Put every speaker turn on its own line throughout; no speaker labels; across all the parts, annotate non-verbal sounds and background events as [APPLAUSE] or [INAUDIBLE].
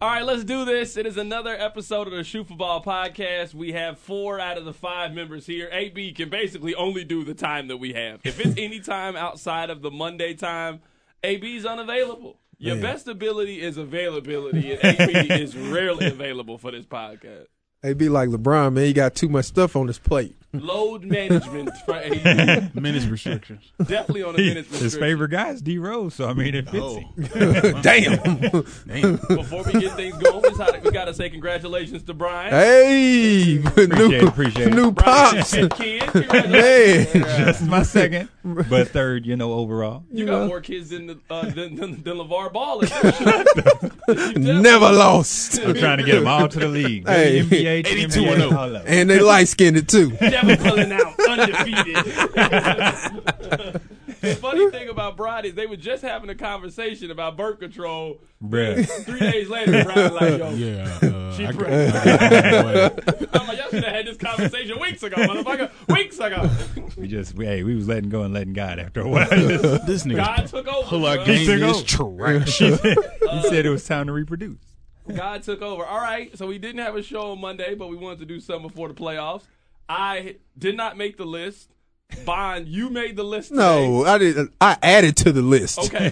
All right, let's do this. It is another episode of the Shoot for Ball podcast. We have four out of the five members here. AB can basically only do the time that we have. If it's any time outside of the Monday time, AB's unavailable. Your
Man.
best ability is availability, and AB is rarely available for this podcast.
They be like LeBron, man. You got too much stuff on his plate.
Load management for AB.
[LAUGHS]
minutes restrictions.
Definitely on a minute
His
restriction.
favorite guy is D Rose, so I mean, if it's
Oh,
Damn.
damn.
Before we get things going, we gotta- we got to say congratulations to Brian.
hey, [LAUGHS]
Appreciate
new,
it, appreciate it.
new
Brian,
[LAUGHS]
pops,
you got kids. Congratulations.
man.
just
[LAUGHS]
my second, but third, you know, overall.
You
Yeah.
got more kids than the, uh, than, than, than LeVar Ball. is,
[LAUGHS]
don't you? You
Never lost,
I'm trying to get them all to the league.
Hey.
NBA,
82
NBA,
and oh.
all of it.
and they light skinned it too.
Never pulling out, undefeated. the
[LAUGHS]
funny thing about Brian is they were just having a conversation about birth control.
Bruh.
Three days later, Brian was like, yo,
Yeah, uh,
She
I, got-
pregnant.
I
[LAUGHS]
got one way.
I'm like, y'all should have had this conversation weeks ago, motherfucker. Weeks ago.
We just, we, hey, we was letting go and letting God after a while. [LAUGHS]
This
God
nigga
took over.
pull out
bruh.
game
took
is trash.
he said it was time to reproduce.
God took over. All right, so we didn't have a show on Monday, but we wanted to do something before the playoffs. I did not make the list. Bond, you made the list. today.
[LAUGHS] No, I did. I added to the list.
Okay.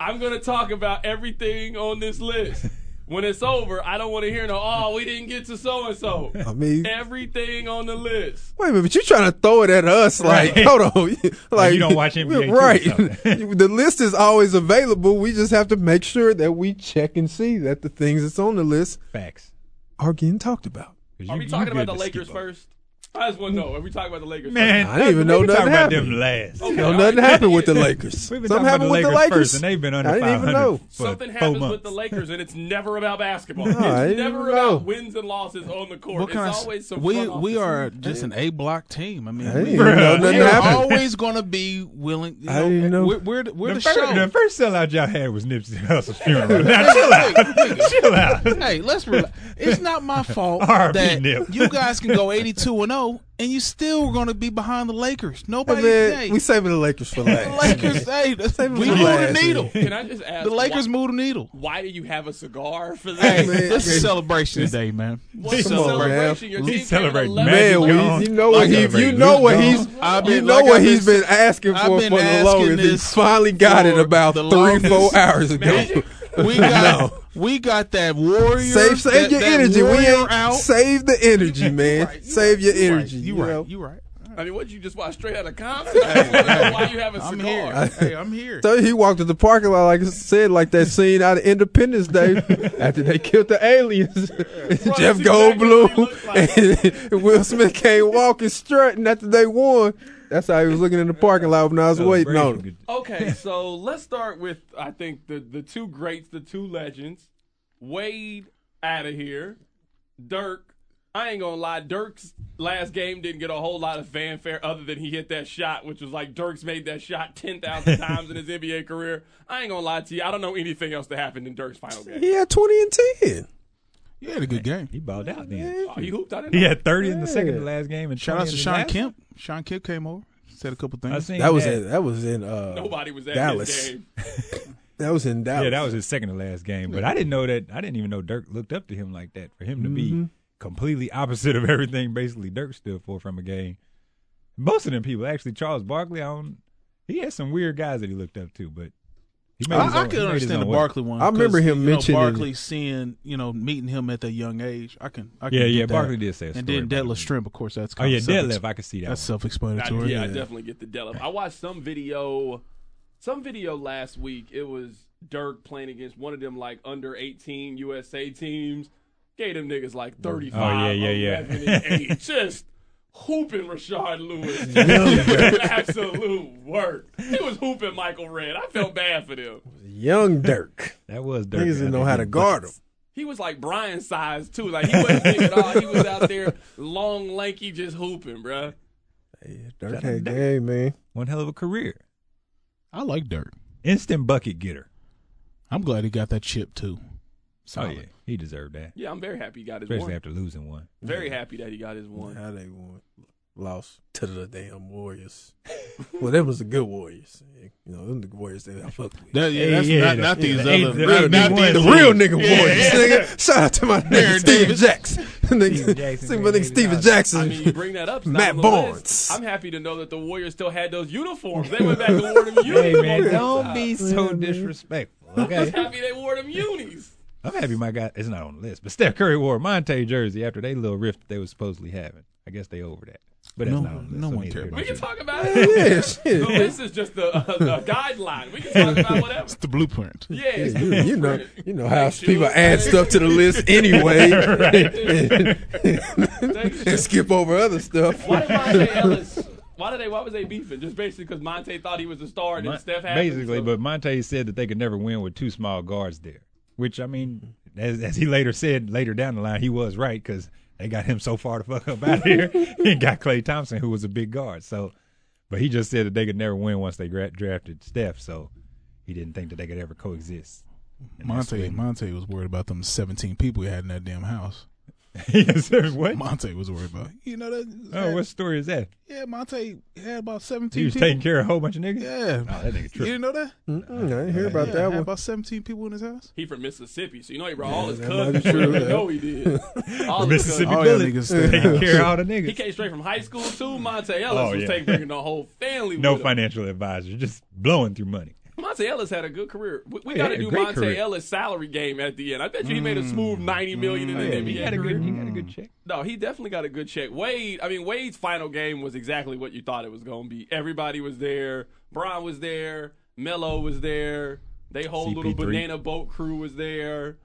I'm going to talk about everything on this list. When it's over, I don't want to hear no, oh, we didn't get to so and so.
I mean,
Everything on the list.
wait a minute, but you trying to throw it at us? Like,
Right.
hold on, [LAUGHS] like
you don't watch NBA too,
right?
so.
[LAUGHS] the list is always available. We just have to make sure that we check and see that the things that's on the list
Facts.
are getting talked about.
'Cause
Are
you-
we
you
talking
good
about the
to skip
Lakers
over.
first? I just want to know. Are we talking about the Lakers
Man,
I didn't even know
we
nothing
talking about
happened.
them last.
Okay. All
No, nothing
right.
happened with the Lakers.
We've
Something
been talking about
happened
the
with
Lakers,
the Lakers.
first, and they've been under
I didn't
500
even know.
for
Something
four
happens
months.
with the Lakers, and it's never about basketball.
I
it's
didn't
never
know.
about wins and losses on the court.
What
It's
can I s-
always some
we
front office
we are just an A block team. I mean,
I didn't
we,
even know
Bruh.
nothing
are
happened.
always going to be willing. You know,
I didn't know.
We're, we're, the- we're
The
the,
first,
show.
the first sellout y'all had was Nipsey
[LAUGHS]
Hussle's funeral. Now chill out, chill out.
hey, let's relax. It's not
[LAUGHS]
my fault
R.I.P.
that
Nip.
you guys can go 82 and 0 and you still going to be behind the Lakers. Nobody
Man,
hey,
we saving the Lakers for
the
last.
Lakers, hey, that's- we
Save
move
it for
the
[LAUGHS]
last.
needle.
[LAUGHS] Can I just ask?
The Lakers
Why,
move the needle.
why do you have a cigar for that?
Hey,
Man,
this is
okay.
celebration
[LAUGHS]
today, man.
What's
Come on, man.
celebration? Your
He
team came in
celebrating
11th.
Magic
[LAUGHS] Man,
gone.
we, you know what he,
Like a
you know what
Luke
he's,
I've
you
been-
know
like
what
I've
he's
been-
been asking
I've
for
been
for the
asking
longest. He
this
finally got it
for
about
the
three, four
longest.
hours ago.
Magic.
We got we got that warrior.
Save, save
that-
your
that
energy. We
warrior
ain't
out.
save the energy, man.
right, you
save your
You right,
energy.
You
you
right.
know?
You right.
I mean, what you just watch straight out of concert? I just want to know why you have a cigar.
I'm here. Hey, I'm [LAUGHS] here.
So he walked to the parking lot, like I said, like that scene out of
[LAUGHS]
Independence Day after they killed the aliens. [LAUGHS] Jeff
exactly what he
Goldblum
looked like.
[LAUGHS] and Will Smith came walking strutting after they won. That's how he was looking in the parking lot when I was waiting on him.
Okay, so let's start with I think the the two greats, the two legends, Wade out of here, Dirk. I ain't gonna lie, Dirk's last game didn't get a whole lot of fanfare other than he hit that shot, which was like Dirk's made that shot ten thousand times in his NBA career. I ain't gonna lie to you, I don't know anything else that happened in Dirk's final game.
[LAUGHS] He had 20 and 10.
You had a good game.
He balled out then.
Oh, he hooped out.
He had 30 in the
Yeah.
second to last game. And
Shout
20
out
in
to
the
Sean
last.
Kemp. Sean Kemp came over, said a couple
I
things.
seen
That was in, that was in uh,
Nobody was at
Dallas.
Dallas. game.
That was in Dallas.
Yeah, that was his second to last game. But I didn't know that. I didn't even know Dirk looked up to him like that. For him to
Mm-hmm.
be completely opposite of [LAUGHS] everything basically Dirk stood for from a game. Most of them people, actually, Charles Barkley, I don't, he had some weird guys that he looked up to, but he made his
I, I
own-
could
he made his
understand the
own way.
Barkley one.
I remember
'cause,
him
you know,
mentioning
Barkley seeing, you know, meeting him at that young age. I can, I can
Yeah,
get
yeah,
that.
Barkley did say a
And
story
then
about
deadlift
it.
shrimp, of course. That's
Oh, yeah,
self-
deadlift. I could see that.
That's
one.
I-
self-explanatory.
yeah, I definitely get the Della. I watched some video, some video last week. It was Dirk playing against one of them like under eighteen USA teams. Gave them niggas like thirty five,
yeah, yeah, yeah.
11, and eight. Just hooping Rashard Lewis. It was an [LAUGHS] absolute work. He was hooping Michael Red. I felt bad for them.
Young Dirk.
That was Dirk.
Niggas didn't
I
know
think
how
he
to
was-
guard him.
He was like Brian size too. Like he wasn't big at all. He was out there long, lanky, just hooping, bruh.
Dirk
Shout
had
out Dirk.
game, man.
One hell of a career.
I like Dirk.
Instant bucket getter.
I'm glad he got that chip too.
Oh,
Solid.
yeah. He deserved that.
Yeah, I'm very happy he got his
Especially
one.
after losing one.
Very happy that he got his one.
How they won.
lost to the damn
[LAUGHS]
Warriors. well, them was the good Warriors. You know, them the Warriors that I fucked with.
That, yeah, that's
yeah,
not,
the-
not these
yeah, the
other.
eight- the
not,
eight
not
big ones.
these,
the real nigga Warriors.
Nigga, shout out to my nigga
Baron
Steve
Davis.
Jackson. [LAUGHS] nigga,
Jackson,
see my nigga
Baron Davis.
Steven
I
[LAUGHS] Jackson.
mean, you bring that up. it's not
Matt
on the list.
Barnes.
I'm happy to know that the Warriors still had those uniforms. They went back to wore them
[LAUGHS] Hey
unis.
man, don't be so disrespectful.
I
[LAUGHS]
was
Okay,
happy they wore them unis.
I'm happy my guy. It's not on the list, but Steph Curry wore a Monte jersey after they little rift they was supposedly having. I guess they over that, but that's
No,
not on the list.
no
so
one
neither
cared
here
We
nor
can
there.
talk about it.
Yeah, shit.
This is just a, a, a guideline. We can talk about whatever.
it's the blueprint.
Yeah, it's
You, you know, [LAUGHS] you know how
Shoes,
people
man.
add stuff to the list [LAUGHS] anyway,
Thanks.
and skip over other stuff.
Why did Monte Ellis? Why did they? Why was they beefing? Just basically because Monte thought he was a star and
Mon-
then Steph had
basically,
him, so-
but Monte said that they could never win with two small guards there. Which I mean, as, as he later said later down the line, he was right because they got him so far the fuck up out of here [LAUGHS] and got Clay Thompson, who was a big guard. So, but he just said that they could never win once they gra- drafted Steph. So he didn't think that they could ever coexist. [LAUGHS] And that's
Monte
when-
Monte was worried about them seventeen people he had in that damn house.
Yes, sir. what?
Monte was worried about. You know that?
Oh, what story is that?
Yeah, Monte had about seventeen.
He was
people.
taking care of a whole bunch of niggas. Oh,
Yeah.
that nigga
You
tripped.
didn't know that?
[LAUGHS] Mm-mm, I didn't hear about
yeah,
that
had
one.
about seventeen people in his house.
he from Mississippi, so you know he brought all his
that might be
cousins. You
true,
know he did.
[LAUGHS]
All his cousins.
Mississippi
All y'all [LAUGHS]
Village.
niggas stay in
[LAUGHS]
the
Taking
house.
care of all the
He
niggas.
came straight from high school too. Monte Ellis
Oh,
was
yeah.
taking bringing the whole family.
No
with him.
financial advisor, just blowing through money.
Monte Ellis had a good career. We, we
Yeah,
got to
a
do
great
Monte
career.
Ellis' salary game at the end. I bet you he made a smooth ninety million in the
Yeah,
NBA.
Mm. he had a
career.
good, he had a good check.
No, he definitely got a good check. Wade, I mean, Wade's final game was exactly what you thought it was going to be. Everybody was there. Braun was there. Melo was there. They whole little
CP3.
banana boat crew was there.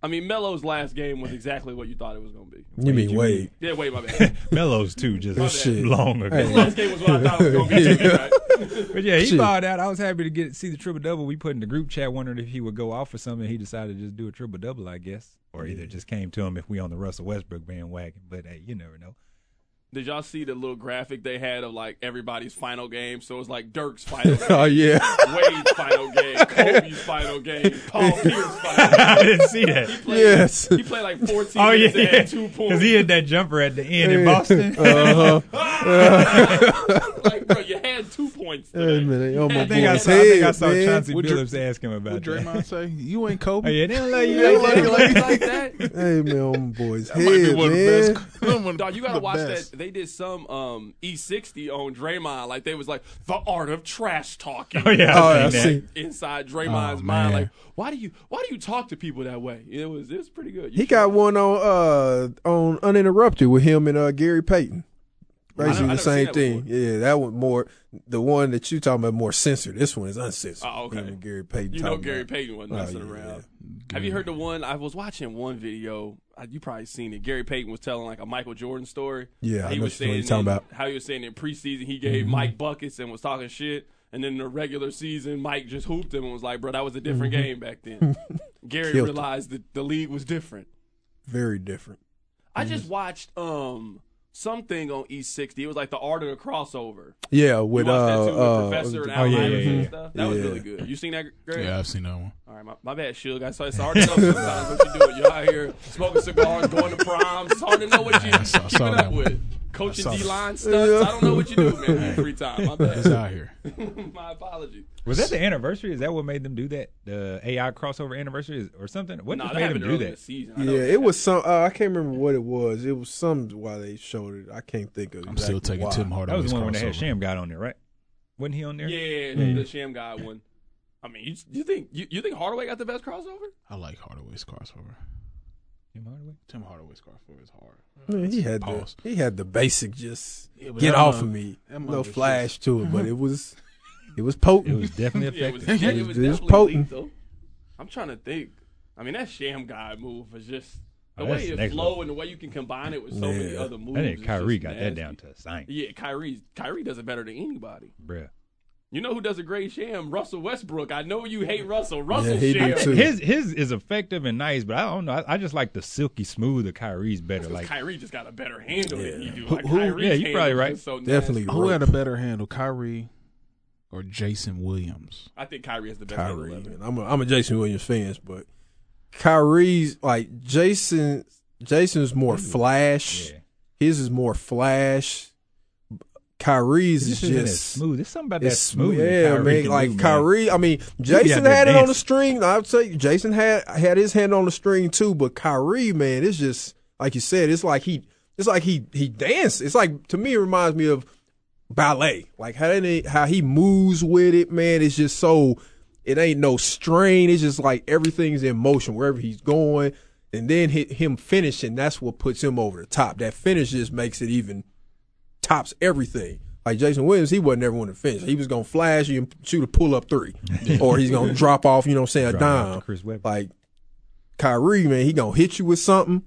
I mean, Melo's last game was exactly what you thought it was going to be.
You mean Wade?
Yeah, wait, my
[LAUGHS]
bad.
Mellows too, just
Shit.
long ago.
last game was what I thought it was going to be. too, right?
But yeah, he balled out. I was happy to get see the triple double. We put in the group chat, wondering if he would go off for something. He decided to just do a triple double, I guess, or either just came to him if we on the Russell Westbrook bandwagon. But hey, you never know. [LAUGHS]
Did y'all see the little graphic they had of like everybody's final game? So it was like Dirk's
[LAUGHS]
final game,
[LAUGHS] Oh [LAUGHS] yeah,
Wade's final game, Kobe's final game, Paul Pierce's final game.
I didn't see that.
Played-
Yes.
He played like 14
Oh yeah,
minutes and had
[LAUGHS]
two points.
because he had that jumper at the end
[LAUGHS]
in Boston.
Uh-huh.
[LAUGHS]
[LAUGHS] like, bro, you had two points.
Wait a
Today.
minute, oh, my
I think I
boy's
saw, I think I
head,
saw
man.
Chauncey
Would Dr-
Billups ask him about
What
that.
Draymond say? You [LAUGHS] ain't
Oh
Kobe.
yeah, they don't love you
Like,
like that.
like, like that.
Hey man, oh, my boy's
That might be
head,
one of
man.
the best. one of
Dog, you gotta
the
watch
best.
that. They did some um, E60 on Draymond. Like they was like the art of trash talking.
[LAUGHS] [LAUGHS] Oh yeah,
Oh,
I
I
seen that.
see.
Inside Draymond's
Oh, man.
mind, like why do you why do you talk to people that way? It was it was pretty good. You
He
should-
got one on uh on uninterrupted with him and uh Gary Payton.
I
Basically
never
the same
seen that
thing.
before.
Yeah, that one more the one that you talking about more censored. This one is uncensored.
Oh, okay.
Him and Gary Payton.
You know
talking
Gary
about. Oh,
Payton wasn't messing
yeah,
around. Have you heard the one? I was watching one video. uh, You probably seen it. Gary Payton was telling like a Michael Jordan story.
Yeah, I
he
know
was
what you're
saying
talking
in-
about. Mm-hmm.
how he was saying in preseason he gave Mike buckets and was talking shit, and then in the regular season Mike just hooped him and was like, "Bro, that was a different game back
[LAUGHS]
then." Gary
Mm-hmm. Killed him.
realized that the league was different.
Very different.
I
Mm-hmm.
just watched um something on E60. It was like the art of the crossover.
Yeah, with
you watched
uh,
that too, with
uh
Professor and
oh,
Al
yeah, yeah,
Iverson and
yeah.
stuff. That was
Yeah.
really good. You seen that? Gary?
Yeah, I've seen that one.
All right, my, my bad, Shug. I saw it's hard to know sometimes what you doing. You're out here smoking cigars, going to proms. It's hard to know what you
I saw- I saw
keeping
that
up
one.
with.
I
Coaching
saw that.
D line stunts. I don't know what you do, man. in your Free time. My [LAUGHS]
It's
bad.
out here. [LAUGHS]
my apology.
Was that the anniversary? Is that what made them do that? The AI crossover anniversary is- or something? What
No,
just
that
made them
happened
do
early in the
that?
season. I
yeah,
know that
it was some uh, I can't remember what it was. It was some why they showed it. I can't think of
I'm still
exactly
taking
why.
Tim
That was
Hardaway's
the one when they had
crossover.
Sham got on there, right? Wasn't he on there?
Yeah, the, the Sham guy one. I mean, you, you think you, you think Hardaway got the best crossover?
I like Hardaway's crossover.
Tim Hardaway?
Tim Hardaway's crossover is hard.
Man, he had the,
Pause.
he had the basic just
Yeah, but
get
that
off
mug-
of me.
that Mm-hmm. mug
No
was
flash to it, but it was it was potent.
It was
[LAUGHS]
definitely
Yeah, it was,
effective.
yeah, it
It
was
was
definitely
potent.
lethal. I'm trying to think. I mean, that Sham guy move was just the
Oh,
way
that's
it
next
flowed and the way you can combine it with so many
Yeah.
other moves.
I
is
think
just
Kyrie got
nasty.
that down to a science,
Yeah, Kyrie. Kyrie does it better than anybody.
bruh.
You know who does a great sham? Russell Westbrook. I know you hate Russell. Russell
Yeah, he do
sham.
too.
His his is effective and nice, but I don't know. I, I just like the silky smooth of Kyrie's better. Like
Kyrie just got a better handle than
Yeah.
you do. Like,
Who- who-
Kyrie's
yeah, you probably
handle
right.
is So nasty.
Definitely
Who had
rope.
a better handle, Kyrie or Jason Williams?
I think Kyrie has the best handle
Kyrie.
ever.
And I'm a, I'm a Jason Williams fan, but Kyrie's like Jason. Jason's more flash.
Yeah.
His is more flash, Kyrie's
This
is
isn't as
just
smooth. There's something about that
It's
smooth.
smooth,
that
yeah,
Kyrie
man.
can
Like
do, man.
Kyrie, I mean, Jason
there
had it on the
dancing.
string. I would say Jason had had his hand on the string too, but Kyrie, man, it's just like you said. It's like he, it's like he he danced. It's like to me, it reminds me of ballet. Like how they, how he moves with it, man. It's just so it ain't no strain. It's just like everything's in motion wherever he's going, and then hit him finishing. That's what puts him over the top. That finish just makes it even tops everything. Like Jason Williams, he wasn't ever going to finish. He was going to flash you and shoot a pull up three, or he's going to drop off. You know what I'm saying? A
Drop off to
dime.
Chris Webber.
Like Kyrie, man, he going to hit you with something,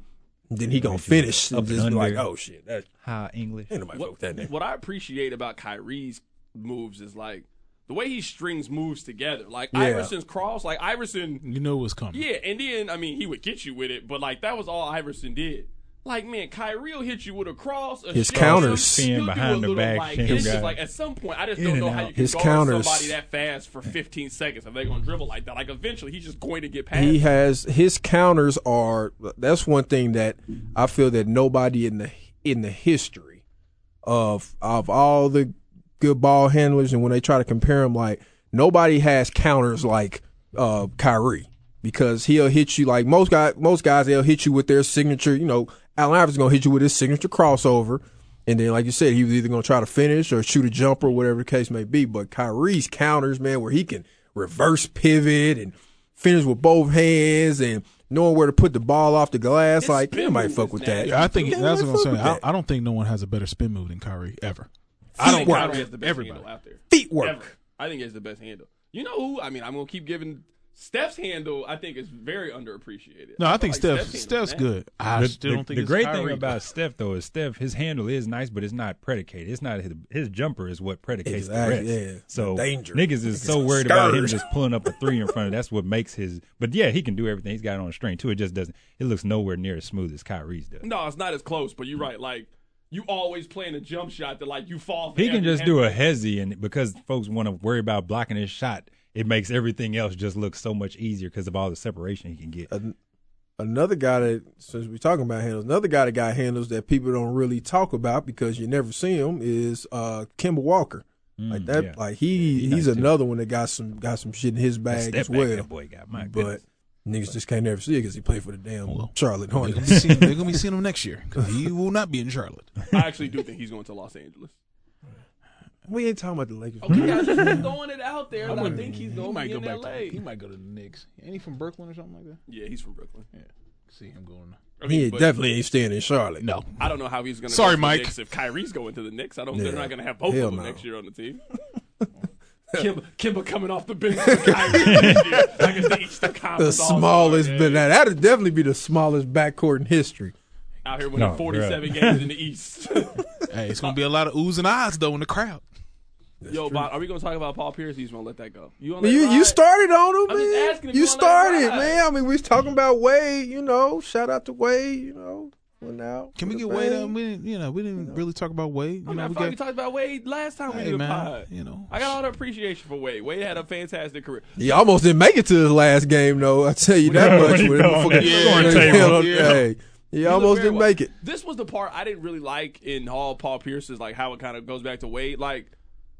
and then he going to
Hit you
finish.
up
And
and
just be like,
under.
oh shit, that
High English.
ain't nobody fuck with
What,
that nigga.
what I appreciate about Kyrie's moves is like the way he strings moves together. Like
Yeah.
Iverson's cross, like Iverson
You know what's coming.
Yeah, and then I mean he would get you with it, but like that was all Iverson did. Like man, Kyrie'll hit you with a cross, a
His
shove,
counters.
he'll do
Spin
a
behind the
little,
back,
Like,
shim
it's
guy.
just like at some point, I just
In
don't
and
know how
out.
you can
His
guard
counters.
somebody that fast for 15 seconds if they're gonna dribble like that. Like eventually, he's just going to get past.
he
you.
has his counters are that's one thing that I feel that nobody in the in the history of of all the good ball handlers and when they try to compare him like nobody has counters like uh Kyrie because he'll hit you like most guy most guys they'll hit you with their signature you know Allen Iverson's gonna hit you with his signature crossover and then like you said he was either gonna try to finish or shoot a jumper whatever the case may be but Kyrie's counters man where he can reverse pivot and finish with both hands and knowing where to put the ball off the glass
His
like
spin
nobody
move
fuck
is
with
nasty.
that
Yeah, I think
Yeah,
that's
I
what I'm
fuck
saying.
with
I,
that.
I don't think no one has a better spin move than Kyrie ever.
I don't
Footwork.
Kyrie has the best
Everybody.
handle out there.
feet work
Ever. I think he has the best handle. You know who? I mean, I'm gonna keep giving Steph's handle. I think is very underappreciated.
No, I think
like
Steph
handle's
Steph's
nasty.
good. I
The,
still
the-
don't think
the
it's
great
Kyrie.
thing
[LAUGHS]
about Steph though is Steph, his handle is nice, but it's not predicated. It's not his, his jumper is what predicates
Exactly,
the rest.
yeah.
So
Danger.
niggas is so worried about him just pulling up a three in front of. That's what makes his. But yeah, he can do everything. He's got it on a string too. It just doesn't. It looks nowhere near as smooth as Kyrie's does.
No, it's not as close, but you're right. Like you always playing a jump shot that like you fall. For
He can
every
just
handle.
do a hezzy, and because folks want to worry about blocking his shot, it makes everything else just look so much easier because of all the separation he can get.
another guy that since we're talking about handles, another guy that got handles that people don't really talk about because you never see him is uh Kimber Walker. like that,
Mm, yeah.
like he
Yeah, he
he's
nice, too.
another one that got some got some shit in his
That
bag
step
as
back
well.
that boy got my
but
goodness.
niggas just can't never see it because he played for the damn
Well,
Charlotte
They're
Hornets. [LAUGHS]
gonna, be seeing, they're gonna be seeing him next year 'cause he will not be in Charlotte.
I actually do think he's going to Los Angeles.
we ain't talking about the Lakers.
Okay, I just was throwing it out there. and I think he's going to be in LA.
might go to the Knicks. Ain't he from Brooklyn or something like that?
yeah, he's from Brooklyn.
See him going.
I
he
mean, but
definitely ain't staying in Charlotte.
No,
I don't know how he's going to.
Sorry,
go to the
Mike.
Knicks if Kyrie's going to the Knicks, I don't. They're
Yeah.
not going to have both
Hell
of them
no.
next year on the
[LAUGHS]
team. Kimba, Kimba coming off the bench. with
[LAUGHS]
Kyrie next year. I guess they each the
The
conference all-star.
smallest,
Yeah.
but that, that'd definitely be the smallest backcourt in history.
out here winning
No,
47 games in the
[LAUGHS]
East.
hey, it's gonna be a lot of oohs and ahs though in the crowd.
Yo, Bob, are we going to talk about Paul Pierce? He's going to let that go. You gonna
Man,
let
you
it
you
ride?
started on him,
I'm just
man.
asking if
you
you wanna let it
started,
ride.
man. I mean, we was talking about Wade. You know, shout out to Wade. You know, well now
Can we
with
get
the
Wade?
bang.
up? We didn't, you know, we didn't really talk about Wade. You
I mean,
know,
I
we
fucking
got
talked about Wade last time we
Hey,
did a
man,
pod.
you know.
I got all the appreciation for Wade. Wade had a fantastic career.
He almost didn't make it to his last game, though. I tell you that
Yeah,
much.
when he
with
fell on
motherfucking- [LAUGHS]
that scoring
Yeah.
table.
Yeah.
Hey, he
He looked
almost
very
didn't
well.
make it.
This was the part I didn't really like in all Paul Pierce's, like how it kind of goes back to Wade. Like,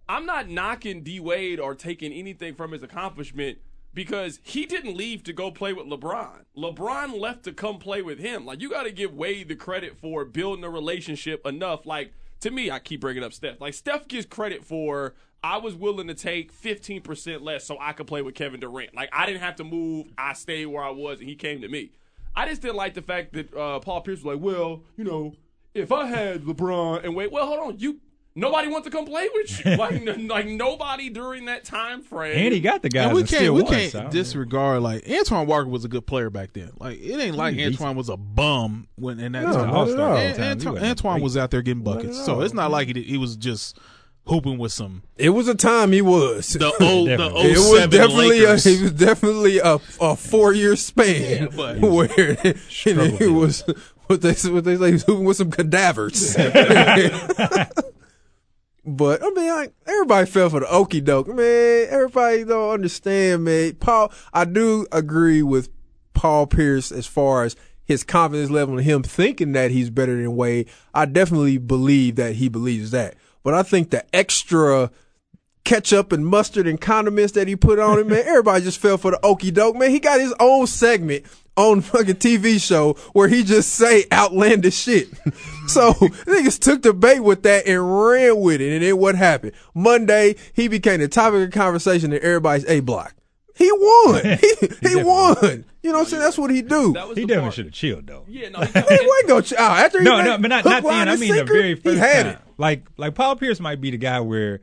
I'm not knocking D Wade or taking anything from his accomplishment because he didn't leave to go play with LeBron. LeBron left to come play with him. Like, you got to give Wade the credit for building a relationship enough. Like, to me, I keep bringing up Steph. Like, Steph gets credit for. I was willing to take 15% less so I could play with Kevin Durant. Like, I didn't have to move. I stayed where I was, and he came to me. I just didn't like the fact that uh, Paul Pierce was like, well, you know, if I had LeBron and wait, well, hold on, you nobody wants to come play with you, like, n- [LAUGHS] like nobody during that time frame.
and he got the guy.
And we can't
still
we
won,
can't
so I don't know.
disregard like Antoine Walker was a good player back then. Like it ain't like
decent.
Antoine was a bum when in that
No,
time.
not at all.
Time,
An-
he
Anto-
wasn't
Antoine
great.
was out there getting buckets,
at
so
all.
it's not like he did, he was just hooping with some
It was a time he was. [LAUGHS]
the old the
Definitely.
old
it was
oh seven
definitely a,
Lakers.
it was definitely a, a four year [LAUGHS] span
but-
where [LAUGHS] and it
Struggle.
was what they what they say he was hooping with some
[LAUGHS]
cadavers. but I mean, like, everybody fell for the okey doke, man. Everybody don't understand, man. Paul, I do agree with Paul Pierce as far as his confidence level and him thinking that he's better than Wade. I definitely believe that he believes that. But But I think the extra ketchup and mustard and condiments that he put on
[LAUGHS]
it, man, everybody just fell for the okey doke, man. He got his own segment on fucking TV show where he just say outlandish shit. [LAUGHS] so niggas took the bait with that and ran with it. And then what happened? Monday, he became the topic of conversation in everybody's A block. He won.
[LAUGHS]
He, he,
definitely-
won. You know what I'm saying? That's what he do.
That was
He
the
definitely
part.
should have chilled though.
Yeah, no, he kept-
He wasn't gonna ch- oh, after he
No,
made
no, but not
hook,
not
line,
then. I
and
mean the
sinker,
very first
He had
time.
it.
Like like Paul Pierce might be the guy where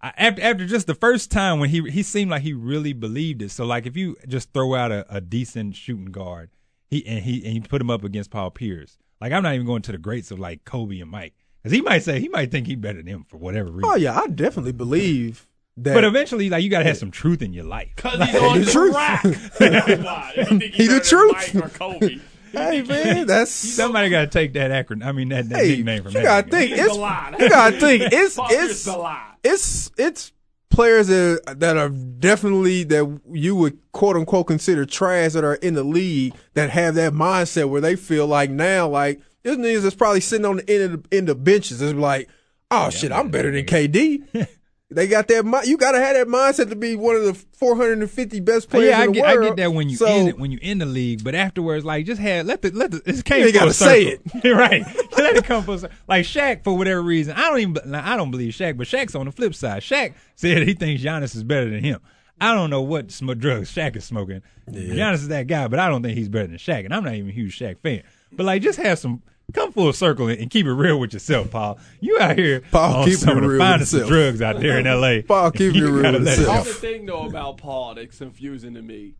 I, after after just the first time when he he seemed like he really believed it. So like if you just throw out a, a decent shooting guard, he and he and you put him up against Paul Pierce. Like I'm not even going to the greats of like Kobe and Mike because he might say he might think he better than him for whatever reason.
Oh yeah, I definitely believe that.
But eventually, like you gotta have some truth in
[LAUGHS]
your life.
Cause he's on
the
the,
truth.
rack.
[LAUGHS]
That's why. If you think
He
he's
the
better than
truth.
Mike or Kobe.
hey
[LAUGHS]
man, that's
Somebody gotta take that acronym. I mean that, that
hey,
nickname from
you gotta
that nigga.
think
He's
it's
a lie.
you [LAUGHS] gotta think [LAUGHS] it's
Fuck,
it's
a lie.
it's it's players that that are definitely that you would quote unquote consider trash that are in the league that have that mindset where they feel like now like this niggas that's probably sitting on the end of the, end of benches is like oh shit I'm better than
[LAUGHS]
KD. They got that. mi- You gotta have that mindset to be one of the 450 best players
yeah, I
in the
get,
world.
I get that when you
so,
in it, when you in the league, but afterwards, like just have let the let the it came.
You ain't
full
gotta say
circle. [LAUGHS] right? let it come full circle. Like Shaq, for whatever reason, I don't even now, I don't believe Shaq, but Shaq's on the flip side. Shaq said he thinks Giannis is better than him. I don't know what sm- drugs Shaq is smoking. Giannis is that guy, but I don't think he's better than Shaq, and I'm not even a huge Shaq fan. But like, just have some. Come full circle and and keep it real with yourself, Paul. You out here
Paul,
on
keep it
some of the
real with
finest
yourself.
drugs out there in L.A.
Paul, keep it
[LAUGHS] You
real
gotta
with
let it
yourself.
go.
Here's the thing though about Paul that's confusing to me.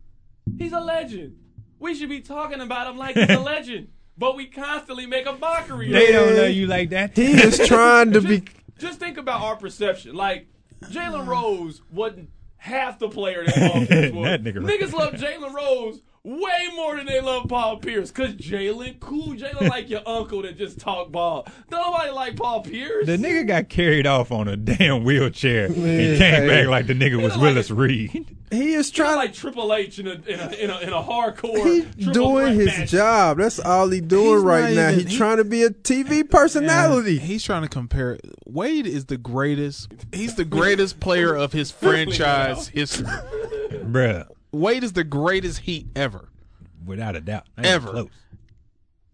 He's a legend. We should be talking about him like he's
[LAUGHS]
a legend, but we constantly make a mockery. of
They
him.
don't know you like that.
he is trying to
[LAUGHS]
be.
Just, just think about our perception. Like Jalen Rose wasn't half the player that Paul Pierce was.
That nigga right
Niggas love Jalen Rose way more than they love Paul Pierce because Jalen cool. Jalen like your uncle that just talk ball. Nobody like Paul Pierce.
The nigga got carried off on a damn wheelchair and
Man,
came
hey.
back like the nigga was
like
Willis
a-
Reed.
He is
Kinda
trying to
like Triple H in a in a in a, in a hardcore.
He
triple
doing
threat
his
match.
job. That's all he doing
He's
right
not
now.
even-
He,
he-
trying to be a TV personality.
He's trying to compare. Wade is the greatest. He's
[LAUGHS]
the greatest player of his franchise history.
Bruh,
Wade is the greatest Heat ever.
without a doubt. Not even
Ever.
Close.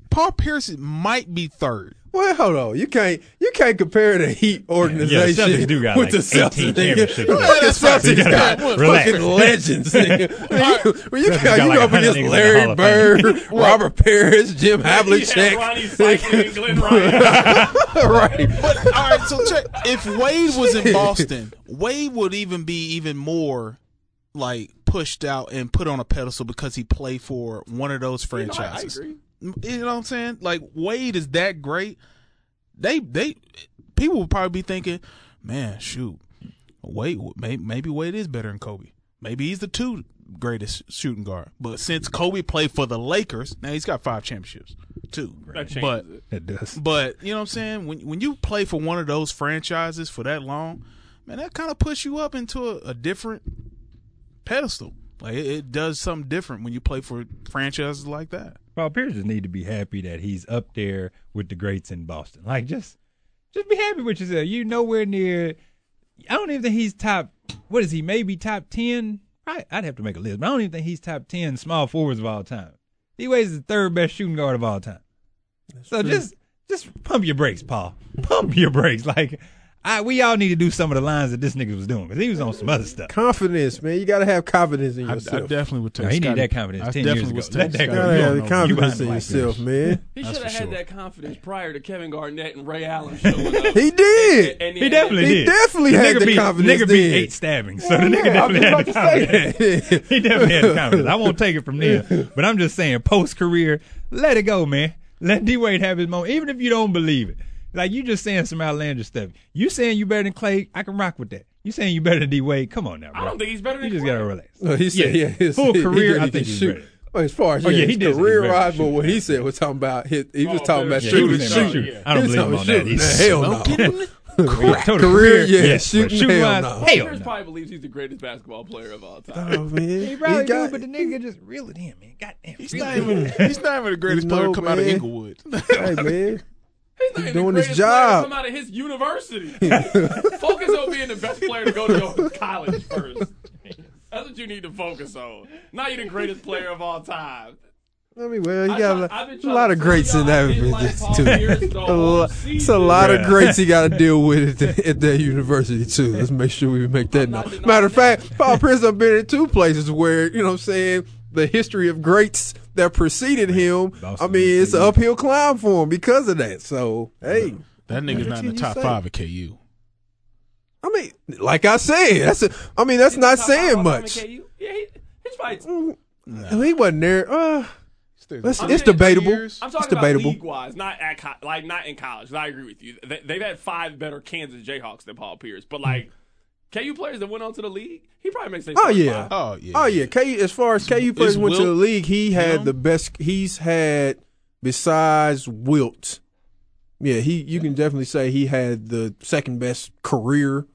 Paul Pierce might be third.
well, hold on. You can't you can't compare the Heat
Yeah, the
organization
Celtics do got
with
like
the
18
Celtics. nigga.
championships.
The fucking
That's right.
Celtics
You gotta
got
[LAUGHS] relax.
fucking legends.
[LAUGHS]
Nigga. When you, when you, got,
Celtics got
you
like
up
100
against
niggas in the Hall
Larry
of Fame.
Bird,
[LAUGHS]
Robert Parrish, Jim
He had Ronnie Cycling and
Havlicek.
Glenn Ryan.
[LAUGHS] right.
[LAUGHS]
But all right, so check. If Wade was in Boston, Wade would even be even more like pushed out and put on a pedestal because he played for one of those
No, I- I
franchises.
agree.
You know what I'm saying? Like Wade is that great. They they people would probably be thinking, man, shoot, Wade maybe, maybe Wade is better than Kobe. Maybe he's the two greatest shooting guard. But since Kobe played for the Lakers, now he's got five championships, two.
That changes
But
it.
That does.
but you know what I'm saying? When when you play for one of those franchises for that long, man, that kind of puts you up into a, a different pedestal. Like it, it does something different when you play for franchises like that.
Paul Pierce just need to be happy that he's up there with the greats in Boston. Like just just be happy with yourself. You nowhere near I don't even think he's top what is he, maybe top ten? Probably, I'd have to make a list, but I don't even think he's top ten small forwards of all time. D Wade's the third best shooting guard of all time. so just just pump your brakes, Paul. [LAUGHS] Pump your brakes. Like I, we all need to do some of the lines that this nigga was doing because he was on some other stuff.
Confidence, man. You got to have confidence in
I, I
yourself.
definitely would take.
No, he need
Scottie-
that confidence
I
10 years
definitely
ago.
would
Let that
take
You
go.
gotta
Scottie.
have
You
the
don't know.
confidence
You
in
behind the
yourself, man.
He should
That's
have
for
had
sure.
that confidence prior to Kevin Garnett and Ray Allen showing up.
He did.
And
He definitely
He
did.
definitely
The
had
nigga
the
beat,
confidence
Nigga beat
then.
eight stabbings, so the nigga
Yeah, I was about
definitely had the
to say [LAUGHS]
confidence.
that.
[LAUGHS] he definitely had the confidence. I won't take it from there, but I'm just saying, post career, let it go, man. Let D Wade have his moment, even if you don't believe it. Like you just saying some outlandish stuff. You saying you better than Clay? I can rock with that. You saying you better than D Wade? Come on now, bro.
I don't think he's better
you
than
just
Clay.
gotta relax.
No, Oh, he said,
Yeah.
yeah, his
Full
he-
career,
he
I
really
think
did
he's
shoot.
ready.
Well, as far as yeah,
yeah, he
his
did say he
career
was ready to
rise, but
shoot.
what he said was talking about his, he was
Oh,
talking about
yeah,
he
shooting,
was saying about
shooting.
shooting. I don't
He was
believe him
talking about
on that either.
shooting. Hell no.
Don't get
[LAUGHS]
in
Total
Career, yeah,
yes, but
shooting, hell
shooting-wise,
no.
hell
Pierce
no.
probably believes he's the greatest basketball player of all time.
Oh, [LAUGHS] man.
He probably
He got-
do,
[LAUGHS]
but the nigga just reel it in, man. Goddamn.
He's not even. He's not even the greatest
No,
player to come out of
man.
Inglewood.
hey man,
He's not even
doing
the
his
greatest player to
job.
come out of his university. [LAUGHS] focus on being the best player to go to your college first. That's what you need to focus on. Not you the greatest player of all time.
I mean, well, you
I
got a
try-
lot-
I've been
a
trying
lot
to
of
tell
greats in
y'all I
that
didn't like
business
Paul
too.
Pierce
[LAUGHS]
the
A
whole
lo- It's a
season.
lot of
Yeah.
greats you got to deal with at, the, at that university too. Let's make sure we make that known.
denying
Matter of fact, Paul Pierce have been in two places where you know what I'm saying the history of greats that preceded him. I
Boston
mean, it's an
BCU.
uphill climb for him because of that. So hey,
[LAUGHS] That nigga's not in the
you
top
say?
five at KU.
I mean, like I said, that's a, I mean that's not
Top
saying
five all-time
much. Mm,
in KU. Yeah, he, he's probably.
He wasn't there. Uh, let's-
I'm
it's
saying two
debatable.
years.
I'm
It's
talking
debatable.
about league wise, not at co- like not in college. I agree with you. They, they've had five better Kansas Jayhawks than Paul Pierce, but like KU players that went on to the league, he probably makes. their
Oh
starting
yeah.
five.
Oh yeah.
Oh yeah, KU. As far as KU players
is
went to the
Wilt-
league, he had
him?
the best. He's had besides Wilt. Yeah, he. You can definitely say he had the second best career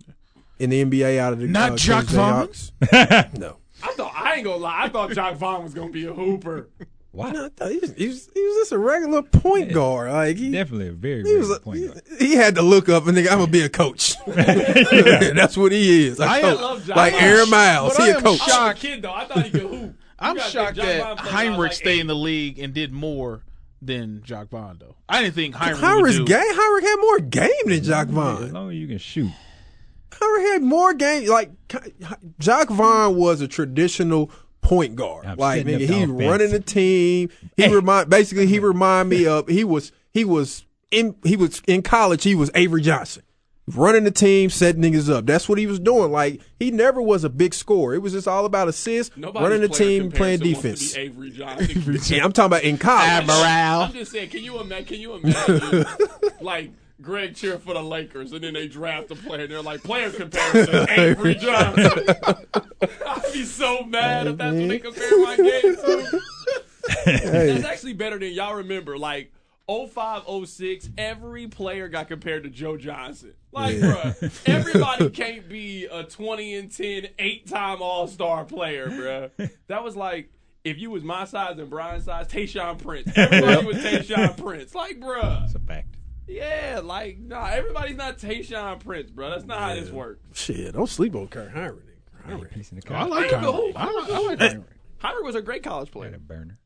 in the NBA out of the
Not
uh,
Jock
Kansas Jayhawks. no,
I thought I ain't gonna lie. I thought Jock Vaughn was gonna be a hooper.
Why?
no, no, he was, he was [LAUGHS] he was just a regular point guard. Like he,
Definitely a very
he
great
was. A,
point guard.
he, he had to look up and think I'm gonna be a
[LAUGHS]
coach. [LAUGHS] That's what he is. a
I
coach.
love Jock.
like
I'm
Aaron
sh-
Miles.
but
He
I
a
am
coach.
I'm
Shocked.
a kid though. I thought he could hoop.
I'm
You gotta think Jock
shocked
Vaughn played
that
when I was,
Heinrich
like,
stayed
eight.
in the league and did more than Jock Vaughn though. I didn't think Heinrich. would
Heinrich's
do-
game. Heinrich had more game than Jock Vaughn.
As long as you can shoot.
Howard had more games. Like Jock Vaughn was a traditional point guard.
I'm
like nigga,
setting up the
he
offense.
running the team. He remind basically
[LAUGHS]
he remind me of he was he was in he was in college. He was Avery Johnson. Running the team, setting niggas up. That's what he was doing. Like he never was a big scorer. It was just all about assists,
Nobody's
running the
player
team, playing
comparison wants to
defense.
be Avery Johnson.
[LAUGHS] Yeah, I'm talking about in college.
I'm just saying, can you imagine? Can you imagine? like Greg cheer for the Lakers, and then they draft a player, and they're like player comparison, Avery Johnson. [LAUGHS] I'd be so mad if that's what they compare my game to. That's actually better than y'all remember. Like 05, 06, every player got compared to Joe Johnson. Like, bruh, everybody can't be a 20 and 10, eight time All Star player, bruh. That was like. If you was my size and Brian's size, Tayshawn Prince. Everybody was Tayshawn Prince. Like, bruh.
It's a fact.
Yeah, like, nah, everybody's not Tayshawn Prince, bruh. That's not how this works.
Shit, don't sleep on Kurt Heinrich.
Piece in the
I
car.
like
Oh, I ain't
Heinrich.
go-
I like, I like Heinrich.
Heinrich was a great college
Had
player.
a burner.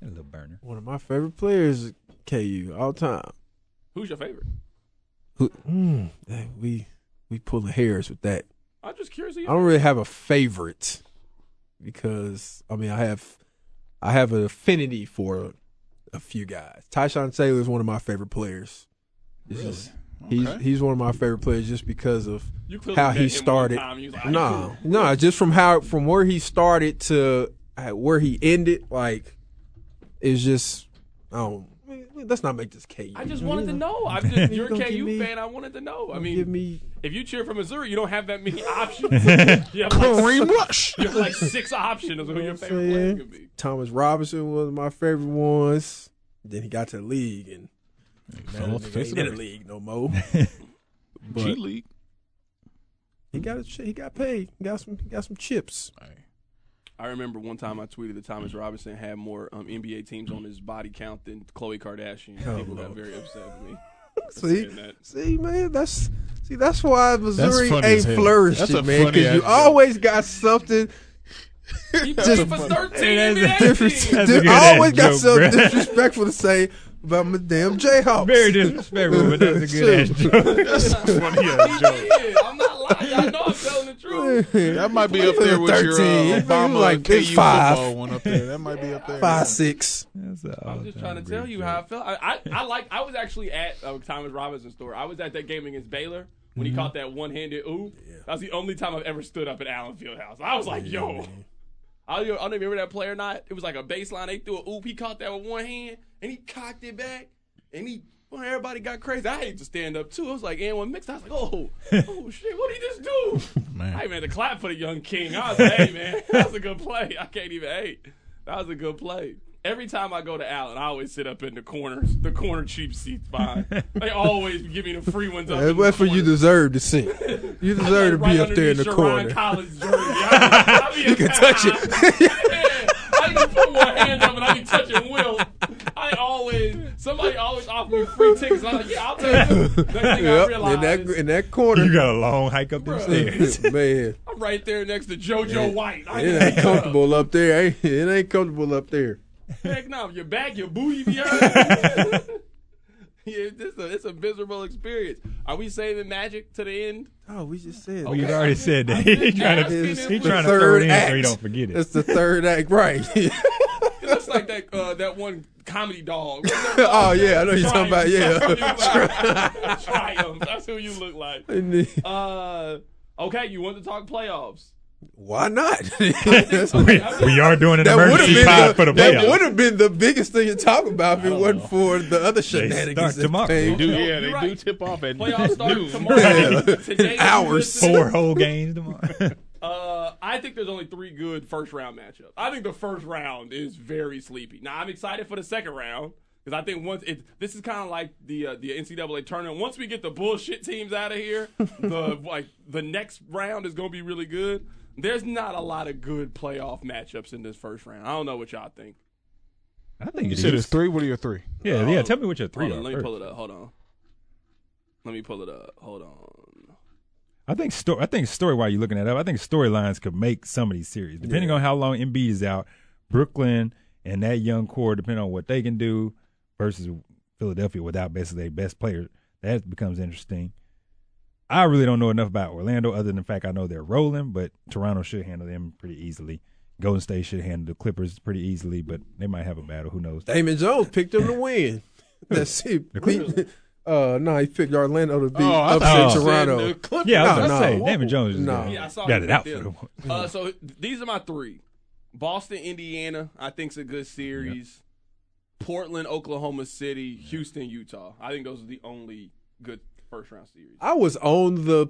Had A little burner.
One of my favorite players, at KU all time.
Who's your favorite?
Who, mm, eh, we we pulling hairs with that.
I'm just curious.
I don't really have a favorite because I mean I have I have an affinity for a few guys. Tyshawn Taylor is one of my favorite players. It's just- He's
Okay.
he's one of my favorite players just because of
You clearly
how
met him
he
one
started.
time, you was like, "Ah,
No, no, just from how from where he started to uh, where he ended, like it's just I don't. Let's not make this KU.
I just wanted to know.
[LAUGHS]
I'm just you're a
Don't give
KU
me-
fan. I wanted to know. I
Give
mean,
me
if you cheer for Missouri, you don't have that
[LAUGHS]
many options. you, have like,
Kareem [LAUGHS] Rush.
you have like six options of who your favorite
saying?
player could be.
Thomas Robinson was my favorite ones. Then he got to the league and
Fell off the face
ain't
of
in the
the
league no more. But
G [LAUGHS] League.
he got a, he got paid. He got some he got some chips.
I remember one time I tweeted that Thomas Robinson had more um, NBA teams on his body count than Khloe Kardashian. People got very upset with me.
See,
saying that.
see, man, that's see that's why Missouri
funny as
ain't
hell.
flourishing,
That's a
man.
funny
Because you
ass joke.
always got something.
He played for 13 NBA
different.
teams.
That's a
di-
good
I always
ass
got
joke,
something
bruh.
disrespectful to say about my damn Jayhawks. [LAUGHS]
Very disrespectful, but that's a good ass joke.
Yeah, I'm not lying. I know I'm telling the truth.
[LAUGHS]
That might be up there with your uh,
13.
Obama
Like,
KU
it's five.
football one up there. That might be up there.
Five six.
That's a
I'm just trying to tell you how I felt. I, I, I like. I was actually at uh, Thomas Robinson's store. I was at that game against Baylor when
Mm-hmm.
he caught that one-handed ooh. That was the only time I've ever stood up at Allen Fieldhouse. I was like, yo. I don't, even- I don't even remember that play or not. It was like a baseline. They threw a oop. He caught that with one hand and he cocked it back and he. Well, everybody got crazy. I hate to stand up too. I was like, and one mixed. I was like, oh, oh shit, what did he just do?
Man.
I even had to clap for the young king. I was like, hey, man, [LAUGHS] that was a good play. I can't even hate. That was a good play. Every time I go to Allen, I always sit up in the corners, the corner cheap seats behind. They always give me the free ones up.
That's
in the
what for you
corner.
deserve to see.
[LAUGHS]
You
I'm, like,
deserve to
right
be up there in the
underneath
corner.
Sharon Collins'
[LAUGHS]
jersey. I be- I be-
You can touch it.
[LAUGHS] Yeah. I just put one hand up and I be touching Will. I always somebody always offer offered me free tickets. I was like, yeah, I'll take them. Next
[LAUGHS]
thing I
in
realized,
that in that corner,
You got a long hike up them stairs.
[LAUGHS]
[LAUGHS]
man.
I'm right there next to JoJo White. I
It ain't comfortable up there. ain't- It ain't comfortable up there. [LAUGHS]
Heck no, your back, your booty be hurt. [LAUGHS] yeah, it's a, it's a miserable experience. Are we saving magic to the end?
Oh, we just said.
Oh, you already said that. He trying to,
It's
he
the
trying to throw it in so he don't forget it.
That's the third act, right? [LAUGHS]
It looks like that uh, that one comedy dog.
oh yeah, I know you're talking about yeah. [LAUGHS]
yeah. Triumph. That's who you look like.
And then-
Uh, okay, you want to talk playoffs?
Why not? [LAUGHS] That's what-
we are doing an
that would have
emergency
been
pod
the,
for the
that would
playoffs.
have been the biggest thing to talk about if it wasn't for the other
start
shenanigans. that
tomorrow.
came.
do,
No,
yeah,
you're
they do
right.
tip off at
Playoffs start
noon. [LAUGHS]
tomorrow. Today,
In hours.
you listen-
Four whole games tomorrow. [LAUGHS]
Uh, I think there's only three good first round matchups. I think the first round is very sleepy. Now I'm excited for the second round because I think once it this is kind of like the uh, the NCAA tournament. Once we get the bullshit teams out of
[LAUGHS]
here, the like the next round is gonna be really good. There's not a lot of good playoff matchups in this first round. I don't know what y'all think.
I think
You
it
said it's
is.
three. What are your three?
Yeah,
Oh.
yeah. Tell me what your three
Hold on,
are.
let me
first.
pull it up. Hold on. Let me pull it up. Hold on.
I think story. I think story. While you're looking that up, I think storylines could make some of these series, depending on how long Embiid is out. Brooklyn and that young core, depending on what they can do versus Philadelphia without basically their best player, that becomes interesting. I really don't know enough about Orlando other than the fact I know they're rolling, but Toronto should handle them pretty easily. Golden State should handle the Clippers pretty easily, but they might have a battle. Who knows?
Damon Jones picked him to
[LAUGHS]
win. Let's see. He- Uh, no, he picked Orlando to beat
Oh,
upset Toronto.
Yeah, I was
No,
gonna say
no.
Damon Jones is
No.
gonna-
Yeah, I saw
got
you
it out
right
for
there.
them.
Uh, so th- these are my three: Boston, Indiana. I think's a good series. Portland, Oklahoma City, Houston, Utah. I think those are the only good first round series.
I was on the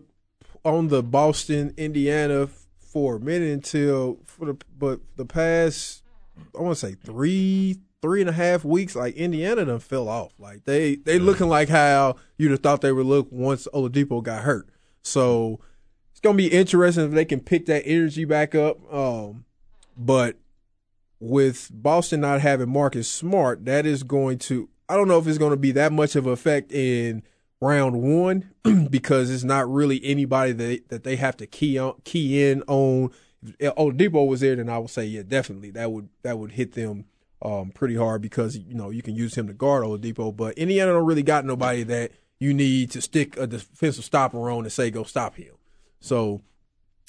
on the Boston Indiana f- for a minute until for the but the past I want to say three three and a half weeks like Indiana done fell off like they they looking like how you'd have thought they would look once Oladipo got hurt so it's gonna be interesting if they can pick that energy back up um but with Boston not having Marcus Smart, that is going to I don't know if it's going to be that much of an effect in round one [CLEARS THROAT] because it's not really anybody that that they have to key on key in on. If Oladipo was there, then I would say yeah, definitely that would that would hit them um, pretty hard because you know you can use him to guard Oladipo, but Indiana don't really got nobody that you need to stick a defensive stopper on and say go stop him. So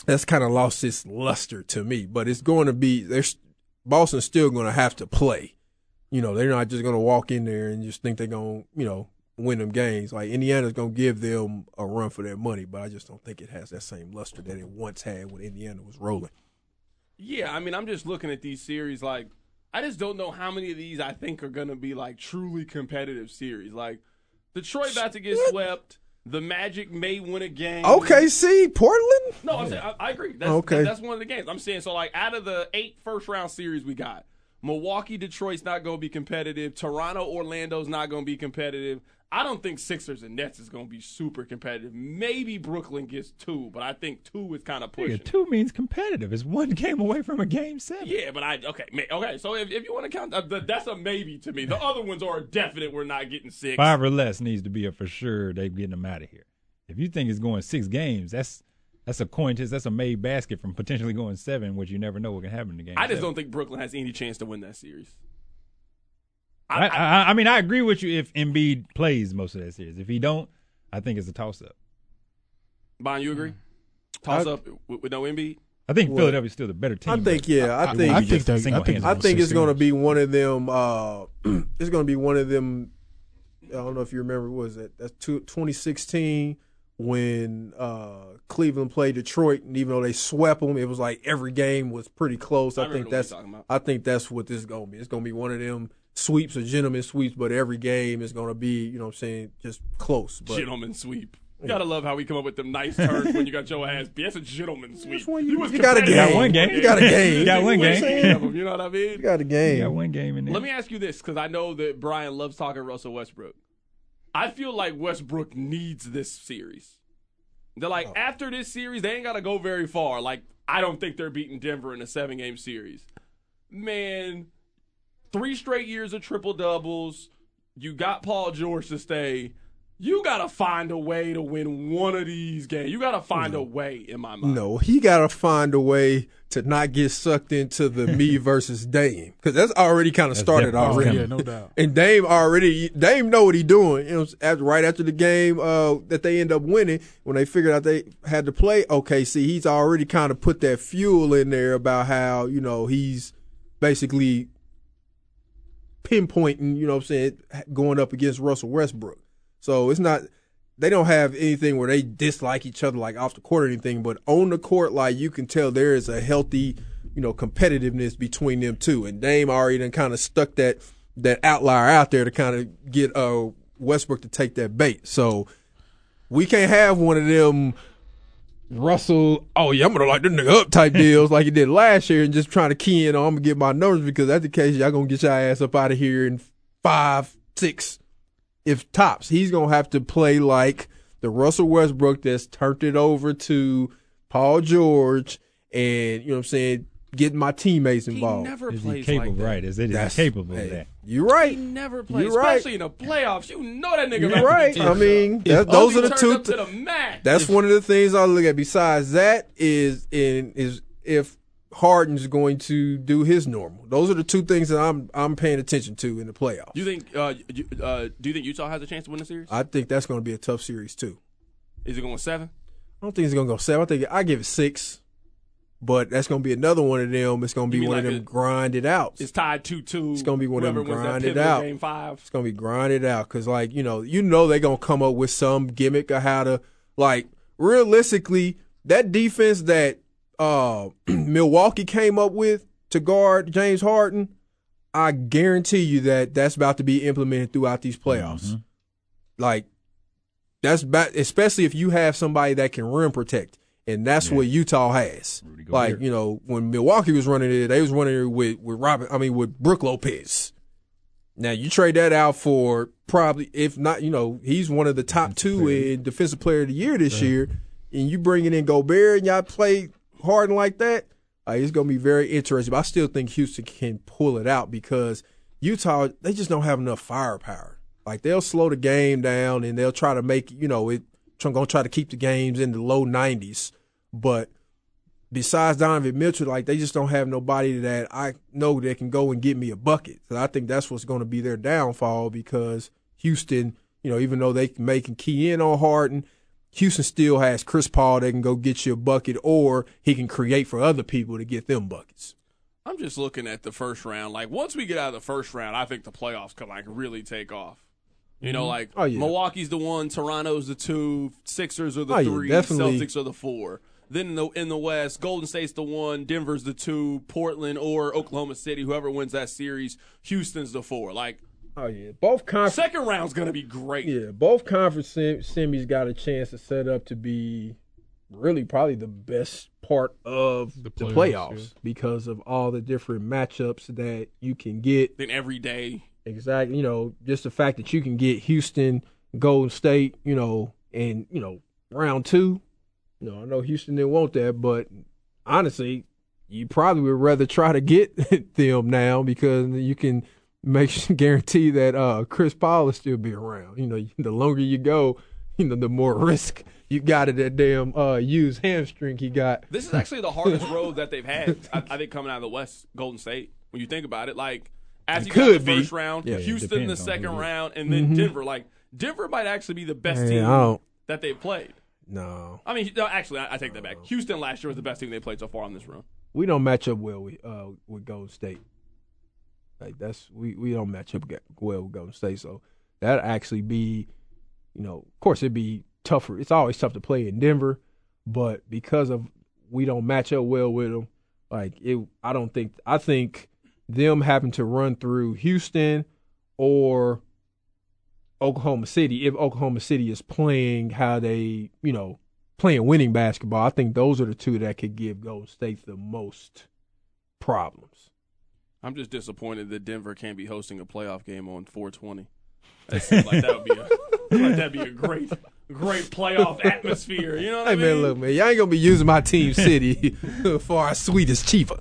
that's kind of lost its luster to me. But it's going to be there's Boston's still going to have to play. You know, they're not just going to walk in there and just think they're going to you know win them games. Like Indiana's going to give them a run for their money, but I just don't think it has that same luster that it once had when Indiana was rolling.
Yeah, I mean, I'm just looking at these series like I just don't know how many of these I think are going to be like truly competitive series. Like Detroit about to get swept. The Magic may win a game.
Okay, see Portland.
No, I'm saying I, I agree. That's,
Okay.
that's one of the games. I'm saying so. Like out of the eight first round series we got, Milwaukee, Detroit's not going to be competitive. Toronto, Orlando's not going to be competitive. I don't think Sixers and Nets is going to be super competitive. Maybe Brooklyn gets two, but I think two is kind of pushing.
Nigga, two means competitive. It's one game away from a game seven.
Yeah, but I okay, ma- okay. So if, if you want to count, uh, the, that's a maybe to
[LAUGHS]
me. The other ones are a definite. We're not getting six.
Five or less needs to be a for sure. They getting them out of here. If you think it's going six games, that's that's a coin test. That's a made basket from potentially going seven, which you never know what can happen in the game.
I just
seven.
don't think Brooklyn has any chance to win that series.
I, I, I mean, I agree with you. If Embiid plays most of that series, if he don't, I think it's a toss up.
Bon,
Hmm.
you agree? Toss up with, with no Embiid.
I think Philadelpha's still the better team.
I think yeah, I, think
I
just
think they. I think,
single-handed.
I think it's going to
to
be one of them. Uh, [CLEARS THROAT] it's going to be one of them. I don't know if you remember. What was that that's two, 2016 when uh, Cleveland played Detroit, and even though they swept them, it was like every game was pretty close. I,
remember
think
what you're
that's.
talking about.
I think that's what this is going to be. It's going to be one of them sweeps or gentlemen sweeps, but every game is going to be you know what I'm saying just close. But
gentleman sweep. You gotta love how we come up with them nice terms when you got your ass beat. That's a gentleman sweep.
one
you,
you-
was
you got a
competitive.
game.
one game.
You got a game.
You got one
You was
game.
ahead of 'em, You know what I mean?
you got a
You
game.
got one game in there.
Let me ask you this, because I know that Brian loves talking Russell Westbrook. I feel like Westbrook needs this series. They're like,
Oh.
after this series, they ain't got to go very far. Like, I don't think they're beating Denver in a seven game series. Man, three straight years of triple doubles, You got Paul George to stay. You gotta find a way to win one of these games. You gotta find a way, in my mind.
No, he gotta find a way to not get sucked into the me versus Dame because that's already kind of started
definitely
already.
coming.
no
[LAUGHS]
doubt.
And Dame already Dame know what he doing. You know, after, right after the game uh, that they end up winning, when they figured out they had to play OKC, he's already kind of put that fuel in there about how you know he's basically pinpointing. You know, what I'm saying going up against Russell Westbrook. So it's not they don't have anything where they dislike each other like off the court or anything, but on the court, like you can tell there is a healthy, you know, competitiveness between them two. And Dame already done kind of stuck that that outlier out there to kind of get uh Westbrook to take that bait. So we can't have one of them Russell, oh yeah, I'm gonna like this nigga up type deals like he did last year and just trying to key in on I'm gonna get my numbers because that's the case y'all gonna get your ass up out of here in five, six, if tops, he's gonna have to play like the Russell Westbrook that's turned it over to Paul George and you know what I'm saying, getting my teammates
he
involved.
never
Is he
plays
capable?
like that.
right? Is it is he
That's-
capable
hey,
of that?
You're
He
right.
never plays,
You're right.
especially in the playoffs. You know that nigga. about
You're
to
right.
turn
I
up.
mean,
Up,
that, those
he
are the
turned
two.
Up to the max.
That's one of the things I look at. Besides that, is in is if Harden's going to do his normal. Those are the two things that I'm I'm paying attention to in the playoffs.
Do you think? Uh, you, uh, do you think Utah has a chance to win the series?
I think that's going to be a tough series too.
Is it going seven?
I don't think it's gonna go seven. I think I give it six, but that's gonna be another one of them. It's gonna be
mean
one of
like
them
a-
grind it out.
It's
It's,
tied two two.
It's gonna be one of them grind it out.
Game five.
gonna be grind it out because like you know you know they're gonna come up with some gimmick of how to like realistically that defense that uh [CLEARS THROAT] Milwaukee came up with to guard James Harden. I guarantee you that that's about to be implemented throughout these playoffs. Like that's about, especially if you have somebody that can rim protect, and that's what Utah has.
Rudy Gobert.
Like you know, when Milwaukee was running it, they was running it with with Robin. I mean, with Brooke Lopez. Now you trade that out for probably if not, you know, he's one of the top two in defensive player of the year this year, and you bringing in Gobert and y'all play Harden like that. Uh, it's gonna be very interesting. But I still think Houston can pull it out because Utah they just don't have enough firepower. Like they'll slow the game down and they'll try to make you know it. tr- Gonna try to keep the games in the low nineties, but besides Donovan Mitchell, like they just don't have nobody that I know that can go and get me a bucket. So I think that's what's going to be their downfall because Houston, you know, even though they can make and key in on Harden, Houston still has Chris Paul that can go get you a bucket, or he can create for other people to get them buckets.
I'm just looking at the first round. Like once we get out of the first round, I think the playoffs could like really take off. You know, like
Oh, yeah.
Milwaukee's the one, Toronto's the two, Sixers are the
Oh,
three,
yeah, definitely.
Celtics are the four. Then in the in the West, Golden State's the one, Denver's the two, Portland or Oklahoma City, whoever wins that series, Houston's the four. Like
Oh yeah, both conferences.
second round's gonna be great.
Yeah, both conference sem- semis got a chance to set up to be really probably the best part of the playoffs,
playoffs,
because of all the different matchups that you can get.
Then every day,
Exactly, you know, just the fact that you can get Houston, Golden State, you know, and you know round two. You know, I know Houston didn't want that, but honestly, you probably would rather try to get [LAUGHS] them now because you can make [LAUGHS] sure, guarantee that uh, Chris Paul will still be around. You know, [LAUGHS] the longer you go, [LAUGHS] you know, the more risk you got of that damn uh, used hamstring he got.
This is actually the hardest road that they've had. I, I think coming out of the West, Golden State. When you think about it, like after you got
could
the
be.
first round,
Yeah, it
Houston the
depends on
second
who it is.
round, and then Denver. Like Denver might actually be the best
Man,
team
I don't-
that they've played.
No,
I mean, no, actually, I, I take that back. Houston last year was the best team they played so far on this run.
we don't match up well with uh, with Golden State. Like that's we we don't match up ga- well with Golden State, so that would actually be, you know, of course it'd be tougher. It's always tough to play in Denver, but because of we don't match up well with them, like it, I don't think I think them having to run through Houston or Oklahoma City if Oklahoma City is playing how they you know playing winning basketball. I think those are the two that could give Golden State the most problems.
I'm just disappointed that Denver can't be hosting a playoff game on 420. That seems like that would be a, like that'd be a great, great playoff atmosphere. You know what
Hey
I mean? [LAUGHS]
man, look man, y'all ain't gonna be using my team city [LAUGHS] for our sweetest chiva.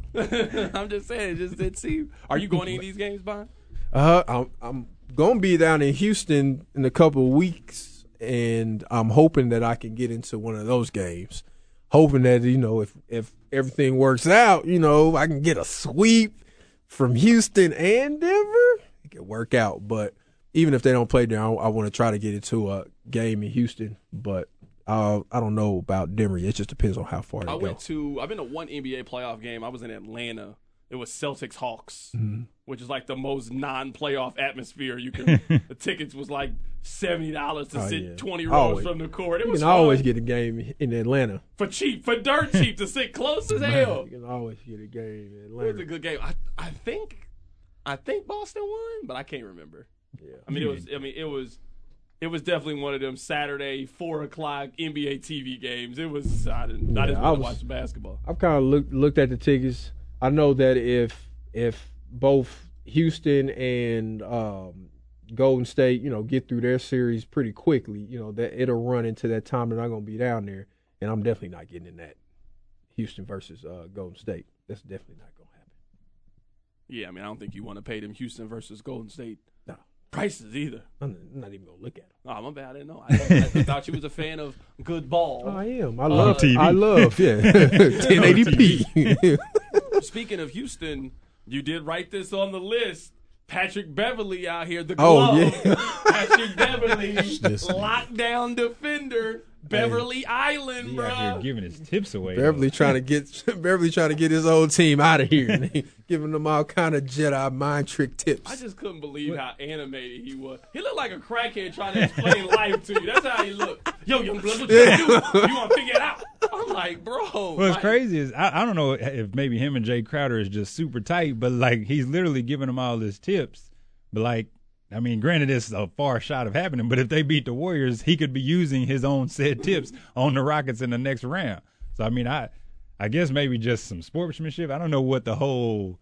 I'm just saying, it just it seems. Are you going to any of these games, Bond?
Uh, I'm I'm gonna be down in Houston in a couple of weeks, and I'm hoping that I can get into one of those games. Hoping that you know if if everything works out, you know I can get a sweep from Houston and Denver. It could work out, but even if they don't play there, I, want to try to get into a game in Houston. But uh, I don't know about Denver. It just depends on how far they
I
go.
went to I've been to one NBA playoff game. I was in Atlanta. It was Celtics Hawks,
Mm-hmm.
which is like the most non-playoff atmosphere you
[LAUGHS]
can. the tickets was like seventy dollars to
Oh,
sit
yeah.
twenty rows
Always.
from the court. It
you
was
can always
fun.
get a game in Atlanta.
for cheap, for dirt cheap to sit close as hell.
You can always get a game in
It was a
Atlanta.
good game. I I think I think Boston won, but I can't remember. Yeah. I mean it was I mean it was it was definitely one of them Saturday four o'clock NBA TV games. It was I didn't I didn't
I
want to
was-
watch basketball.
I've kind of looked looked at the tickets. I know that if if both Houston and um, Golden State, you know, get through their series pretty quickly, you know, that it'll run into that time that I'm gonna be down there, and I'm definitely not getting in that Houston versus uh, Golden State. That's definitely not gonna happen.
Yeah, I mean I don't think you want to pay them Houston versus Golden State
No.
prices either.
I'm not even gonna look at it.
Oh, my bad. I didn't
[LAUGHS]
know. I, I, I thought you was a fan of good ball.
I am. I love.
TV.
I love. Yeah, 1080p.
Speaking of Houston, you did write this on the list. Patrick Beverly out here, the glove.
Oh, yeah.
[LAUGHS] Patrick
[LAUGHS]
Beverly, lockdown defender, Beverly Island,
He out here
bro.
giving his tips away.
[LAUGHS] Beverly trying to get Beverly trying to get his old team out of here, [LAUGHS] giving them all kind of Jedi mind trick tips.
I just couldn't believe how animated he was. He looked like a crackhead trying to
[LAUGHS]
explain life to you. That's how he looked. Yo, young blood, what you gonna do? You want to figure it out? I'm like, bro.
What's
Oh, like,
crazy is I, I don't know if maybe him and Jay Crowder is just super tight, but like he's literally giving them all his tips. But like, I mean, granted, it's a far shot of happening, but if they beat the Warriors, he could be using his own said tips on the Rockets in the next round. So I mean, I, I guess maybe just some sportsmanship. I don't know what the whole,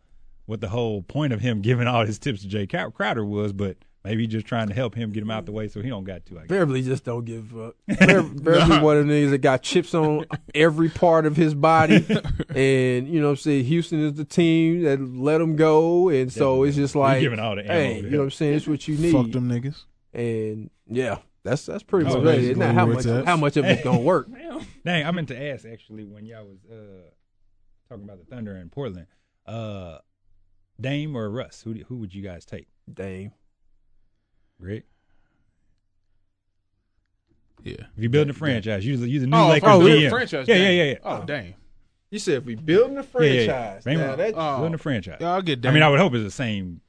what the whole point of him giving all his tips to Jay Crow- Crowder was, but maybe just trying to help him get him out the way so he don't got to. I guess.
Beverly just don't give
[LAUGHS]
up. Bever- Beverly one of the niggas that got chips on every part of his
[LAUGHS]
body, and you know what I'm saying. Houston is the team that let him go, and so it's just like,
giving all the ammo
hey,
to
you
him.
know what I'm saying. It's what you need,
Fuck them niggas.
and yeah, that's that's pretty
Oh, That's
much it.
basically
It's not how
where
much
it's at.
how much of it's gonna
[LAUGHS]
work.
Damn.
Dang, I meant to ask actually when y'all was uh, talking about the Thunder in Portland, uh, Dame or Russ, who do- who would you guys take?
Dang,
Rick,
Yeah.
if you're building a franchise, you the you the new
Oh,
Lakers
oh, we're
GM.
a franchise.
yeah, yeah,
dang.
yeah, yeah.
Oh, dang.
you said if we building a
Yeah, yeah, yeah.
franchise,
Dame-
now that-
Oh.
building a franchise.
Yeah, I'll get
I mean,
Dame.
I would hope it's the same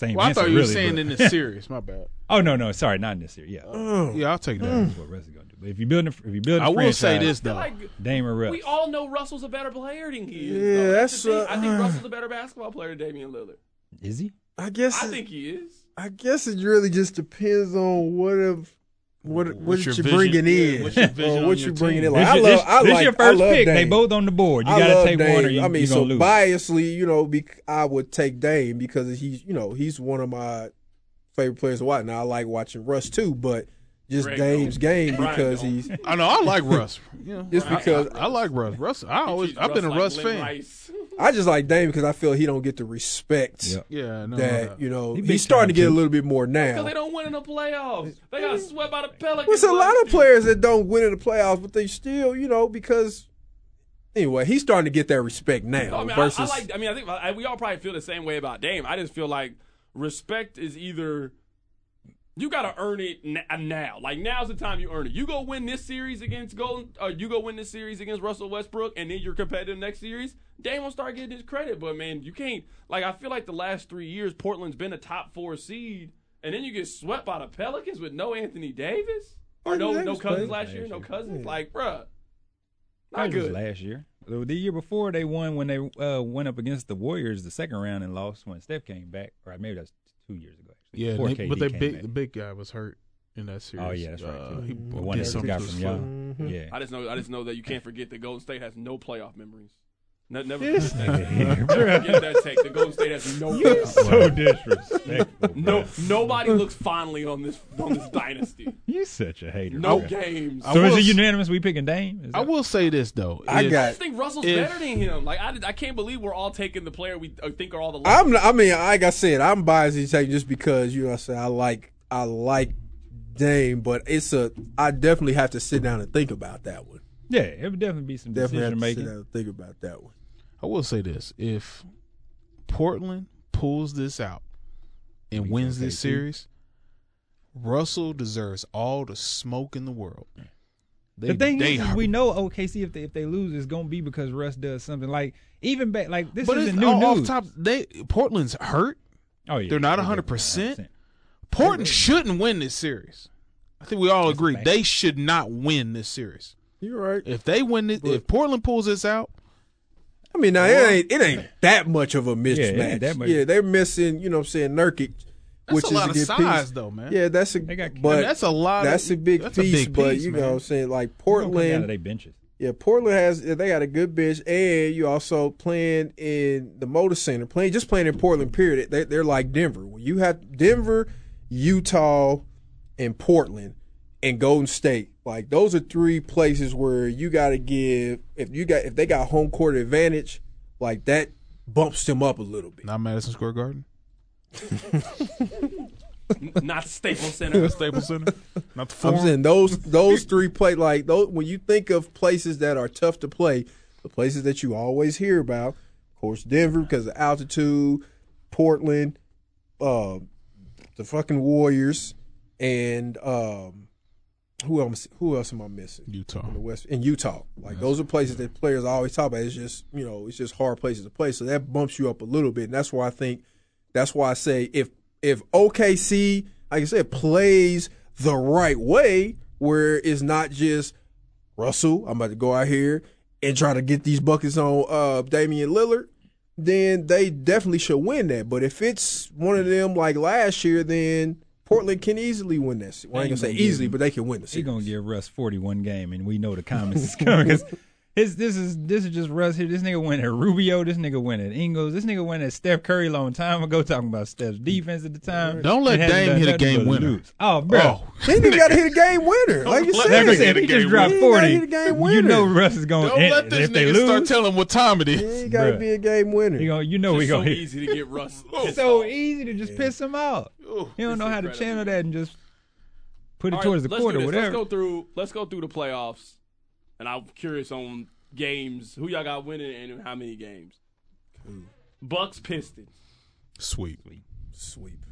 same.
Well, I
answer,
thought you were
really,
saying
but-
in the series. My bad.
Oh no, no, sorry, not in this year. Yeah,
[LAUGHS] Yeah, I'll take that.
Mm.
that's what Russ is gonna do. But if you building, a, if you building,
I
a
will
franchise,
say this though.
Like,
Dame or Russ.
we all know Russell's a better player than he is.
Yeah,
though. that's the
that's,
thing.
uh,
I think Russell's a better basketball player than Damian Lillard.
is he?
I guess
I
it-
think he is.
I guess it really just depends on what if what what
your
you
vision-
bringing in,
what's your vision
or
on
what
your
you bringing in.
team?
Like
this
I
your-
love,
this,
I
this
like,
your
I
first
love
pick. They
Dame.
both on the board. You
I
gotta
love
take
Dame.
one, or you,
I mean,
you gonna
so
lose.
biasly, you know, bec- I would take Dame because he's you know he's one of my favorite players to watch. Now I like watching Russ too, but just
Greg
Dame's game
Brian
because
don't. [LAUGHS]
he's
I know I like Russ. You know,
just because
I like Russ. Russ. I always.
He's
I've been a
like
Russ
Lynn
fan.
Rice. [LAUGHS]
I just like Dame because I feel he don't get the respect
Yeah.
Yeah. No.
that you know
He big
he's starting to
time,
get a
too.
little bit more
Uh-huh. Because they
now.
don't win in the playoffs. They got swept by the Pelicans.
There's a lot
last
of
year.
players that don't win in the playoffs, but they still, you know, because anyway, he's starting to get that respect now.
No, I, mean, I-
versus,
I, like. I mean, I think I, we all probably feel the same way about Dame. I just feel like respect is either you got to earn it n- uh, now. Like now's the time you earn it. You go win this series against Golden. Uh, you go win this series against Russell Westbrook, and then you're competitive next series. Dame will start getting his credit. But man, you can't. Like I feel like the last three years, Portland's been a top four seed, and then you get swept by the Pelicans with no Anthony Davis or no
Anthony
no
Davis
Cousins
played.
last year, no Cousins. Like, bruh.
That
Not
was
good.
last year. The the year before they won when they uh, went up against the Warriors the second round and lost when Steph came back. Or maybe that's two years ago. Actually.
Yeah.
Before
Nick,
KD
but the
came
big
back.
the big guy was hurt in that series.
oh yeah, that's right.
Uh,
too.
he
The
did
one that we
something
got
to his
from
foot.
y'all. Yeah,
I just know I just know that you can't forget that Golden State has no playoff memories. No, never
[LAUGHS]
forget
Bruh,
that take. The Golden State has no.
so disrespectful.
[LAUGHS] No,
bruh.
nobody looks fondly on this on this dynasty.
[LAUGHS] you such a hater.
No
bruh.
games.
I
So is
will
it
s-
unanimous? We picking Dame? Is
I
that-
will say this though.
I
If-
I
got.
just think Russell's
If-
better than him. Like I, did- I can't believe we're all taking the player we uh, think are all the.
I'm. not- I mean, like I said, I'm biased to take just because you know. I said I like. I like Dame, but it's a. I definitely have to sit down and think about that one.
Yeah, it would definitely be some
Definitely have
decision
to sit down
making.
and think about that one.
I will say this: if Portland pulls this out and wins this series, Russell deserves all the smoke in the world. They,
The thing
they
is, is
hurt-
we know OKC if they if they lose, it's gonna be because Russ does something like even back like this
but
is
it's
a new
all off
news.
top. They Portland's hurt.
oh yeah,
They're not
definitely
100%. Portland shouldn't win this series. I think we all agree
fact.
they should not win this series.
You're right.
If they win it, if Portland pulls this out,
I mean, now it ain't it ain't that much of a
it ain't
mismatch. Yeah,
that much.
they're missing. You know, what I'm saying Nurkic,
That's
which
a
is
lot
a
of
good
size,
piece.
though, man.
Yeah, that's a
They got-
but
And that's a lot of-
That's a big
that's a
piece,
big
but
piece,
you know
man.
what I'm saying. Like
Portland out
Portland,
of their benches.
yeah, Portland has they got a good bench, and you also playing in the Motor Center, playing just playing in Portland. Period. They, they're like Denver. When you have Denver, Utah, and Portland, and Golden State, like those are three places where you got to give. If you got if they got home court advantage, like that bumps them up a little bit.
not Madison Square Garden,
not Staples
[LAUGHS]
Center.
[LAUGHS]
Staples Center, not the
I'm
Forum.
saying those those three play like those when you think of places that are tough to play, the places that you always hear about, of course, Denver because of altitude, Portland, uh, the fucking Warriors, and um, who else? Who else am I missing?
Utah.
the West in Utah. Like those are places that players always talk about. It's just you know it's just hard places to play. So that bumps you up a little bit, and that's why I think that's why I say if if OKC like I said plays the right way, where it's not just Russell, I'm about to go out here and try to get these buckets on uh Damian Lillard. Then they definitely should win that. But if it's one of them like last year, then Portland can easily win that. se- Well, I ain't gonna say easily, but they can win the
He's
series.
gonna give Russ forty one game, and we know the comments is coming because his this is this is just Russ here. This nigga went at Rubio. This nigga went at Ingles. This nigga went at Steph Curry a long time ago. Talking about Steph's defense at the time.
Don't let
It hasn't
Dame
done
hit a
nothing
game
but
winner.
lose. Oh, bro.
He didn't even got to hit a game winner. Like you
Don't
said,
Like
let
I
Nigga
said, if
hit a
he just
game
dropped
winner.
forty,
He ain't gotta hit a game
you know
winner.
Russ is going.
Don't
to
let this
if they
nigga start
lose,
telling what time it
he
is.
ain't got to
Bruh.
be a game winner.
he gonna, you know we
It's so
gonna hit.
easy to get Russ. pissed
So
off.
easy to just piss him off. You don't know how to
incredible.
channel that and just put it
All right,
towards the
let's
court
do
or
this.
whatever.
Let's go through. Let's go through the playoffs, and I'm curious on games. Who y'all got winning and how many games? Bucks Pistons.
Sweet.
Sweep.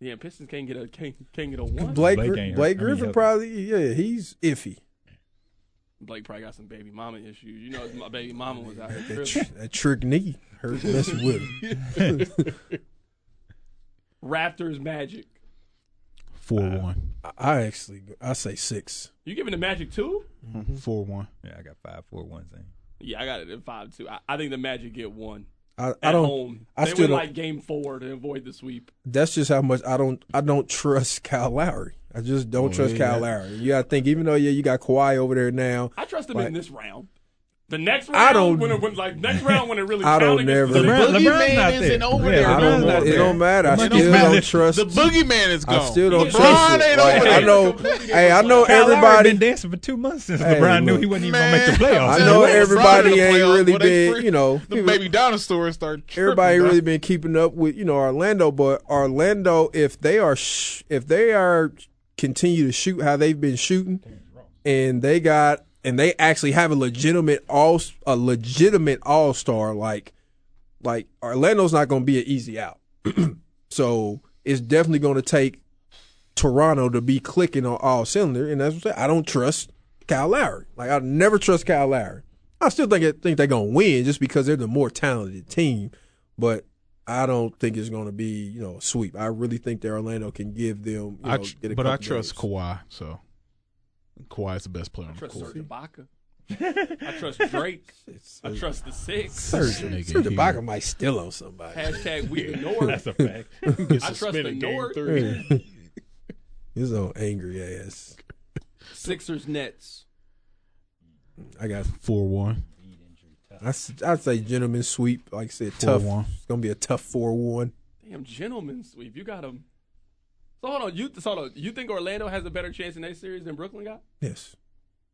Yeah, Pistons can't get a can't, can't get a one. Blake,
Blake
Blake
Gri-
ain't hurt.
Blake
I mean,
Griffin
he'll-
probably yeah he's iffy.
probably got some baby mama issues. You know, my baby mama was out here.
That,
tripping.
tr-
[LAUGHS]
that trick knee hurt messing with him.
Raptors Magic.
Four one.
I- I actually I say six.
You giving the Magic two?
Mm-hmm.
Four one.
Yeah, I got five, four, one thing.
Yeah, I got it at five two. I, I think the Magic get one
I,
at
I don't.
home.
I
they
still
win
don't-
like game four to avoid the sweep.
That's just how much I don't. I don't trust [LAUGHS] Kyle Lowry. I just
Oh,
don't trust
yeah,
Kyle
that-
Lowry. You got to think even though yeah you got Kawhi over there now.
I trust him
Like-
in this round. The next round,
I don't-
when it when, like next round when it really
I don't
counted against
never-
the
LeBron-
boogeyman
LeBron's not
isn't
there.
over
Yeah,
there,
I
LeBron's
don't.
not
Know, it
there.
don't matter. I
LeBron's
still
not
don't
there. [LAUGHS]
trust.
The boogeyman is gone.
I still don't
LeBron
trust it.
ain't
Like,
over
I
there.
know. hey, I know
Kyle Lowry
everybody.
been dancing for two months since
Hey,
LeBron knew
look.
he wasn't even gonna make the
Man,
playoffs.
I
I'm
know
telling you,
everybody
LeBron in the
ain't
playoffs,
really
boy, they
been,
free-
you know,
the
people-
baby dinosaurs start.
[LAUGHS]
Tripping,
everybody
dog.
really been keeping up with you know Orlando, but Orlando, if they are sh- if they are continue to shoot how they've been shooting, and they got and they actually have a legitimate all a legitimate all star like like Orlando's not going to be an easy out, so it's definitely going to take Toronto to be clicking on all cylinder, and that's what I'm saying. I don't trust Kyle Lowry. Like I never trust Kyle Lowry. I still think think they're gonna win just because they're the more talented team, but I don't think it's gonna be you know a sweep. I really think that Orlando can give them. You know,
I tr-
get a
but I
couple
trust
games.
Kawhi. So Kawhi is the best player on
I
the
trust
court.
Serge Ibaka. I
[LAUGHS]
trust Drake. I trust the six.
Serge,
Nigga,
Serge
he-
Ibaka might steal on somebody. [LAUGHS]
Hashtag we the North.
a fact. [LAUGHS]
I trust the North.
His own angry ass.
Sixers Nets.
I got
Four one.
I, would say gentleman sweep. Like I said, tough.
4-1.
It's gonna be a tough four-one.
Damn, gentlemen sweep. You got him. So hold on. You so hold on. You think Orlando has a better chance in that series than Brooklyn got?
Yes,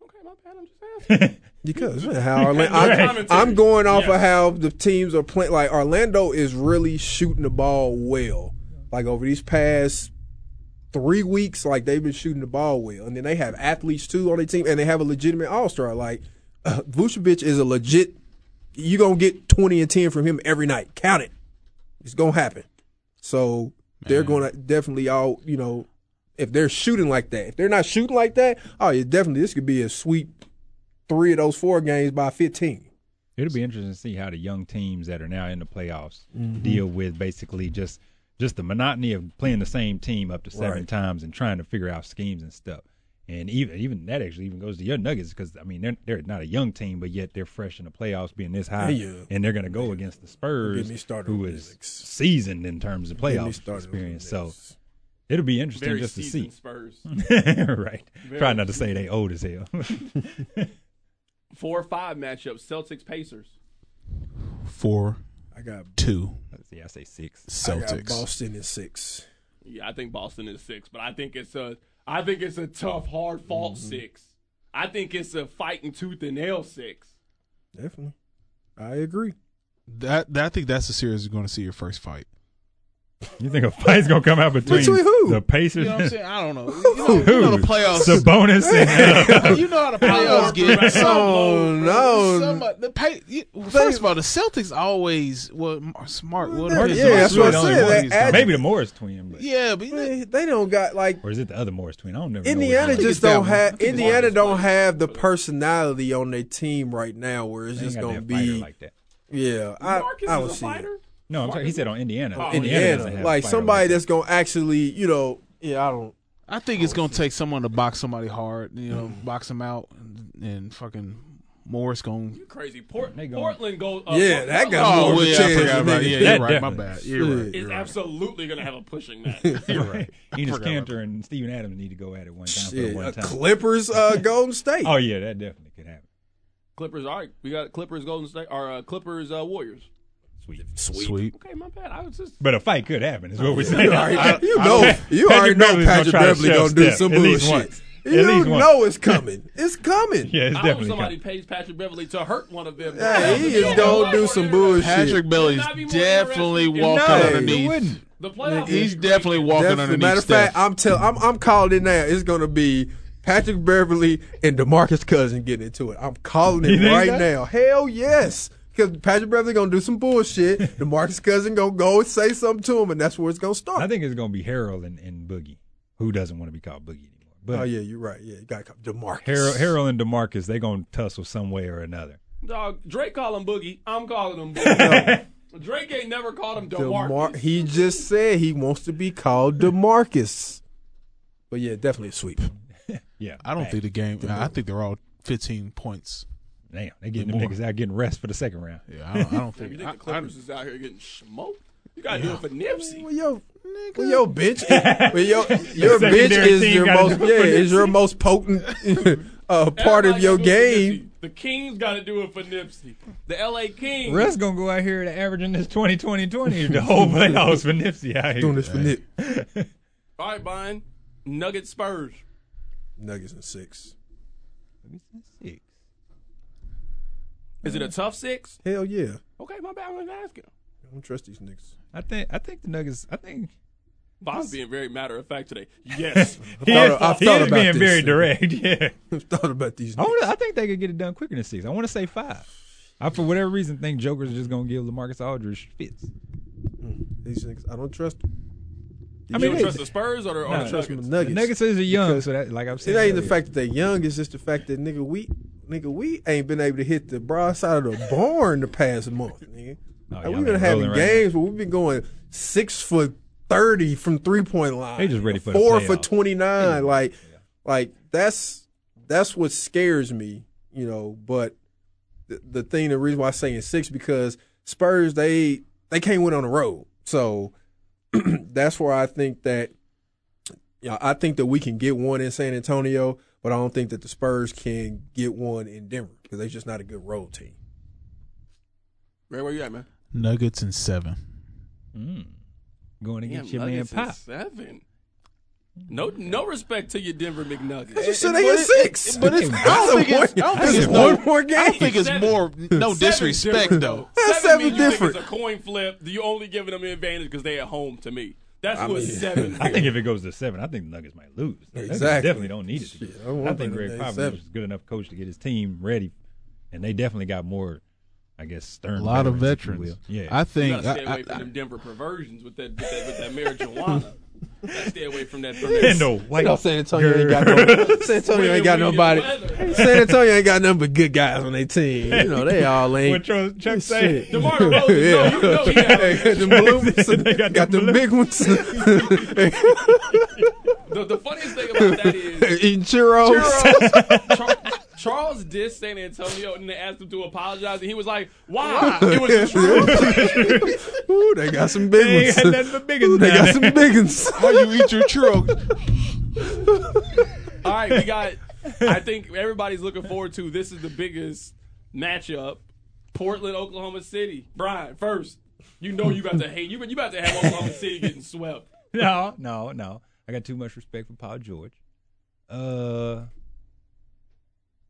Okay, my bad. I'm just asking.
because
[LAUGHS]
how Orlando, I'm,
Commentary.
I'm going off
Yeah.
of how the teams are playing. Like Orlando is really shooting the ball well. Like over these past three weeks, like they've been shooting the ball well, and then they have athletes too on their team, and they have a legitimate All Star. Like uh, Vucevic is a legit. You are gonna get twenty and ten from him every night. Count it. It's gonna happen. So they're gonna definitely all you know. If they're shooting like that, if they're not shooting like that, oh yeah, definitely this could be a sweep. Three of those four games by fifteen.
It'll be interesting to see how the young teams that are now in the playoffs
Mm-hmm.
deal with basically just just the monotony of playing the same team up to seven
Right.
times and trying to figure out schemes and stuff. And even even that actually even goes to your Nuggets because I mean they're they're not a young team but yet they're fresh in the playoffs being this high
Yeah.
and they're going to go against the Spurs
me started
who
with
is
Knicks.
seasoned in terms of
Get me
playoff
started on
experience. So
this.
it'll be interesting
Very
just to see.
seasoned Spurs.
[LAUGHS] right.
Very
Try not to say they old
[LAUGHS]
as hell. [LAUGHS]
Four or five matchup. Celtics Pacers.
Four
I got
two
Let's see, I say six.
I got
Celtics.
Boston in six.
Yeah, I think Boston is six, but I think it's a I think it's a tough, hard fought six. I think it's a fighting tooth and nail six.
Definitely, I agree.
That, that I think that's the series you're going to see your first fight.
You think a fight's gonna come out between,
Between who?
the Pacers?
You know what
[LAUGHS]
I'm saying? I [LAUGHS] don't know. You know, you know the playoffs.
Sabonis and uh,
[LAUGHS]
you know how the playoffs get.
Right.
Oh no,
Some, uh, the pay, you, first of all, the Celtics always well Mar- smart. Well,
Yeah,
Marcus
yeah, that's what
Smart
I
really
said.
only won
That
these
add-
times.
maybe the Morris twin, but
yeah, but
Man, they don't got like
or is it the other Morris twin? I don't never know.
Indiana
which one.
it's
just
that
don't
one. I
have
think it's
Indiana
Marcus
don't
Smart.
have the personality on their team right now where it's
They ain't
just
got
gonna
that fighter
be
like that. Oh,
yeah. I
Marcus
I
is
would
a
see it.
fighter.
No, I'm sorry. He said on Indiana.
Oh,
doesn't have
Indiana
a
like
fighter
somebody
like that.
that's gonna actually you know yeah I don't
I think it's gonna take someone to box somebody hard. You know, box them out, and, and fucking Morris gonna. Oh,
You crazy. Port-
They going-
Portland goes. Uh,
Yeah, that
Portland
got more of a
yeah, I
chance
forgot
than
about it.
me.
Yeah, you're
That
right. My
definitely.
bad. You're right.
Shit.
is
You're right.
absolutely gonna have a pushing that.
[LAUGHS] You're
[LAUGHS]
right. Enos
forgot about
Cantor and Steven Adams need to go at it one time for the
yeah,
one
a
time.
Clippers
[LAUGHS]
uh, Golden State
oh yeah, that definitely could happen.
Clippers. All right, we got Clippers, Golden State, or uh, Clippers, uh, Warriors.
Sweet.
Sweet.
Okay, my bad. I was just.
But a fight could happen. Is
Oh,
what
[LAUGHS]
we're saying.
you know you already
Patrick
know
Beverly's gonna
Patrick
try to
Beverly gonna do
shove-step
some
at least
bullshit
once.
[LAUGHS]
At
you
least once.
know it's coming it's coming
Yeah, it's
I hope
definitely.
somebody
coming.
pays Patrick Beverly to hurt one of them.
Hey, he
Yeah,
is gonna do some bullshit
Patrick Belly's
Not be more
definitely
interesting.
walking
No, he
underneath.
wouldn't.
The playoffs.
He's definitely walking
Definitely.
underneath.
Matter of
Steph.
fact, I'm tell I'm I'm calling it now. It's gonna be Patrick Beverly and Demarcus Cousin getting into it. I'm calling
You
it
think
right
that?
now. Hell yes. Because Patrick Beverly gonna do some bullshit.
[LAUGHS]
Demarcus Cousin gonna go and say something to him, and that's where it's gonna start.
I think it's gonna be Harold and, and Boogie. Who doesn't want to be called Boogie anymore? But
oh yeah, you're right. Yeah, you gotta call Demarcus.
Harold, Harold and Demarcus, they gonna tussle some way or another.
Dog, Drake call him Boogie. I'm calling him Boogie. Drake ain't never called him DeMarcus.
Demar- he just said he wants to be called Demarcus. But yeah, definitely a sweep.
Yeah,
I don't
Fact.
think the game. I think they're all 15 points.
Damn, they getting them
More.
niggas out getting rest for the second round.
Yeah, I don't, I don't
Man, you
think.
think
I,
the Clippers is out here getting smoked? You got to do it for Nipsey.
Well, yo, well, yo, bitch. Well, yo, your bitch
secondary
is
team
your
gotta
most
do it
yeah
for
is your most potent [LAUGHS] uh, part of
Everybody gotta do it for
your game.
Nipsey. The Kings got to do it for Nipsey. The LA Kings.
Russ gonna go out here to averaging this 20, 20, 20 the whole playoffs for Nipsey out here.
Doing this for Nick
All right, Brian. Nuggets Spurs.
Nuggets and six.
Six.
Is it a tough six?
Hell yeah,
Okay, my bad. I wasn't asking.
I don't trust these niggas. [LAUGHS]
I think I think the Nuggets. I think
Bob's being very matter of fact today. Yes.
he
thought-
is,
I
he
thought
is
about
being
this.
very direct. [LAUGHS] Yeah,
I've thought about these.
I
Niggas.
want. I think they could get it done quicker than six. I want to say five. I for whatever reason think Joker's just gonna give Lamarcus Aldridge fits.
These niggas, I don't trust. Them.
I
you
mean,
don't
they-
trust the Spurs or the, or
Nah.
the
Trust
Nuggets?
them
the
Nuggets.
Nuggets is young,
Because
so that like I'm saying,
It ain't the fact that they young. It's just the fact that nigga we nigga we ain't been able to hit the broad side of the barn the past month. Nigga,
Oh,
Like,
y'all
we've
been
been having
rolling right
games where we've been going six for thirty from three point line.
They just ready for the
four for
playoffs.
twenty nine. Like, like that's that's what scares me. You know, but the, the thing, the reason why I'm saying six because Spurs they they can't win on the road, so [CLEARS THROAT] that's where I think that you know, I think that we can get one in San Antonio, but I don't think that the Spurs can get one in Denver because they're just not a good road team.
Ray, where you at, man?
Nuggets and seven.
Mm. Going
Damn,
against your man
Nuggets is
Pop.
Seven. No, no respect to your Denver McNuggets.
You said they had six.
But it's, I don't think it's, I don't think it's no,
one more
I don't
game.
think it's
Seven.
more no disrespect
different,
though.
seven
That's seven
means you think
different.
It's a coin flip. You only giving them advantage because they at home to me. That's what seven.
I think if it goes to seven, I think the Nuggets might lose. The Nuggets
Exactly.
definitely don't need it to be.
Shit, I don't
I,
want
think
them to
Greg
be
Popovich
seven.
is a good enough coach to get his team ready, and they definitely got more, I guess, stern.
A lot of
if you
veterans.
will. Yeah,
I
You
think
gotta stay
I,
away
I,
from them Denver perversions with that with that, with that marijuana. Gotta stay away from that. From
[LAUGHS] and the white.
No, San Antonio ain't
[LAUGHS]
got
girl.
no. San Antonio ain't got
Weird,
nobody.
weird weather.
San Antonio ain't got nothing but good guys on their team. You know they all
What
ain't.
Chuck, Chuck
Shit.
say?
DeMar DeRozan, no, you know
[LAUGHS]
he had a-
Hey, them blue ones,
They got
got
the
the
blue-
big ones
The, the funniest thing about that is
[LAUGHS] eating churros.
Charles, Char- Charles dissed San Antonio and they asked him to apologize, and he was like, "Why? It was
[LAUGHS]
the truth."
Ooh, they got some big
They ain't
ones.
had nothing but big
Ooh,
ones
they
down
got some
there.
big
[LAUGHS]
ones.
how you eat your churro?
All right, we got. I think everybody's looking forward to. This is the biggest matchup: Portland, Oklahoma City. Brian, first, you know you got to hate. You you about to have Oklahoma City getting swept.
[LAUGHS] No, no, no. I got too much respect for Paul George. Uh,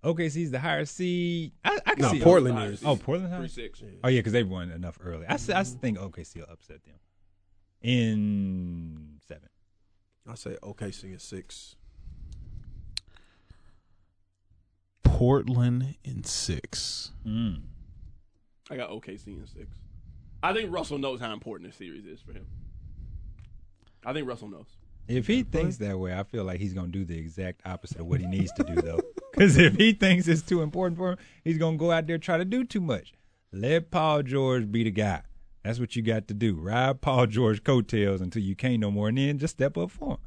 OKC's the higher seed. I, I can
[LAUGHS] No,
see
Portland
Five,
is.
six,
Oh, Portland.
three
High?
six.
Oh yeah, because they've won enough early. I, s- I s- think OKC will upset them in seven.
I say OKC is six.
Portland in six.
Mm.
I got OKC in six. I think Russell knows how important this series is for him. I think Russell knows.
If he thinks that way, I feel like he's gonna do the exact opposite of what he needs to do, though. [LAUGHS] Because if he thinks it's too important for him, he's gonna go out there and try to do too much. Let Paul George be the guy. That's what you got to do. Ride Paul George coattails until you can't no more, and then just step up for him.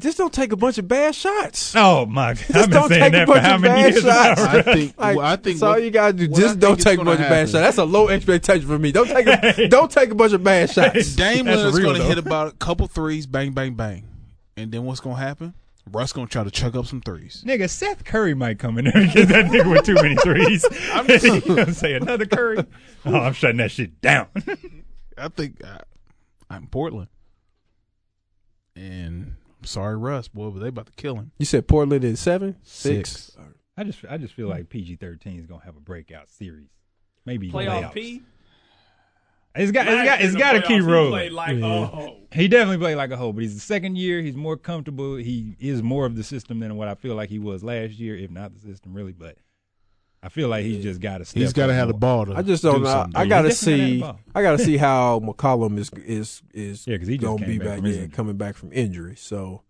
just don't take a bunch of bad shots.
Oh my! Just I've been
don't
saying
take a
that for
bunch
how
of
many
bad
years?
shots.
now?
I think.
Like,
well, I think.
that's all
what-
you gotta do.
what I
Just
think
don't
is
take a
gonna
bunch of bad
happen-
shots. That's a low expectation for me. Don't take
[LAUGHS]
a don't take a bunch of bad shots.
Dame
That's
Lillard's
real,
going to
though.
hit about a couple threes, bang, bang, bang, and then what's going to happen? Russ going to try to chuck up some threes.
Nigga, Seth Curry might come in there and get that nigga with too many threes. [LAUGHS] I'm just say another Curry. [LAUGHS] Oh, I'm shutting that shit down. [LAUGHS]
I think I, I'm Portland, and I'm sorry, Russ, boy, but they about to kill him.
You said Portland is seven,
Six.
All right.
I just, I just feel like PG thirteen is gonna have a breakout series, maybe
Playoff
playoffs.
P.
It's got, it's got, it's got a key
Playoffs, he
role.
played like oh.
He definitely played like a hoe, but he's the second year. He's more comfortable. He is more of the system than what I feel like he was last year, if not the system really. But I feel like he's just got to.
He's got to have the ball. To
I just don't
do
know.
something,
I
dude.
gotta
He's definitely
see.
not at the
I gotta
[LAUGHS]
see how McCollum is is is
Yeah, 'cause he just
gonna
came
be
back
back.
from his
yeah,
injury.
coming back from injury, so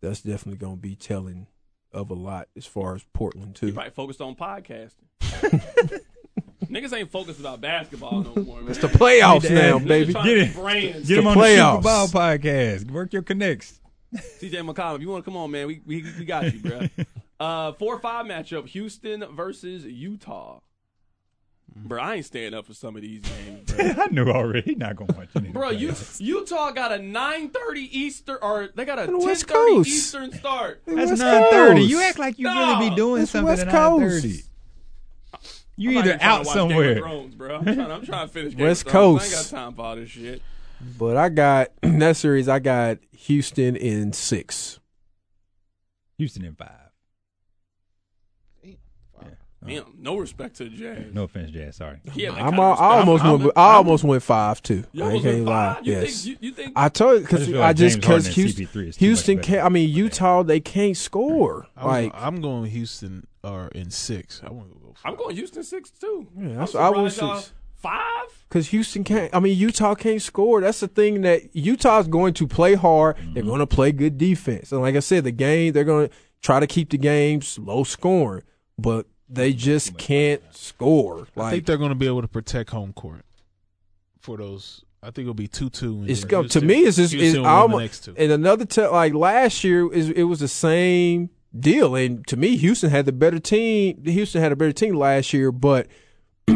that's definitely gonna be telling of a lot as far as Portland
He
too.
probably focused on podcasting.
[LAUGHS]
Niggas ain't focused about basketball no more, man.
It's the playoffs
Hey,
now,
Dad.
baby.
Trying
Get
to
it.
brands.
Get him
the
on the
playoffs.
Super Bowl podcast. Work your connects. [LAUGHS]
CJ McCollum, if you want to come on, man, we we, we got you, bro.
[LAUGHS]
uh, four or five matchup: Houston versus Utah.
Mm.
Bro, I ain't staying up for some of these games,
[LAUGHS]
bro.
I knew already. He's not gonna watch any. of the
Bro, you,
playoffs.
Utah got a nine thirty Eastern, or they got a ten
the West
thirty
Coast.
Eastern start.
That's
West
nine thirty.
Coast.
You act like you
No,
really be doing
it's
something
West
at nine
Coast.
thirty. You
I'm not
either
even trying to
out
watch Game of
somewhere.
Thrones, bro. I'm trying, I'm trying to finish. Game
West
of Thrones. I ain't
Coast.
got time for all this shit.
But I got [CLEARS THROAT] in that series. I got Houston in six.
Houston in five. Yeah. Oh.
Damn, no respect to the Jazz.
No offense, Jazz. Sorry.
Yeah,
Uh. I'm all, I almost
I'm-
went. I almost went five too.
You
I
almost
can't
went
lie.
five? You
yes.
think you, you think
I told you
I
because
just feel
I
like
just
James
because
Harden and CP3
Houston,
is too much
Houston
better
can't. I mean
than
Utah, they can't score.
I was,
Like
I'm going Houston or in six. I want to go.
I'm going Houston six too.
Yeah,
I'm
that's what I was
surprised y'all-
six.
Five.
Because Houston can't. I mean, Utah can't score. That's the thing that Utah's going to play hard. They're
Mm-hmm.
going to play good defense. And like I said, the game they're going to try to keep the games low scoring, but they just can't score.
I think
Like
they're going to be able to protect home court for those. I think it'll be two two.
it's go, to me. It's just it's
next
almost
two.
and another te- like last year is it was the same deal. And to me, Houston had the better team. Houston had a better team last year, but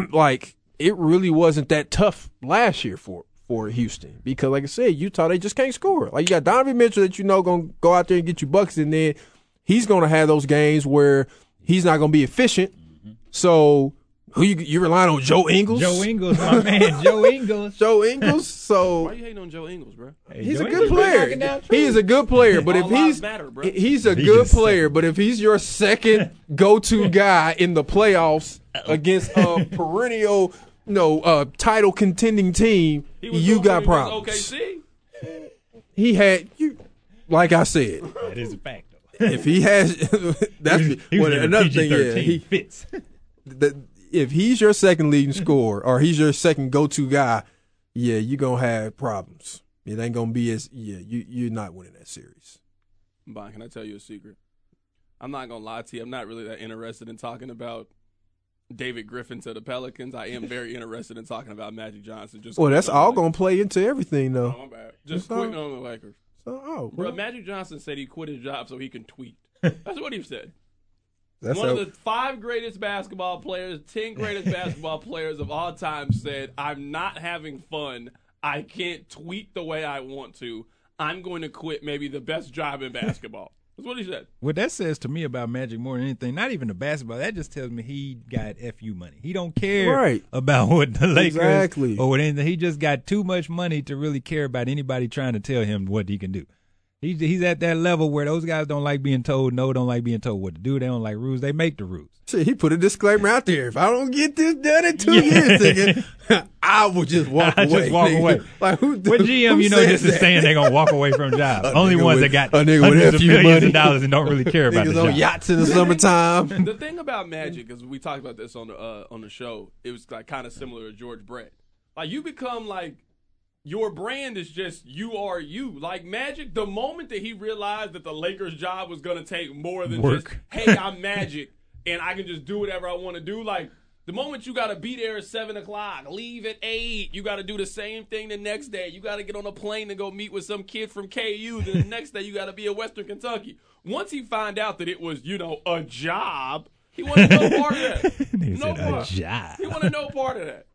[CLEARS THROAT] like it really wasn't that tough last year for for Houston because, like I said, Utah they just can't score. Like you got Donovan Mitchell that you know gonna go out there and get you bucks, and then he's gonna have those games where he's not gonna be efficient. So Who you you relying on? Joe Ingles.
Joe Ingles, my man, [LAUGHS] Joe Ingles.
Joe Ingles.
Why
So
you hating on Joe Ingles, bro?
Hey,
he's
Joe
a good
Ingles been knocking
player.
down
He is
trees.
a good player. But if
All lives
he's
matter, bro.
he's a
He
good
just said-
player, but if he's your
[LAUGHS]
second go-to guy in the playoffs against
[LAUGHS]
a perennial, no uh, title contending team,
He was
you
doing
got
what he
problems.
was- OKC.
He had you, like I said.
That is a fact, though.
If he has, [LAUGHS] that's
[LAUGHS] He was
well,
in
another
a
thing. Yeah,
PG-13
he,
fits.
that if he's your second leading scorer or he's your second go-to guy, yeah, you're gonna have problems. It ain't gonna be as yeah. You you're not winning that series.
Bon, can I tell you a secret? I'm not gonna lie to you. I'm not really that interested in talking about David Griffin to the Pelicans. I am
[LAUGHS]
very interested in talking about Magic Johnson. Just
Well, that's
quick on
all
the Lakers.
gonna play into everything
Oh,
though.
my bad. Just
It's all-
quitting on the Lakers.
So, oh,
Bro,
well,
Magic Johnson said he quit his job so he can
[LAUGHS]
tweet. That's what he said.
that's
One
how,
of the five greatest basketball players, ten greatest
[LAUGHS]
basketball players of all time said, I'm not having fun. I can't tweet the way I want to. I'm going to quit maybe the best job in
[LAUGHS]
basketball. That's what he said.
What that says to me about Magic more than anything, not even the basketball, that just tells me he got FU money. He don't care
Right.
about what the Lakers
Exactly.
or what anything. He just got too much money to really care about anybody trying to tell him what he can do. He's, he's at that level where those guys don't like being told no, don't like being told what to do. They don't like rules. They make the rules.
shit, he put a disclaimer out there. If I don't get this done in
[LAUGHS]
two years, nigga, [LAUGHS] I will just walk
I
away.
just walk
nigga.
away.
[LAUGHS] Like [LAUGHS] who?
What GM,
who
you know,
said
this is
that?
saying they're gonna walk
[LAUGHS]
away from jobs. Only
nigga
ones
with-
that got
a nigga with
hundreds of
FU
millions
money.
of dollars and don't really care about the
Niggas on
[LAUGHS] job.
yachts in the summertime.
[LAUGHS]
the thing about Magic is we talked about this on the uh, on the show. It was like kind of similar to George Brett. Like you become like your brand is just you are you. Like Magic, the moment that he realized that the Lakers job was gonna take more than
Work.
just
[LAUGHS]
hey, I'm Magic and I can just do whatever I want to do. Like the moment you gotta be there at seven o'clock, leave at eight. You gotta do the same thing the next day. You gotta get on a plane and go meet with some kid from KU. Then the next day you gotta be in Western Kentucky. Once he find out that it was you know a job, he wanted no part of that.
[LAUGHS] Nigga
no
said, "A
part.
job."
He wanted no part of that.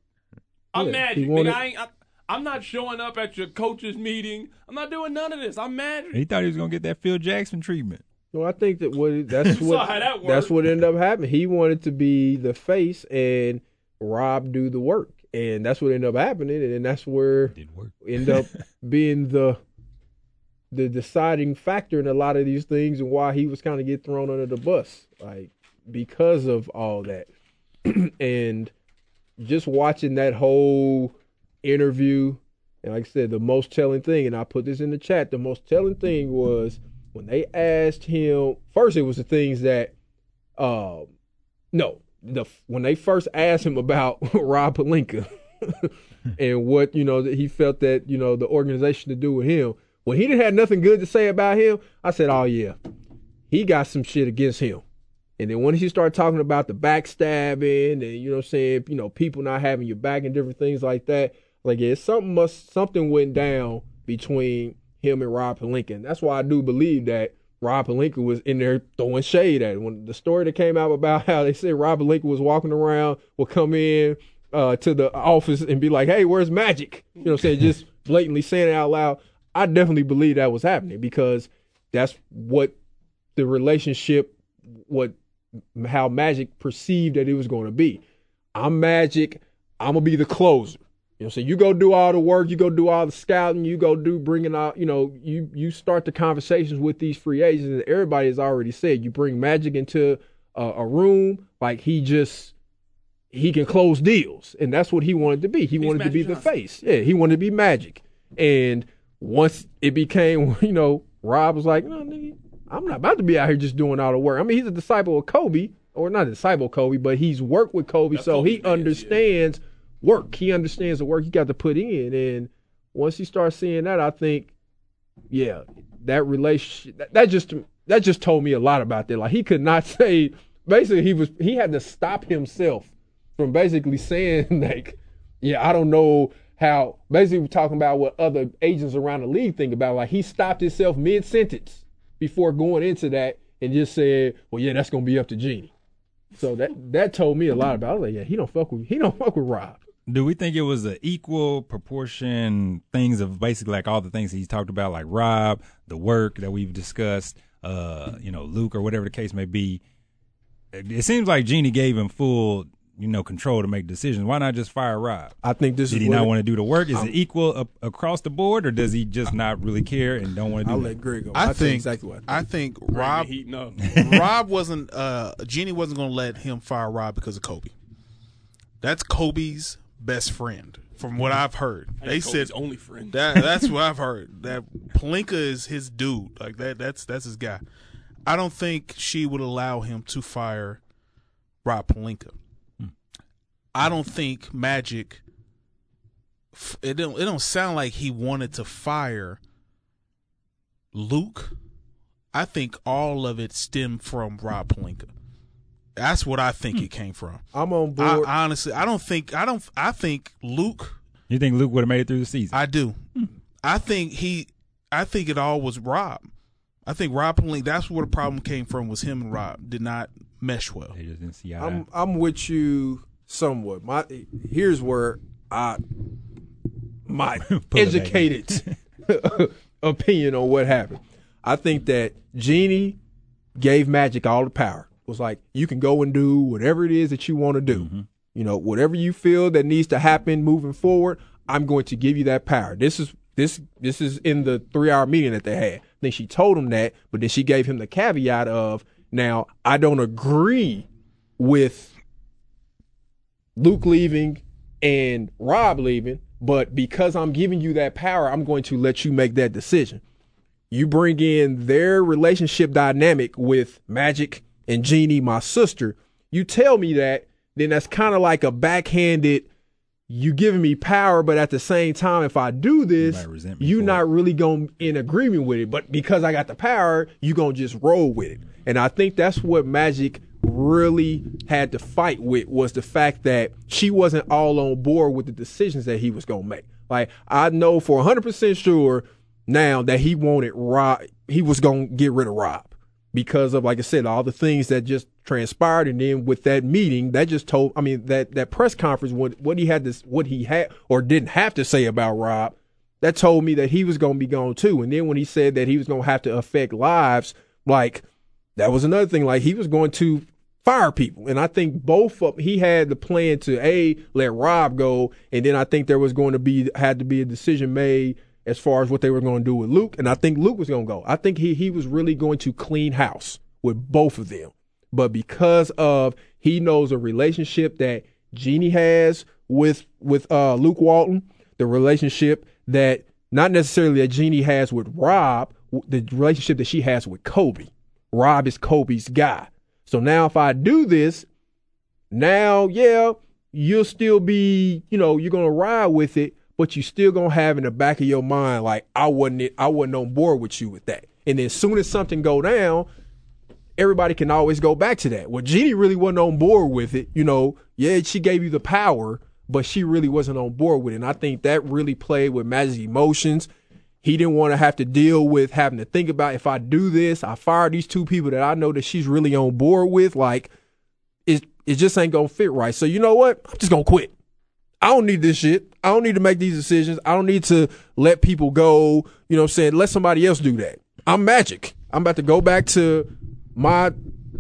I'm
[LAUGHS] Yeah, he
Magic.
wanted-
Nigga, I ain't, I, I'm not showing up at your coach's meeting. I'm not doing none of this. I'm Magic.
He thought he was gonna get that Phil Jackson treatment.
No, I think that what it-
[LAUGHS]
that's
saw
what
how that
that's
worked.
what ended up happening. He wanted to be the face and Rob do the work, and that's what ended up happening, and that's where
Didn't work.
end up being the the deciding factor in a lot of these things and why he was kind of get thrown under the bus, like because of all that, [CLEARS THROAT] and just watching that whole interview and like I said, the most telling thing, and I put this in the chat, the most telling thing was when they asked him first it was the things that um no, the when they first asked him about [LAUGHS] Rob Palinka [LAUGHS] and what, you know, that he felt that, you know, the organization to do with him, when he didn't have nothing good to say about him, I said, Oh yeah. He got some shit against him. And then once you start talking about the backstabbing and you know what I'm saying, you know, people not having your back and different things like that, like yeah, something must something went down between him and Rob Palinka. And That's why I do believe that Rob Palinka was in there throwing shade at him. When the story that came out about [LAUGHS] how they said Rob Palinka was walking around, would come in uh, to the office and be like, Hey, where's magic? You know what I'm saying? Just blatantly saying it out loud. I definitely believe that was happening because that's what the relationship what how magic perceived that it was going to be i'm magic i'm gonna be the closer you know what i'm saying you go do all the work you go do all the scouting you go do bringing out you know you you start the conversations with these free agents and everybody has already said you bring magic into a, a room like he just he can close deals and that's what he wanted to be he wanted to
Magic
be the
Johnson.
face yeah he wanted to be magic and once it became [LAUGHS] you know rob was like no nigga I'm not about to be out here just doing all the work. I mean, he's a disciple of Kobe, or not a disciple of Kobe, but he's worked with Kobe,
That's
so
Kobe's
he
big, yeah.
understands work. He understands the work he got to put in, and once he starts seeing that, I think, yeah, that relationship that, that just that just told me a lot about that. Like he could not [LAUGHS] say. Basically, he was he had to stop himself from basically saying [LAUGHS] like, yeah, I don't know how. Basically, we're talking about what other agents around the league think about. Like he stopped himself mid sentence before going into that and just said, well, yeah, that's gonna be up to Genie. So that that told me a lot about. It. I was like, yeah, he don't fuck with he don't fuck with Rob.
Do we think it was an equal proportion things of basically like all the things he's talked about, like Rob, the work that we've discussed, uh, you know, Luke or whatever the case may be? It seems like Jeannie gave him full you know control to make decisions. Why not just fire Rob?
I think this
Did
is
he
what
not want to do the work? Is it equal up, across the board, or does he just not really care and don't want to
I'll
do it?
let Greg go.
I,
I'll tell you
think
exactly what. I
I think
Rob
Rob
heating up.
[LAUGHS] Rob wasn't uh Jenny wasn't gonna let him fire Rob because of Kobe. That's Kobe's best friend, from what I've heard. They
Mm-hmm.
said
Kobe's only friend.
that that's what I've heard. That Palinka is his dude. Like that that's that's his guy. I don't think she would allow him to fire Rob Palinka. I don't think Magic f- it don't it don't sound like he wanted to fire Luke. I think all of it stemmed from Rob Palinka. That's what I think it came from.
am on
I,
board. I,
I honestly, I don't think I don't I think Luke
You think Luke would have made it through the season?
I do. I think he. I think it all was Rob. I think Rob Palinka. That's where the problem came from. Was him and Rob did not mesh well.
they just didn't see eye to eye.
am I'm with you somewhat. My here's where I my
[LAUGHS] Pull it back in.
educated [LAUGHS] opinion on what happened. I think that Genie gave Magic all the power. Was like you can go and do whatever it is that you want to do.
Mm-hmm.
You know, whatever you feel that needs to happen moving forward, I'm going to give you that power. This is this this is in the three hour meeting that they had. Then she told him that, but then she gave him the caveat of now I don't agree with Luke leaving and Rob leaving, but because I'm giving you that power, I'm going to let you make that decision. You bring in their relationship dynamic with Magic and Jeannie, my sister. You tell me that, then that's kind of like a backhanded, you giving me power, but at the same time, if I do this,
might resent me
you're
for
not really going in agreement with it. But because I got the power, you're going to just roll with it. And I think that's what Magic really had to fight with was the fact that she wasn't all on board with the decisions that he was going to make. Like I know for 100% sure now that he wanted Rob, he was going to get rid of Rob because of like I said all the things that just transpired and then with that meeting that just told I mean that that press conference what what he had this what he had or didn't have to say about Rob that told me that he was going to be gone too and then when he said that he was going to have to affect lives like that was another thing. Like he was going to fire people, and I think both of he had the plan to a let Rob go, and then I think there was going to be had to be a decision made as far as what they were going to do with Luke, and I think Luke was going to go. I think he he was really going to clean house with both of them, but because of he knows a relationship that Jeannie has with with uh, Luke Walton, the relationship that not necessarily that Jeannie has with Rob, w- the relationship that she has with Kobe. Rob is Kobe's guy. So now if I do this, now yeah, you'll still be, you know, you're gonna ride with it, but you still gonna have in the back of your mind like I wasn't it, I wasn't on board with you with that. And then as soon as something go down, everybody can always go back to that. Well, Jeannie really wasn't on board with it. You know, yeah, she gave you the power, but she really wasn't on board with it. And I think that really played with Magic's emotions. He didn't want to have to deal with having to think about if I do this, I fire these two people that I know that she's really on board with. Like, it it just ain't gonna fit right. So you know what? I'm just gonna quit. I don't need this shit. I don't need to make these decisions. I don't need to let people go. You know what I'm saying? Let somebody else do that. I'm magic. I'm about to go back to my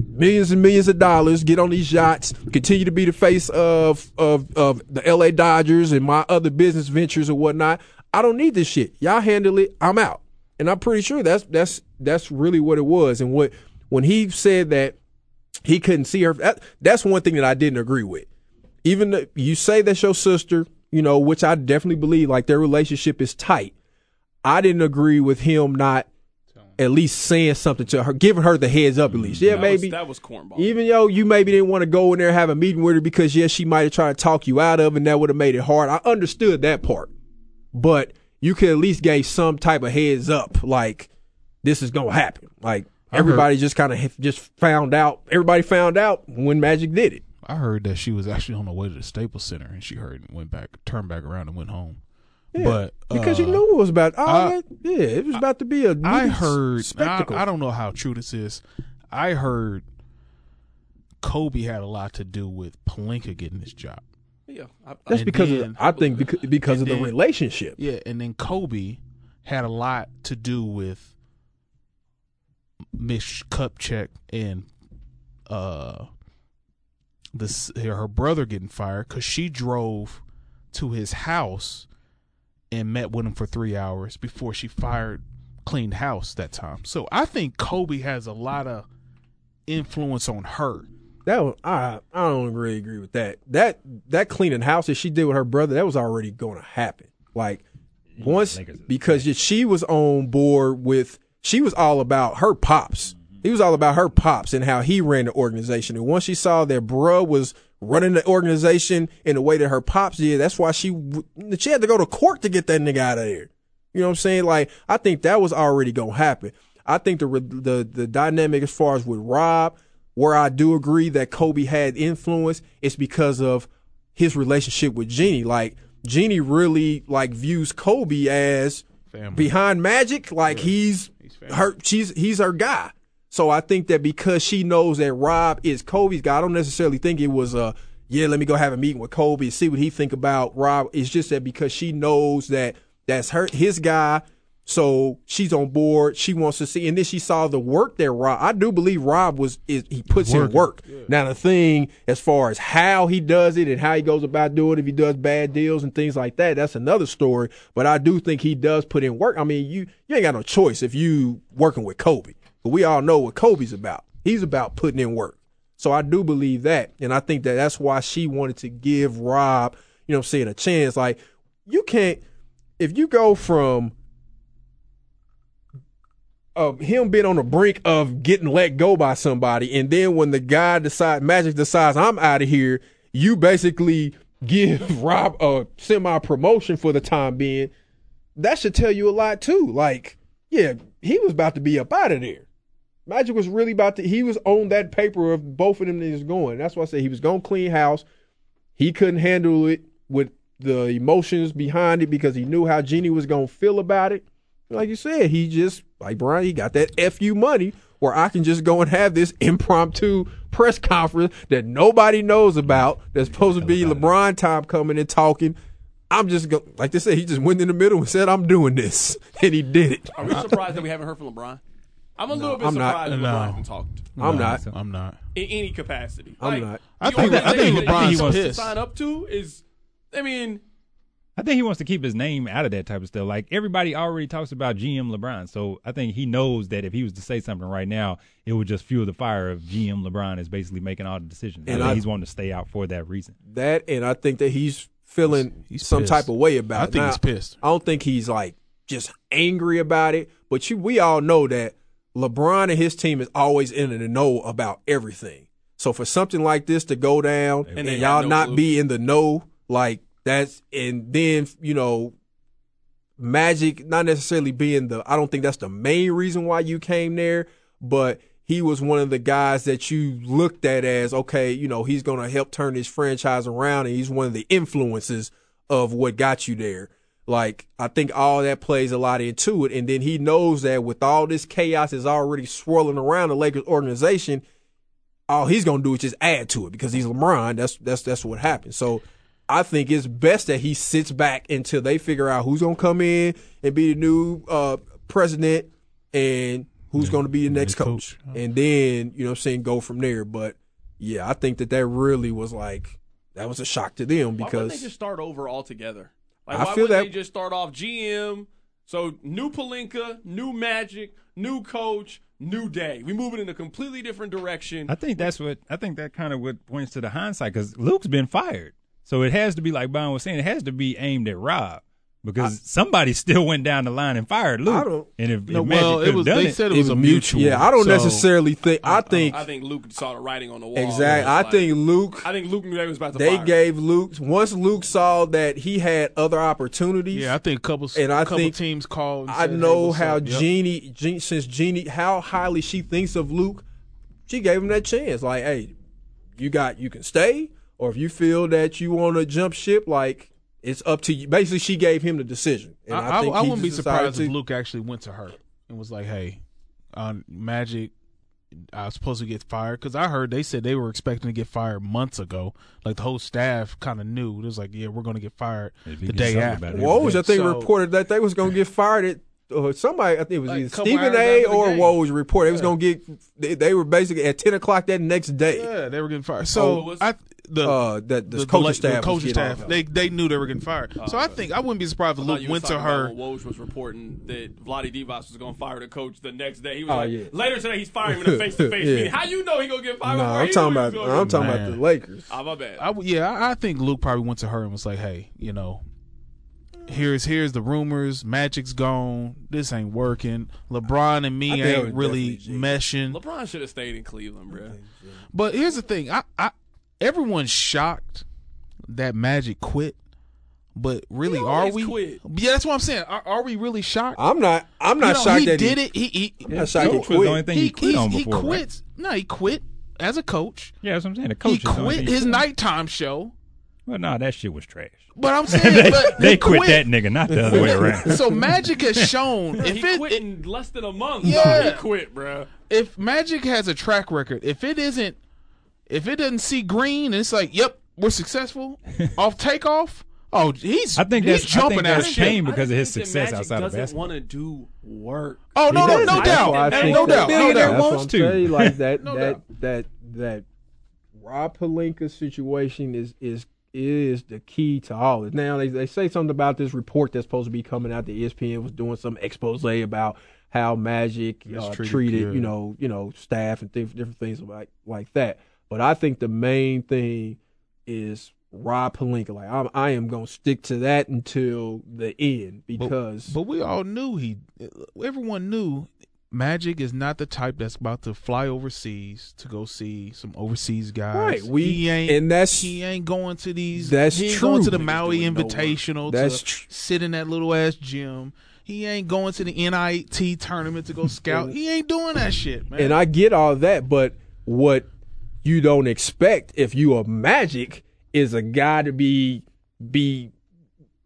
millions and millions of dollars, get on these yachts, continue to be the face of of of the LA Dodgers and my other business ventures and whatnot. I don't need this shit. Y'all handle it. I'm out. And I'm pretty sure that's that's that's really what it was. And what when he said that he couldn't see her, that, that's one thing that I didn't agree with even though you say that's your sister, you know, which I definitely believe, like their relationship is tight. I didn't agree with him not at least saying something to her, giving her the heads up at least. Yeah,
That was-
maybe.
that was cornball.
Even though you maybe didn't want to go in there and have a meeting with her because yes, she might have tried to talk you out of, and that would have made it hard. I understood that part, but you could at least gave some type of heads up, like this is gonna happen. Like everybody just kind of just found out. Everybody found out when Magic did it.
I heard that she was actually on the way to the Staples Center, and she heard and went back, turned back around, and went home. but
Because
uh,
you knew it was about. Oh,
I-
yeah, yeah, it was about to be a.
I
neat
heard. I,
spectacle.
I don't know how true this is. I heard Kobe had a lot to do with Palinka getting this job.
yeah, I, I,
That's
and
because of,
then-
I think because, because of
and
the
then-
relationship.
Yeah, and then Kobe had a lot to do with Miss Kupchak and uh this her brother getting fired because she drove to his house and met with him for three hours before she fired cleaned house that time. So I think Kobe has a lot of influence on her.
That one, I I don't really agree with that. That that cleaning house that she did with her brother, that was already going to happen. Like once
Lakers is
because she was on board with she was all about her pops.
Mm-hmm.
He was all about her pops and how he ran the organization. And once she saw that bruh was running the organization in the way that her pops did, that's why she w- she had to go to court to get that nigga out of there. You know what I'm saying? Like, I think that was already gonna happen. I think the re- the the dynamic as far as with Rob, where I do agree that Kobe had influence, it's because of his relationship with Jeannie. Like, Jeannie really like views Kobe as
Family.
behind Magic, like he's, her. She's he's her guy. So I think that because she knows that Rob is Kobe's guy, I don't necessarily think it was a yeah. Let me go have a meeting with Kobe and see what he think about Rob. It's just that because she knows that that's her his guy, so she's on board. She wants to see, and then she saw the work that Rob. I do believe Rob was is he puts in work. Now the thing as far as how he does it and how he goes about doing it, if he does bad deals and things like that, that's another story. But I do think he does put in work. I mean, you you ain't got no choice if you working with Kobe. But we all know what Kobe's about. He's about putting in work. So I do believe that. And I think that that's why she wanted to give Rob, you know what I'm saying, a chance. Like, you can't, if you go from of him being on the brink of getting let go by somebody, and then when the guy decides, Magic decides, I'm out of here, you basically give [LAUGHS] Rob a semi promotion for the time being. That should tell you a lot too. Like, yeah, he was about to be up out of there. Magic was really about to. He was on that paper of both of them is going. That's why I said he was going to clean house. He couldn't handle it with the emotions behind it because he knew how Jeannie was going to feel about it. Like you said, he just like Brian. He got that fu money where I can just go and have this impromptu press conference that nobody knows about. That's supposed to be LeBron time coming and talking. I'm just going like they said. He just went in the middle and said, "I'm doing this," [LAUGHS] and he did it.
Are we surprised that we haven't heard from LeBron? I'm a little bit
I'm not.
surprised that
No.
LeBron hasn't talked
I'm not.
I'm not.
in any capacity.
I'm
Like,
not.
I
the
think-
only
I
thing
think
that he
LeBron's
wants to
pissed.
sign up to is, I mean,
I think he wants to keep his name out of that type of stuff. Like everybody already talks about GM LeBron, so I think he knows that if he was to say something right now, it would just fuel the fire of GM LeBron is basically making all the decisions.
And
And I think
I-
he's wanting to stay out for that reason.
that, and I think that he's feeling
He's- he's
some
pissed.
type of way about
I
it.
think he's pissed.
I don't think he's like just angry about it, but you, we all know that LeBron and his team is always in the know about everything. So for something like this to go down and,
they have
y'all
no
not
clue.
be in the know, like that's and then you know Magic not necessarily being the I don't think that's the main reason why you came there, but he was one of the guys that you looked at as okay, you know, he's going to help turn this franchise around and he's one of the influences of what got you there. Like I think all that plays a lot into it and then he knows that with all this chaos is already swirling around the Lakers organization, all he's gonna do is just add to it because he's LeBron. That's that's that's what happens. So I think it's best that he sits back until they figure out who's gonna come in and be the new uh, president and who's gonna be the next coach. And then you know what I'm saying go from there. But yeah, I think that that really was like that was a shock to them
why wouldn't they
because
just start over altogether? Like,
I
why
feel
wouldn't
that-
they just start off GM? So new Palinka, new Magic, new coach, new day. We moving in a completely different direction.
I think that's what I think that kind of what points to the hindsight because Luke's been fired, so it has to be like Brian was saying, it has to be aimed at Rob because somebody [LAUGHS] still went down the line and fired Luke.
I don't-
and if,
No,
if Magic
well,
could
it
have
was.
done
They
it,
said it was a mutual.
yeah, I don't
so-
necessarily think I think
I think Luke saw the writing on the wall.
exactly.
Like,
I think Luke
I think Luke knew they was about to.
they
fire him.
gave Luke once Luke saw that he had other opportunities.
Yeah, I think a couple.
And I
couple
think-
teams called. and
I
said, hey,
know
what's
how
up? Yep.
Jeannie, Jean, since Jeannie, how highly she thinks of Luke, she gave him that chance. Like, hey, you got, you can stay, or if you feel that you want to jump ship, like it's up to you. Basically, she gave him the decision. And
I, I,
think
I
he
wouldn't be
just decided
surprised if
to-
Luke actually went to her and was like, "Hey, uh, Magic, I was supposed to get fired because I heard they said they were expecting to get fired months ago. Like the whole staff kind of knew. It was like, yeah, we're going to get fired
If he
the
can
day
something
after.
about it,
Woj, I think
So-
reported that they was gonna get fired at or somebody, I think it was
Like,
either
couple hours
Stephen
after
A.
the
or
game.
Woj report. They was gonna get. They, they were basically at ten o'clock that next day.
Yeah, they were getting fired.
Oh, it
So
was-
I the.
Uh, that the,
the,
coaching
the,
staff.
the
was
coaching
getting
staff,
off.
they they knew they were getting fired. so I think I wouldn't be surprised if
thought
Luke
you was
went to
talking
her.
about when Woj was reporting that Vladi Divac was going to fire the coach the next day. He was
Oh,
like,
yeah.
later today he's firing him in a face to face
[LAUGHS] Yeah.
meeting. How you know he going to get fired?
No,
Where
I'm
he
talking
knew he
about.
was
I'm
gonna
talking
get
about
Man.
the Lakers.
fired. Ah, my bad.
I, would- yeah, I, I think Luke probably went to her and was like, "Hey, you know, here's here's the rumors. Magic's gone. This ain't working. LeBron and
I
me
think it was
ain't really
definitely G.
meshing."
LeBron should have stayed in Cleveland, bro.
But here's the thing: I, I everyone's shocked that Magic quit, but really,
He
are
always
we?
quit.
Yeah, that's what I'm saying. Are, are we really shocked?
I'm not. I'm not
You know,
shocked
he
that
did it. He he,
I'm not shocked he
Coach was the only
quit.
thing he, quit
he's-
on
he
before. right?
quits. No, he quit as a coach.
Yeah, that's what I'm saying. The coach is
he
the only
quit
thing
his
quit on.
nighttime show.
Well, nah, that shit was trash.
But I'm saying,
[LAUGHS]
but
they
he
quit, that nigga, not the other way around.
So
[LAUGHS]
Magic has shown if
He
it
quit in less than a month. he
Yeah.
quit, bro.
if Magic has a track record, if it isn't, if it doesn't see green, and it's like, yep,
[LAUGHS]
we're successful off takeoff. Oh, he's
I think
he's
that's- I
jumping
think
out of
that's
shit.
Shame because of his success outside of basketball.
want to do work.
Oh
He
no, no,
does.
no
That's why I
doubt,
think
no
that-
doubt, no
Billionaire
doubt.
That's what
wants
I'm
to.
saying, Like that,
No
that,
doubt.
that, that, Rob Palinka situation is is is the key to all this. Now they they say something about this report that's supposed to be coming out. E The ESPN was doing some expose about how Magic uh,
Mistreated,
treated
yeah.
you know you know staff and th- different things like like that. But I think the main thing is Rob Palinka. Like I'm, I am gonna stick to that until the end because
But we all knew he. Everyone knew Magic is not the type that's about to fly overseas to go see some overseas guys.
Right, we-
he ain't,
and that's-
he ain't going to these.
That's
he ain't Going
true.
to the
Niggas
Maui
doing no work.
Invitational.
That's
to
tr-
sit in that little ass gym. He ain't going to the NIT tournament
[LAUGHS]
to go scout. he ain't doing that shit, man.
And I get all that, but what you don't expect if you are magic is a guy to be be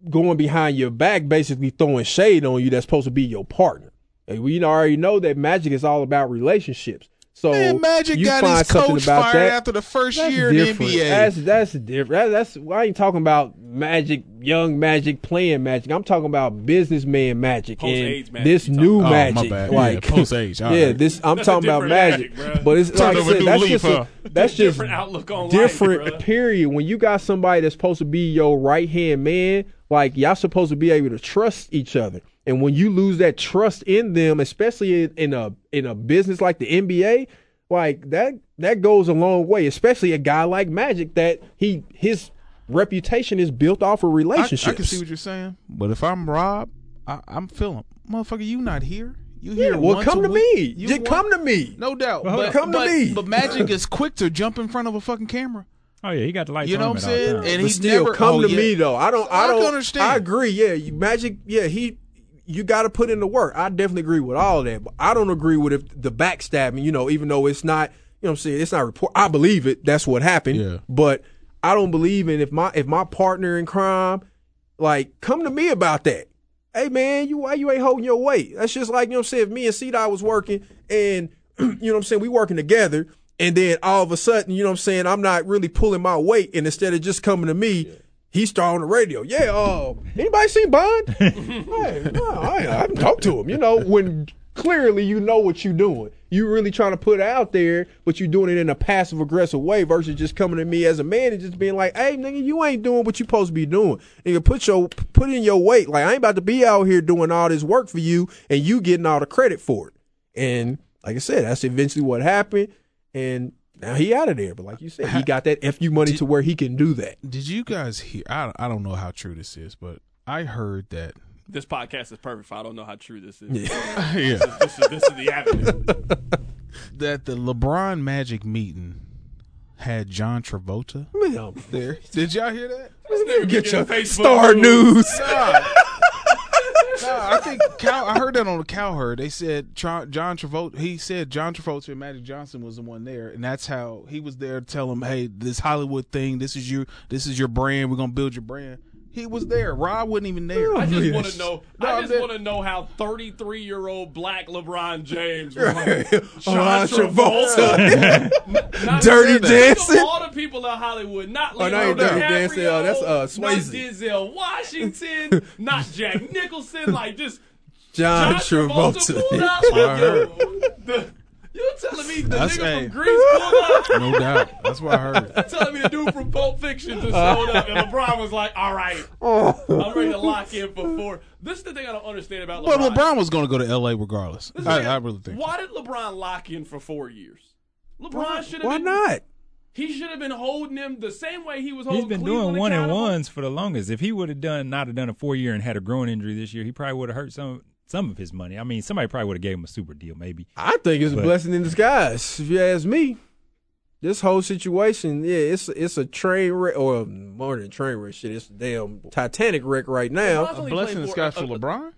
going behind your back, basically throwing shade on you that's supposed to be your partner. And we already know that magic is all about relationships. So
man, Magic
you
got
find
his
something
coach
about
fired
that,
after the first
that's
year in the
different.
NBA.
That's that's different. That- that's I ain't talking about magic, young magic, playing magic. I'm talking about businessman magic
Post-AIDS
and
magic
this
you
new
talking
about. Oh, my
magic.
bad.
Like
Yeah, post-AIDS. All
yeah,
right.
this I'm
That's a
talking about
different
magic,
magic, bruh.
but it's
Turned
like I
over a
said,
new
that's
leaf,
just
huh?
a, that's just
Different outlook on life,
different [LAUGHS]
bruh.
period. When you got somebody that's supposed to be your right hand man, like y'all supposed to be able to trust each other. And when you lose that trust in them, especially in, in a in a business like the NBA, like that that goes a long way. Especially a guy like Magic that he his reputation is built off of
I-
relationships.
I, can see what you're saying, but if I'm Rob, I, I'm feeling, motherfucker, you not here. You here?
yeah, well,
once
come
a
to
week.
me.
You
Just come
want-
to me.
No doubt.
Well, hold
but,
on.
Come to
but-
me.
But Magic is quick to jump in front of a fucking camera.
Oh yeah, he got the lights
You know
on
what I'm
him at all
saying?
times.
And
but
he
still
never
come
oh,
to
yeah.
me though. I don't. I
I can
don't
understand.
I agree. Yeah, you, Magic. Yeah, he. You got to put in the work. I definitely agree with all that, but I don't agree with if the backstabbing. You know, even though it's not. You know, what I'm saying it's not report. I believe it. That's what happened.
Yeah.
But I don't believe in if my if my partner in crime, like, come to me about that. Hey man, you why you ain't holding your weight? That's just like you know what I'm saying. If me and C Dot was working, and [CLEARS THROAT] you know what I'm saying, we working together, and then all of a sudden, you know what I'm saying, I'm not really pulling my weight, and instead of just coming to me, he start on the radio. Yeah, uh, anybody seen Bond? hey, no, I, I haven't talked to him. You know, when clearly you know what you're doing, you really trying to put it out there, but you're doing it in a passive aggressive way versus just coming to me as a man and just being like, "Hey, nigga, you ain't doing what you supposed to be doing. Nigga, put your put in your weight. Like I ain't about to be out here doing all this work for you and you getting all the credit for it." And like I said, that's eventually what happened, and. Now he out of there, but like you said, he got that fu money to where he can do that.
Did you guys hear? I, I don't know how true this is, but I heard that.
This podcast is perfect. For I don't know how true this is.
[LAUGHS] yeah.
this, is this is
[LAUGHS]
the avenue.
That the LeBron Magic meeting had John Travolta
Man,
[LAUGHS] there. Did y'all hear that?
get your
Facebook
star news.
Nah. Nah, I think Cal, I heard that on the cow herd. They said Tra- John Travolta. He said John Travolta and Magic Johnson was the one there, and that's how he was there to tell him, "Hey, this Hollywood thing. This is your. This is your brand. We're gonna build your brand." He was there. Rob wasn't even there.
I just want to know.
No,
I
that-
just want to know how 33 year old black LeBron James was like,
[LAUGHS]
John
John [LAUGHS] Travolta.
not
Dirty
Think of
Dancing?
All the people in Hollywood, not
Oh, no,
Leonardo
Dirty
DiCaprio,
Dancing, uh, that's, uh,
not
Swayze. [LAUGHS]
Denzel Washington, not Jack Nicholson, like just
John,
John Travolta
Travolta.
pulled [LAUGHS] out
I heard.
with you. The- You telling me the
That's-
nigga
hey.
from Greece pulled up?
No doubt. That's what I heard.
telling me the dude from Pulp Fiction just showed up, and LeBron was like, "All right,
Oh.
I'm ready to lock in for four. This is the thing I don't understand about
But
LeBron.
LeBron was going to go to L.A. regardless.
This is
I,
like-
I really think.
Why did LeBron lock in for four years? LeBron should have.
Why
been,
not?
He should have been holding him the same way he was holding.
He's been
Cleveland
doing one and
accountable.
ones for the longest. If he would have done not have done a four year and had a groin injury this year, he probably would have hurt some some of his money. I mean, somebody probably would have gave him a super deal, maybe.
I think it's a
But-
blessing in disguise, if you ask me. This whole situation, yeah, it's it's a train wreck, or more than a train wreck shit. It's a damn Titanic wreck right
LeBron's
now.
only
Blessing in
played
disguise
four-
for
uh, uh,
LeBron.
LeBron's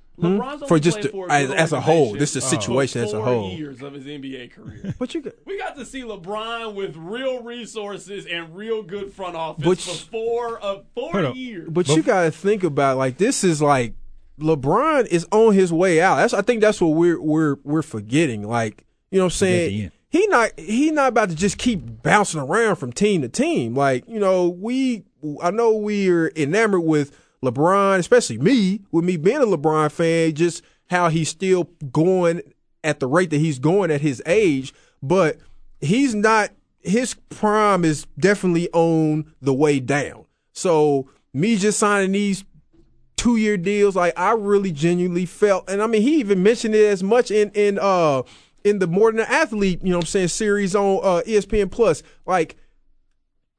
only
Hmm? For just
played
the-
for
as-
good
as a whole, this is the
organization
situation
for
as a
four
whole.
Years of his NBA career.
But you,
We got to see LeBron with real resources and real good front office
But-
for four of four
Hold up.
years.
but you got to think about like this is like LeBron is on his way out. That's I think that's what we're we're we're forgetting. Like you know, what I'm
the
saying
end.
he not he not about to just keep bouncing around from team to team. Like you know, we I know we're enamored with LeBron, especially me with me being a LeBron fan. Just how he's still going at the rate that he's going at his age, but he's not. His prime is definitely on the way down. So me just signing these two year deals. Like I really genuinely felt, and I mean, he even mentioned it as much in in uh in the More Than an Athlete, you know, what I'm saying series on uh, ESPN Plus. Like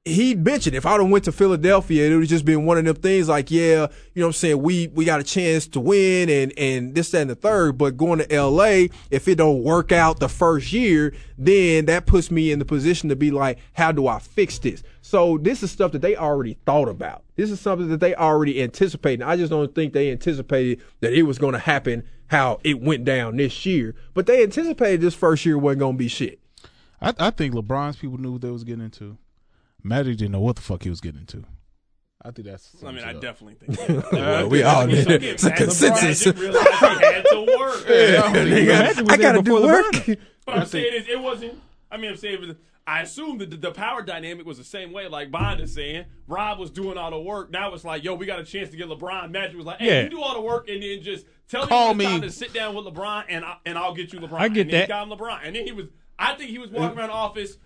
he mentioned, if I'd have went to Philadelphia, it would have just been one of them things. Like, yeah, you know, what I'm saying we we got a chance to win, and and this that, and the third. But going to L.A., if it don't work out the first year, then that puts me in the position to be like, how do I fix this? So this is stuff that they already thought about. This is something that they already anticipated. I just don't think they anticipated that it was going to happen how it went down this year. But they anticipated this first year wasn't going to be shit.
I, I think LeBron's people knew what they was getting into. Magic didn't know what the fuck he was getting into. I think that's.
I mean, I
definitely.
definitely think
[LAUGHS]
that.
Well, we all
He's
did.
so good.
It's a
Magic
consensus.
realized he had to work.
[LAUGHS]
Magic was
I
there
got to
before
do work.
LeBron.
But I'm saying is, it wasn't. I mean, I'm saying it was- I assume that the, the power dynamic was the same way. Like Bond is saying, Rob was doing all the work. Now it's like, yo, we got a chance to get LeBron. Magic was like, hey,
Yeah.
you do all the work and then just tell
Call
me when it's
me.
time to sit down with LeBron and I, and I'll get you LeBron.
I get
and then He
that.
got him LeBron, and then he was. I think he was
Uh,
walking around the office.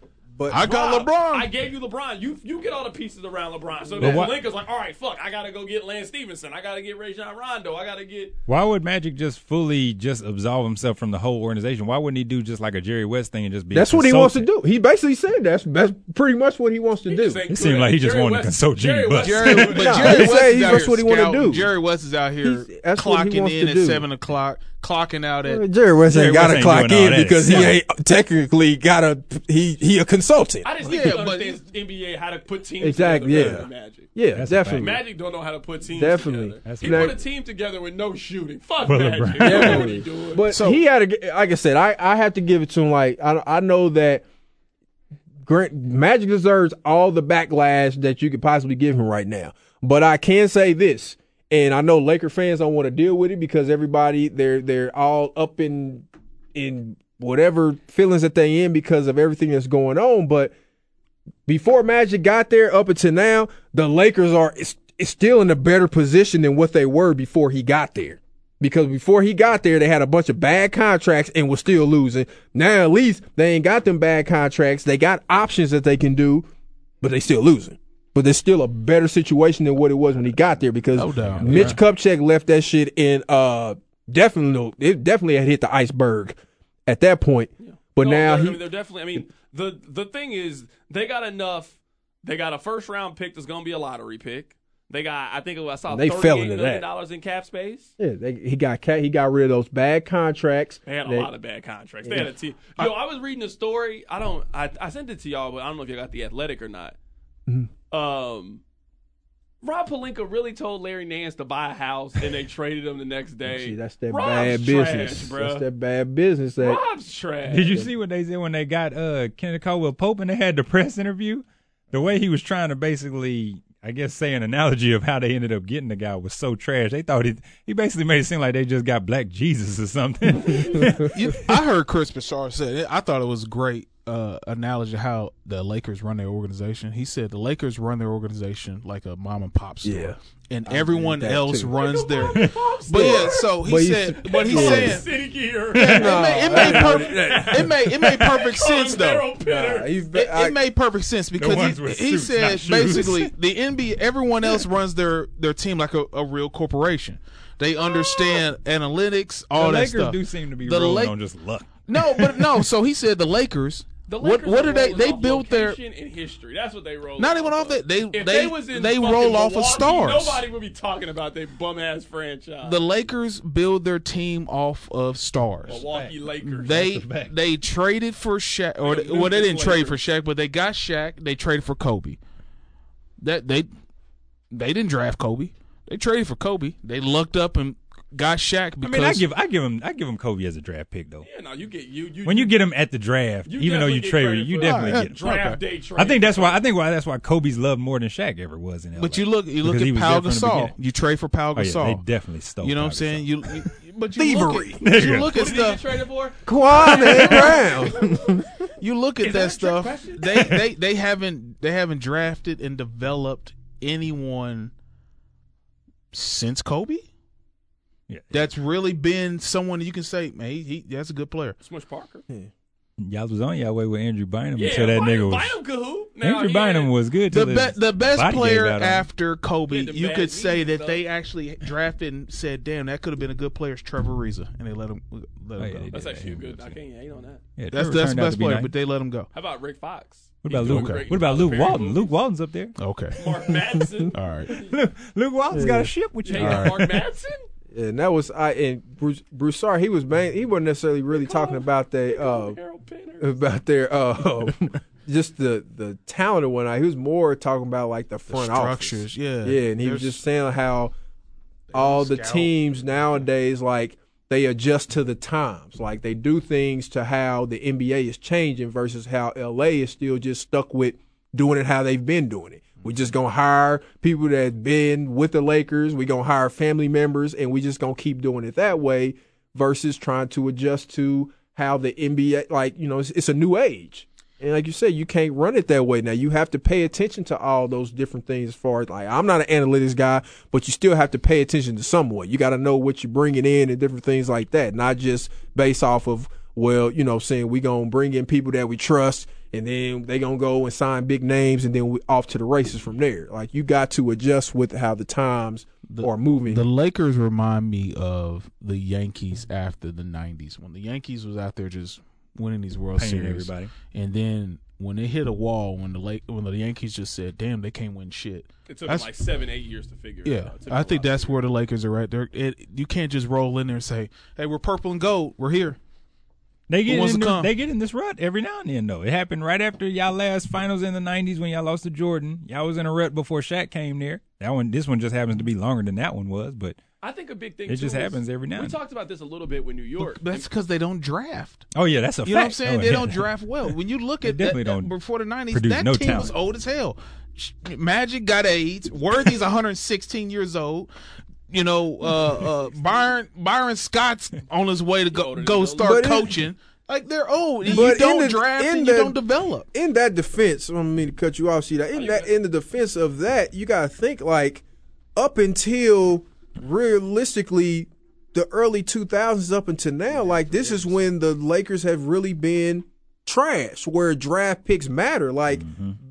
I
Rob,
got LeBron.
I gave you LeBron. You you get all the pieces around LeBron. So then
what-
Lincoln's like, all right, fuck, I gotta go get Lance Stevenson. I gotta get Rajon Rondo. I gotta get
Why would Magic just fully just absolve himself from the whole organization? Why wouldn't he do just like a Jerry West thing and just be? a
That's what he wants to
consultant?
do. He basically said that's that's pretty much what he wants to do.
just ain't
It
good
seemed
at
like he just
Jerry
wanted to
West-
consult Jimmy
Jerry West-
Buss.
Jerry, but
Nah,
Jerry
he
West
say
is
he-
out
that's
here
what he wanna
scouting.
do.
Jerry West is out here
He's- that's what he
clocking
wants
in
to
at
do.
seven o'clock, clocking out at.
Jerry West
Jerry
ain't got
West
to
ain't
clock
doing all
in
that.
because he
Yeah.
ain't technically got a he he a consultant.
I just think
Yeah,
he
but-
understands NBA how to put teams
Exactly,
together.
yeah.
better than Magic.
Yeah,
That's a
definitely.
fact.
Magic don't know how to put teams
Definitely.
together.
That's
he
a fact.
put a team together with no shooting. Fuck
Well,
Magic.
LeBron.
You know what he
Definitely.
doing.
But he had a g like I said, I I have to give it to him. Like I I know that Grant Magic deserves all the backlash that you could possibly give him right now. But I can say this, and I know Laker fans don't want to deal with it because everybody they're they're all up in in whatever feelings that they in because of everything that's going on. But before Magic got there, up until now, the Lakers are is, is still in a better position than what they were before he got there. Because before he got there, they had a bunch of bad contracts and was still losing. Now at least they ain't got them bad contracts. They got options that they can do, but they still losing. But there's still a better situation than what it was when he got there because
No doubt.
Mitch Kupchak left that shit in uh definitely it definitely had hit the iceberg at that point. But
No,
now
they're, I
he
mean, they're definitely. I mean, the the thing is, they got enough. They got a first round pick that's going to be a lottery pick. They got, I think it was- I saw
They
$38
fell into
million
that.
dollars in cap space.
Yeah, they, he got ca- he got rid of those bad contracts.
They had a
They-
lot of bad contracts. They had a team. Yo, I was reading a story. I don't. I, I sent it to y'all, but I don't know if you got the athletic or not.
Mm-hmm.
Um, Rob Palinka really told Larry Nance to buy a house, and they traded him the next day.
See, that's that
Rob's
bad business.
trash, bro.
that's that bad business. That
Rob's trash.
Did you see what they did when they got uh Kenneth Caldwell Pope and they had the press interview? The way he was trying to basically, I guess, say an analogy of how they ended up getting the guy was so trash. They thought he he basically made it seem like they just
[LAUGHS]
got Black Jesus or something.
You- I heard Chris Bashar said it. I thought it was great. uh, analogy of how the Lakers run their organization. He said the Lakers run their organization like a mom and pop store,
Yeah.
and everyone
that
else
too.
runs their. But yeah, so he
But you-
said, but he's
Yeah.
saying
City
[LAUGHS]
gear.
it made it made, perfect, it made it made perfect sense though.
Nah, he's
It,
ba- I-
it made perfect sense because
ones
he,
with
he
suits,
said
not shoes.
basically
[LAUGHS]
the NBA, everyone else runs their, their team like a, a real corporation. They understand analytics, all
Ah. the
that
Lakers
stuff.
do seem to be
The
rolling
Lake-
on just luck.
no, but no. So he said the Lakers.
The
what
Lakers
what
are
are they?
rolling
They
off
built their
location in history. That's what they roll.
not even off
of.
that. They they
If was in
they
fucking
roll off of
Milwaukee,
stars.
Nobody would be talking about their bum ass franchise.
The Lakers build their team off of stars.
Milwaukee Lakers.
They
That's a fact.
they traded for Shaq, or
They
they- well, they
lose
didn't
to
trade for Shaq, but they got Shaq. They traded for Kobe. That they they didn't draft Kobe. They traded for Kobe. They lucked up and got Shaq
I
because
mean, I give I give him I give him Kobe as a draft pick though.
yeah, no, you get you you
When you get him at the draft,
you
even though
definitely
you
get
trade,
credit
you
for
definitely
that.
get him.
[LAUGHS] draft day trade.
I think that's why I think why that's why Kobe's loved more than Shaq ever was in LA.
But you look you look
Because he
at
was there
Pau
from the
Gasol.
beginning.
You trade for Pau
oh, yeah,
Gasol.
they definitely stole.
you know what I'm
Pau Gasol.
saying? You, you but you look at, but you
Thievery.
look
what
at
did he get
stuff.
traded for? [LAUGHS]
Kwame Brown.
You look at
Is
that
that a trick
stuff.
question?
They they they haven't they haven't drafted and developed anyone since Kobe.
Yeah.
That's really been someone you can say, man, he, he that's a good player.
Smush Parker.
Y'all was on y'all way with Andrew Bynum
Yeah,
until that
Bynum,
nigga was.
Bynum could hoop. Now,
Andrew
he
Bynum
had-
was good.
The
till
be,
his
the best
body gave
player
out on him.
after Kobe,
Yeah, the
you
bad
could say
knees,
that
though.
they actually drafted and said, damn, that could have been a good player, is Trevor Reza, and they let him let him
Oh, yeah,
go.
they did.
That's actually good. I can't hate on that.
Yeah,
That's
Trevor turned
that's the
out
best
to be
player,
nice.
but they let him go.
How about Rick Fox?
What about
He's doing
Luke?
great.
What about
Tyler
Luke
Perry
Walton?
movies.
Luke Walton's up there.
Okay,
Mark
[LAUGHS]
Madsen.
all right.
Luke, Luke Walton's got a ship with
You
you.
hate
now.
on Mark Madsen?
and that was I and Bruce Broussard. He was main, he wasn't necessarily really talking about the uh,
Harold Pinner.
about their uh, [LAUGHS] just the the talented one. He was more talking about like the front
Structures,
office.
yeah,
Yeah, and he was
There's-
just saying how all the
scout.
teams nowadays like they adjust to the times. Like they do things to how the NBA is changing versus how LA is still just stuck with doing it how they've been doing it. We're just gonna hire people that have been with the Lakers. We're gonna hire family members and we just gonna keep doing it that way versus trying to adjust to how the NBA like, you know, it's, it's a new age. And like you said, you can't run it that way. Now you have to pay attention to all those different things. As far as like, I'm not an analytics guy, but you still have to pay attention to somewhat. You got to know what you're bringing in and different things like that, not just based off of well, you know, saying we gonna bring in people that we trust, and then they gonna go and sign big names, and then we off to the races from there. Like you got to adjust with how the times are moving.
The Lakers remind me of the Yankees after the '90s, when the Yankees was out there just winning these World
Painting
Series,
everybody.
and then when they hit a wall, when the Lake, when the Yankees just said, "Damn, they can't win shit."
It took him
That's-
like seven, eight years to figure it
Yeah,
out. It took
I
him a
think
lot.
that's where the Lakers are at. They're, it, you can't just roll in there and say, "Hey, we're purple and gold. We're here."
[LAUGHS] They
Who
get
wants
in
to
this,
come?
they get in this rut every now and then though. It happened right after y'all last finals in the '90s when y'all lost to Jordan. Y'all was in a rut before Shaq came there. That one, this one just happens to be longer than that one was, but
I think a big thing.
It
too
just
is-
happens every now
We
and
talked about this a little bit with New York.
That's because they don't draft.
oh yeah, that's a fact.
You know what I'm saying?
Oh,
They
yeah.
don't draft well. When you look at that,
definitely
that-
don't
before the '90s,
produce
that
no
team was
talent.
old as hell. Sh- Magic got AIDS. Worthy's 116 years old. You know, uh, uh, Byron Byron Scott's on his way to go,
Older than
go
those.
start
But in-
coaching. like they're old. And
But
you
in
don't
the-
draft
in
and you
the-
don't develop.
in that defense, I don't mean to cut you off, see that in that in the defense of that, you gotta think like up until realistically the early two thousands up until now, like this is when the Lakers have really been trash, where draft picks matter. Like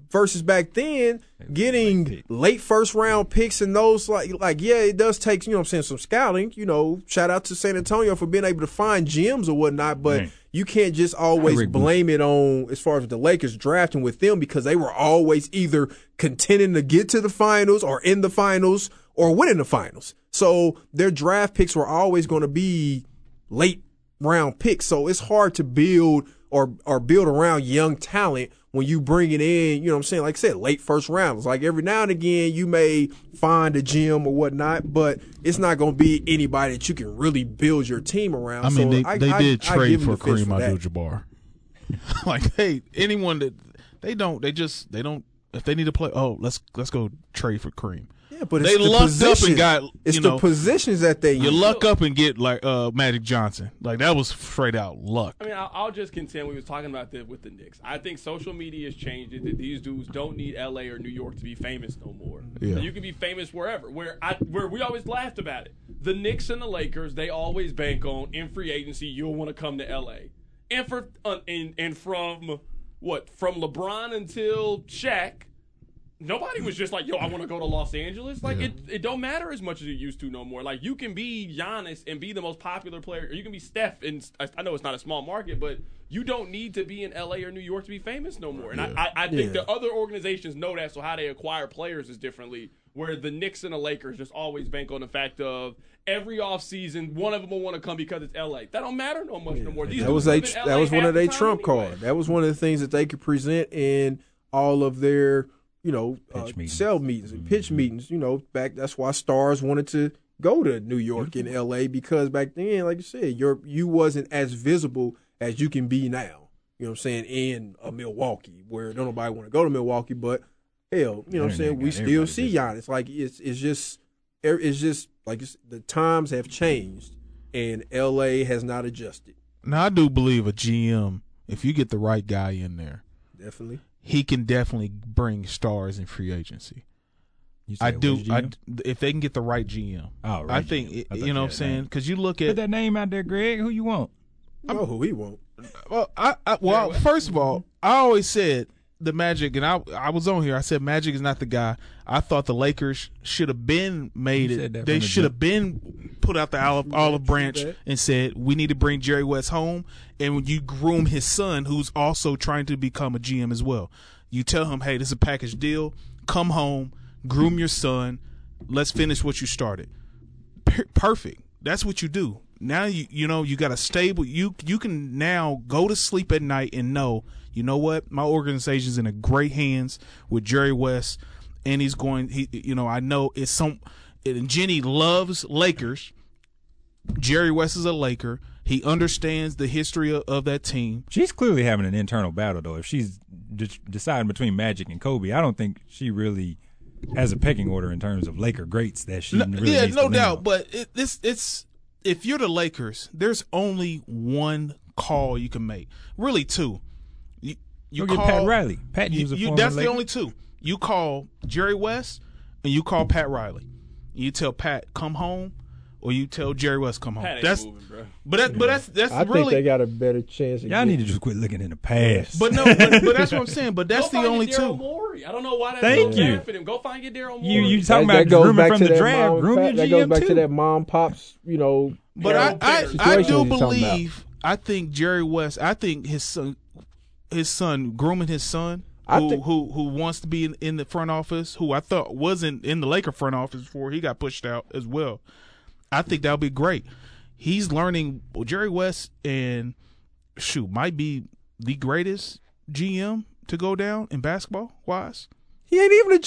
versus back then, getting late, first round picks and those like like yeah, it does take you know what I'm saying some scouting. You know, shout out to San Antonio for being able to find gems or whatnot, but
Man.
you can't just always
Rick Booth.
blame it on as far as the Lakers drafting with them because they were always either contending to get to the finals or in the finals or winning the finals. So their draft picks were always going to be late round picks. So it's hard to build or or build around young talent when you bring it in, you know what I'm saying? Like I said, late first rounds. Like every now and again you may find a gem or whatnot, but it's not gonna be anybody that you can really build your team around.
I mean,
So
they, they did
I
trade
give 'em
for
the fist
Kareem
that.
Abdul-Jabbar. [LAUGHS] like, hey, anyone that they don't, they just they don't. If they need to play, oh, let's let's go trade for Kareem.
Yeah, but
They lucked up and got,
it's
you
the
know,
positions that they
You
use.
luck up and get like uh Magic Johnson. Like that was straight out luck.
I mean, I'll, I'll just contend we was talking about that with the Knicks. I think social media has changed it that these dudes don't need L.A. or New York to be famous no more.
Yeah.
You can be famous wherever. Where I where we always laughed about it. The Knicks and the Lakers, they always bank on in free agency you'll want to come to L.A. And for uh, and, and from what from LeBron until Shaq. Nobody was just like, "Yo, I want to go to Los Angeles." Like it, it don't matter as much as it used to no more. Like you can be Giannis and be the most popular player, or you can be Steph. And I I know it's not a small market, but you don't need to be in L.A. or New York to be famous no more. And I, I, I think
Yeah.
the other organizations know that, so how they acquire players is differently. Where the Knicks and the Lakers just always bank on the fact of every offseason, one of them will want to come because it's L.A. That don't matter no much no more. These
That was
dudes live in
a that
LA
was one
half
of
the
their
time
trump
anyway.
card. That was one of the things that they could present in all of their you know uh,
Pitch meetings. Mm-hmm.
cell meetings and pitch meetings. You know, back that's why stars wanted to go to New York
Mm-hmm.
and L.A. because back then, like you said, your you wasn't as visible as you can be now. You know what I'm saying? In a Milwaukee, where don't nobody want to go to Milwaukee, but hell, you know what I'm
Internet
saying? We
got
still
everybody
see Giannis. Like it's it's just er- it's just like it's, the times have changed, and L.A. has not adjusted.
Now I do believe a GM, if you get the right guy in there,
Definitely.
he can definitely bring stars in free agency.
You
I
said
do.
which
I,
GM?
if they can get the right GM,
Oh, right
I think
GM. I thought
you know what I'm
had a
saying.
name.
Because you look
Put
at
that name out there, Greg. Who you want?
I know who he won't.
well, I, I well, first of all, I always said the Magic, and I I was on here. I said Magic is not the guy. I thought the Lakers should have been made
You said
it.
that
They
from the
should have been put out the olive, olive branch and said we need to bring Jerry West home, and when you groom his son, who's also trying to become a GM as well, you tell him, hey, this is a package deal. Come home, groom your son. Let's finish what you started per- perfect. That's what you do. Now you you know you got a stable. You you can now go to sleep at night and know you know what my organization's in a great hands with Jerry West, and he's going. He you know I know it's some. And Jenny loves Lakers. Jerry West is a Laker. He understands the history of, of that team.
She's clearly having an internal battle, though. If she's de- deciding between Magic and Kobe, I don't think she really has a pecking order in terms of Laker greats that she really
yeah,
needs to
no
lean
doubt.
on.
But it, it's it's if you're the Lakers, there's only one call you can make. Really, two. You, you
Go get
call
Pat Riley. Pat
you,
was a
you-
former
that's
Laker.
the only two. You call Jerry West and you call Pat Riley. You tell Pat come home, or you tell Jerry West come home.
Pat ain't
that's
moving, bro.
but that, but that's that's
I
really.
think they got a better chance. of
Y'all
getting-
need to just quit looking in the past.
but no, but, but that's what I'm saying. But that's
Go
the
find
only
your Daryl
two.
Morey. I don't know why that's
Thank
so
you.
bad for them. Go find your Daryl Morey.
you you talking
that,
about
that goes
grooming
back
from
to
the
that
draft?
mom and
Groom
pop-
your
that
GM
goes back
too.
to that mom pops. You know,
But I, I,
Situation
I
you're
do
talking about.
believe I think Jerry West I think his son his son grooming his son
I
who,
think-
who who wants to be in, in the front office who I thought wasn't in the Laker front office before he got pushed out as well. I think that'll be great. He's learning well, Jerry West and shoot might be the greatest GM to go down in basketball wise.
he ain't even a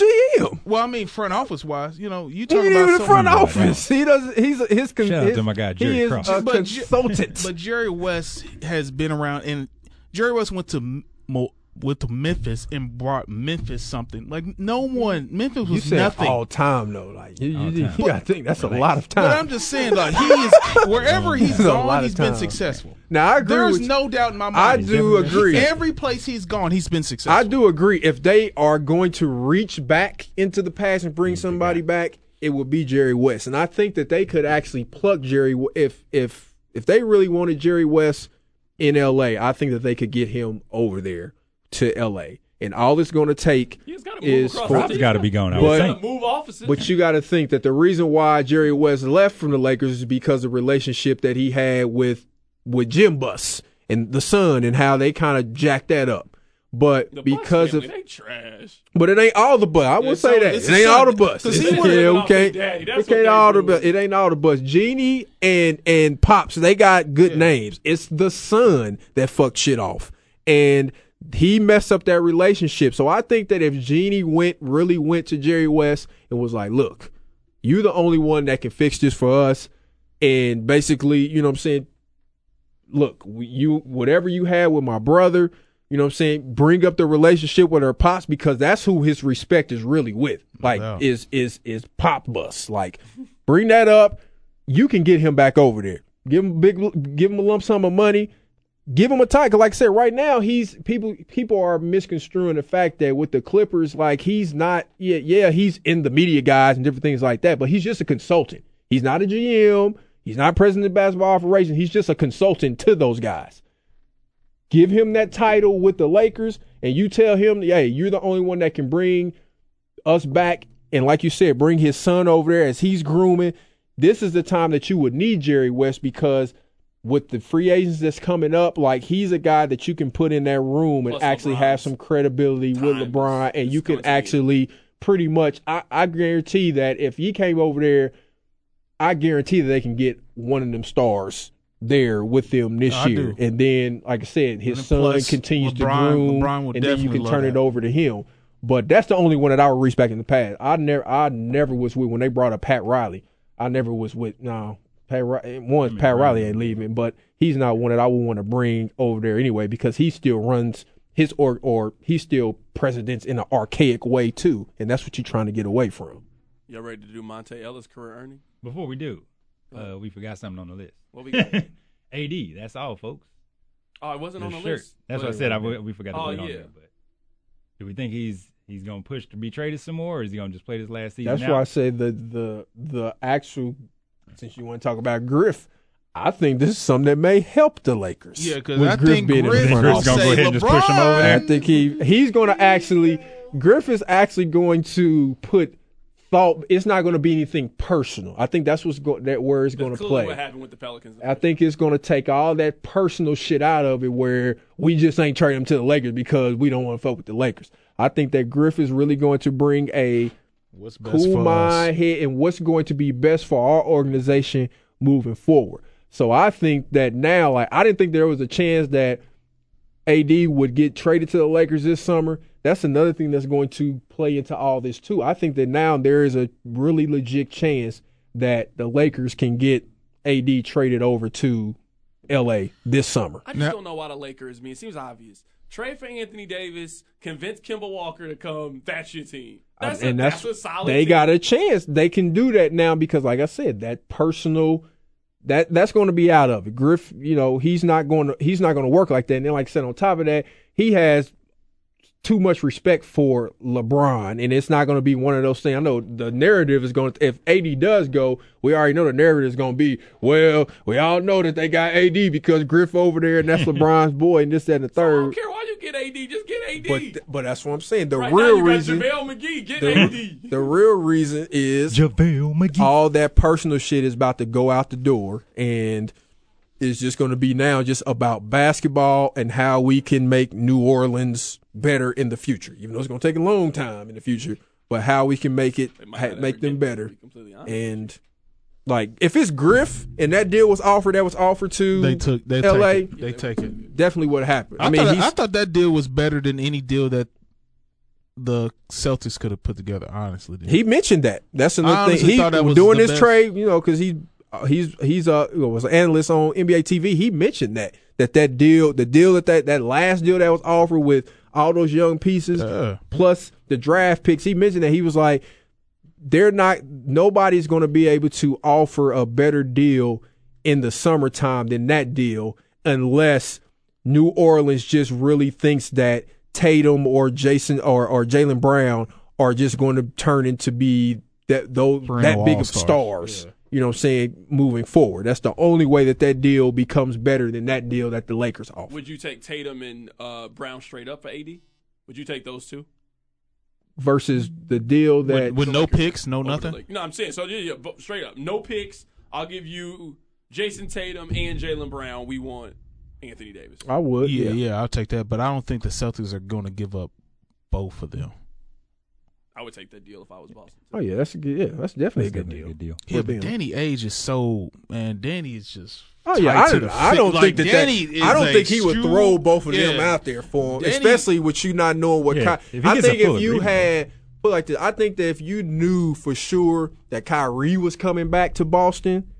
GM.
Well, I mean front office wise, you know, you
He
talking
ain't
about
even the
someone-
front
Right.
office. He does. He's a- his. con-
Shout out
his-
to my guy, Jerry
he is
Cross.
a
But Jer-
consultant.
But Jerry West has been around, and Jerry West went to Mo- went to Memphis and brought Memphis something. Like no one, Memphis
you
was
said
nothing.
all time though. Like you,
All
you,
time.
you got to think that's a lot of
but I'm
time.
just saying, like
[LAUGHS]
he is wherever he's
That's a lot
gone,
of
he's been
time.
successful.
Now I agree.
There is
with you.
no doubt in my
I
mind.
do agree.
Every place he's gone, he's been successful.
I do agree. If they are going to reach back into the past and
Mm,
bring somebody back, it would be Jerry West, and I think that they could actually pluck Jerry W- if if if they really wanted Jerry West in L.A. I think that they could get him over there to L.A. And all it's going to take
He's gotta move
is
across
for
the
Rob's got to be gone. I
But-
would
gotta
think.
move offices.
but you got to think that the reason why Jerry West left from the Lakers is because of the relationship that he had with with Jim Buss and the son and how they kind of jacked that up. But
the Bucks
because of
family, they trash.
but it ain't all the bus. I will
It's
say
all-
that
it's
it ain't all the
something.
bus.
'Cause he
It's-
would've
yeah,
been
okay.
off their daddy. That's
It
what
ain't
they
all the
do.
bus. It ain't all the bus. Genie and and pops. They got good names. It's the son that fucked shit off, and he messed up that relationship. So I think that if Genie went really went to Jerry West and was like, "Look, you the only one that can fix this for us," and basically, you know what I'm saying, look, you whatever you had with my brother, You know what I'm saying? Bring up the relationship with her pops because that's who his respect is really with. Like
doubt.
is is is pop bus. Like bring that up. You can get him back over there. Give him a big give him a lump sum of money. Give him a tie. 'Cause Like I said, right now he's people people are misconstruing the fact that with the Clippers, like he's not yeah, yeah, he's in the media guys and different things like that, but he's just a consultant. He's not a GM. He's not president of basketball operations. He's just a consultant to those guys. Give him that title with the Lakers, and you tell him, hey, you're the only one that can bring us back. And like you said, bring his son over there as he's grooming. This is the time that you would need Jerry West because with the free agents that's coming up, like he's a guy that you can put in that room and
Plus
actually have
LeBron's
some credibility with
time
LeBron, and
is
you
going to
can
be-
actually pretty much, I, I guarantee that if he came over there, I guarantee that they can get one of them stars there with them this
I
year.
do.
And then, like I said, his
And
son
plus,
continues
LeBron-
to groom,
LeBron would
and then you
definitely
can
love
turn it
that.
over to him. But that's the only one that I would reach back in the past. I never, I never was with when they brought up Pat Riley. I never was with no Pat. Ri- eh, One, Pat Riley ain't leaving, but he's not one that I would want to bring over there anyway because he still runs his or or he's still presidents in an archaic way too, and that's what you're trying to get away from.
Y'all ready to do Monte Ellis career earning?
[LAUGHS] Before we do, uh, we forgot something on the list.
What
[LAUGHS]
we got?
AD, that's all, folks.
oh, it wasn't on
The
the
shirt.
list.
That's
But-
what I said. I, we we forgot to
Oh,
put it on
yeah.
there. But do we think he's he's gonna push to be traded some more, or is he gonna just play this last season?
That's
out?
why I say the the the actual. Since you want to talk about Griff, I think this is something that may help the Lakers.
Yeah, because
with
I think
being in the
Griff
front
Griff's
will
office.
gonna go
say,
ahead and just push him over
I
there.
"LeBron,
think he he's going to actually Griff is actually going to put thought. It's not going to be anything personal. I think that's what's go, that where it's going
That's
to
clearly what
play.
happened with the Pelicans.
I think it's going to take all that personal shit out of it, where we just ain't trading him to the Lakers because we don't want to fuck with the Lakers. I think that Griff is really going to bring a
What's best
cool
for us?
mind head and what's going to be best for our organization moving forward. So I think that now, like I didn't think there was a chance that AD would get traded to the Lakers this summer. That's another thing that's going to play into all this too. I think that now there is a really legit chance that the Lakers can get AD traded over to LA this summer.
I just
Now-
don't know why the Lakers. I mean, it seems obvious. Trade for Anthony Davis, convince Kimball Walker to come. That's your team. That's,
Um, and
a,
that's,
that's, a solid.
they
team.
got a chance. They can do that now because, like I said, that personal that that's going to be out of it. Griff, you know, he's not going to he's not going to work like that. And then, like I said, on top of that, he has too much respect for LeBron, and it's not going to be one of those things. I know the narrative is going to if AD does go, we already know the narrative is going to be well. We all know that they got AD because Griff over there,
[LAUGHS]
and that's LeBron's boy, and this that, and the
I don't
third.
care why you get AD. Just get AD.
But th- but that's what I'm saying. The
right
real
now you
reason,
got JaVale McGee. Get
the,
AD.
the real reason is
JaVale McGee.
All
all that personal shit is about to go out the door and it's just going to be now just about basketball and how we can make New Orleans better in the future. Even though it's going to take a long time in the future, but how we can make it
They might
ha-
not ever
make them
get there,
better.
to be completely honest.
And like if it's Griff and that deal was offered that was offered to
They took. They
LA,
take. It. They take it.
definitely what happened. I,
I,
mean,
thought,
he's,
I thought that deal was better than any deal that the Celtics could have put together. Honestly, dude.
he mentioned that. That's
I
another thing.
honestly
He
thought that was
doing
the
this
best.
trade, you know, because he uh, he's he's uh was an analyst on NBA TV. He mentioned that that that deal, the deal that that, that last deal that was offered with all those young pieces
Yeah.
plus the draft picks. He mentioned that he was like, they're not nobody's going to be able to offer a better deal in the summertime than that deal unless New Orleans just really thinks that Tatum or Jason or or Jalen Brown are just going to turn into be that those
Perennial
that big of
all-stars.
stars. You know what I'm saying? Moving forward, that's the only way that that deal becomes better than that deal that the Lakers offer.
Would you take Tatum and uh, Brown straight up for AD? Would you take those two?
Versus the deal that
with, with no picks, no Oh, nothing.
No, I'm saying so. Yeah, yeah, but straight up, no picks. I'll give you Jason Tatum and Jalen Brown. We want Anthony Davis.
I would.
Yeah,
yeah.
yeah, I'll take that. But I don't think the Celtics are going to give up both of them.
I would take that deal if I was Boston.
Oh yeah, that's a good. Yeah, that's definitely a good deal.
Good deal.
Yeah, but
them.
Danny Age is so man. Danny is just.
Oh yeah,
tied
I
to
don't,
the
I
fi-
don't
like,
think that,
Danny
that
is
I don't
a
think he would
shoe-
throw both of them
Yeah.
out there for him,
Danny-
especially with you not knowing what.
Yeah,
Ky-
if he
I
gets a
think
full
if you
agreement, though.
had put like this, I think that if you knew for sure that Kyrie was coming back to Boston,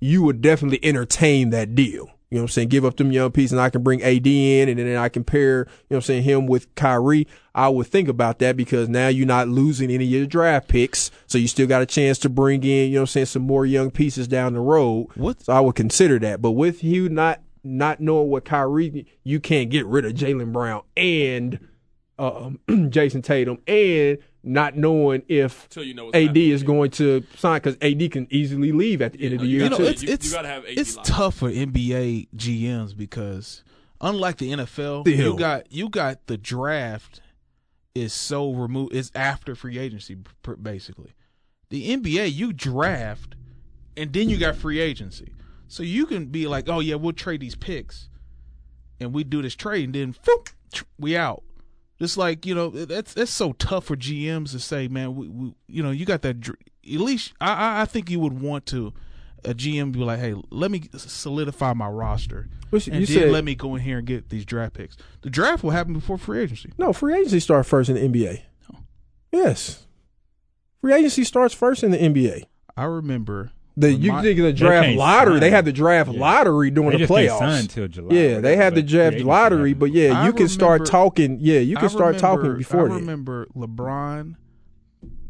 you would definitely entertain that deal.
You know what I'm saying? Give up them young pieces and I can bring AD in and then I can pair, you know what I'm saying, him with Kyrie. I would think about that because now you're not losing any of your draft picks. So you still got a chance to bring in, you know what I'm saying, some more young pieces down the road.
What-
So I would consider that. But with you not not knowing what Kyrie, you can't get rid of Jalen Brown and um, [CLEARS THROAT] Jason Tatum and not knowing if
Till you know what's
AD
happening.
is going to sign because AD can easily leave at the end of the
you
year
gotta-
too.
you-
it's
you
it's,
gotta have AD
it's
locked.
tough for NBA GMs because unlike the NFL,
Still.
you got you got the draft is so removed. It's after free agency pr- basically. The NBA you draft and then you got free agency, so you can be like, oh yeah, we'll trade these picks, and we do this trade, and then phoop, tch, we out. Just like you know, that's that's so tough for GMs to say, man. We, we you know, you got that. dr- At least I, I I think you would want to a GM be like, hey, let me solidify my roster,
Which
and
you
then
said-
let me go in here and get these draft picks. The draft will happen before free agency.
No, free agency starts first in the NBA. Yes, free agency starts first in the NBA.
I remember
The
when
you
my-
think of the draft
can't
lottery?
sign.
They have the draft
Yeah.
lottery during
They
the
just can't
playoffs.
sign till July.
yeah, they have the
But
draft
free agency
lottery,
happens.
but yeah, you
I
can start
remember-
talking. Yeah, you
I
can start talking
remember-
before
I
then.
remember LeBron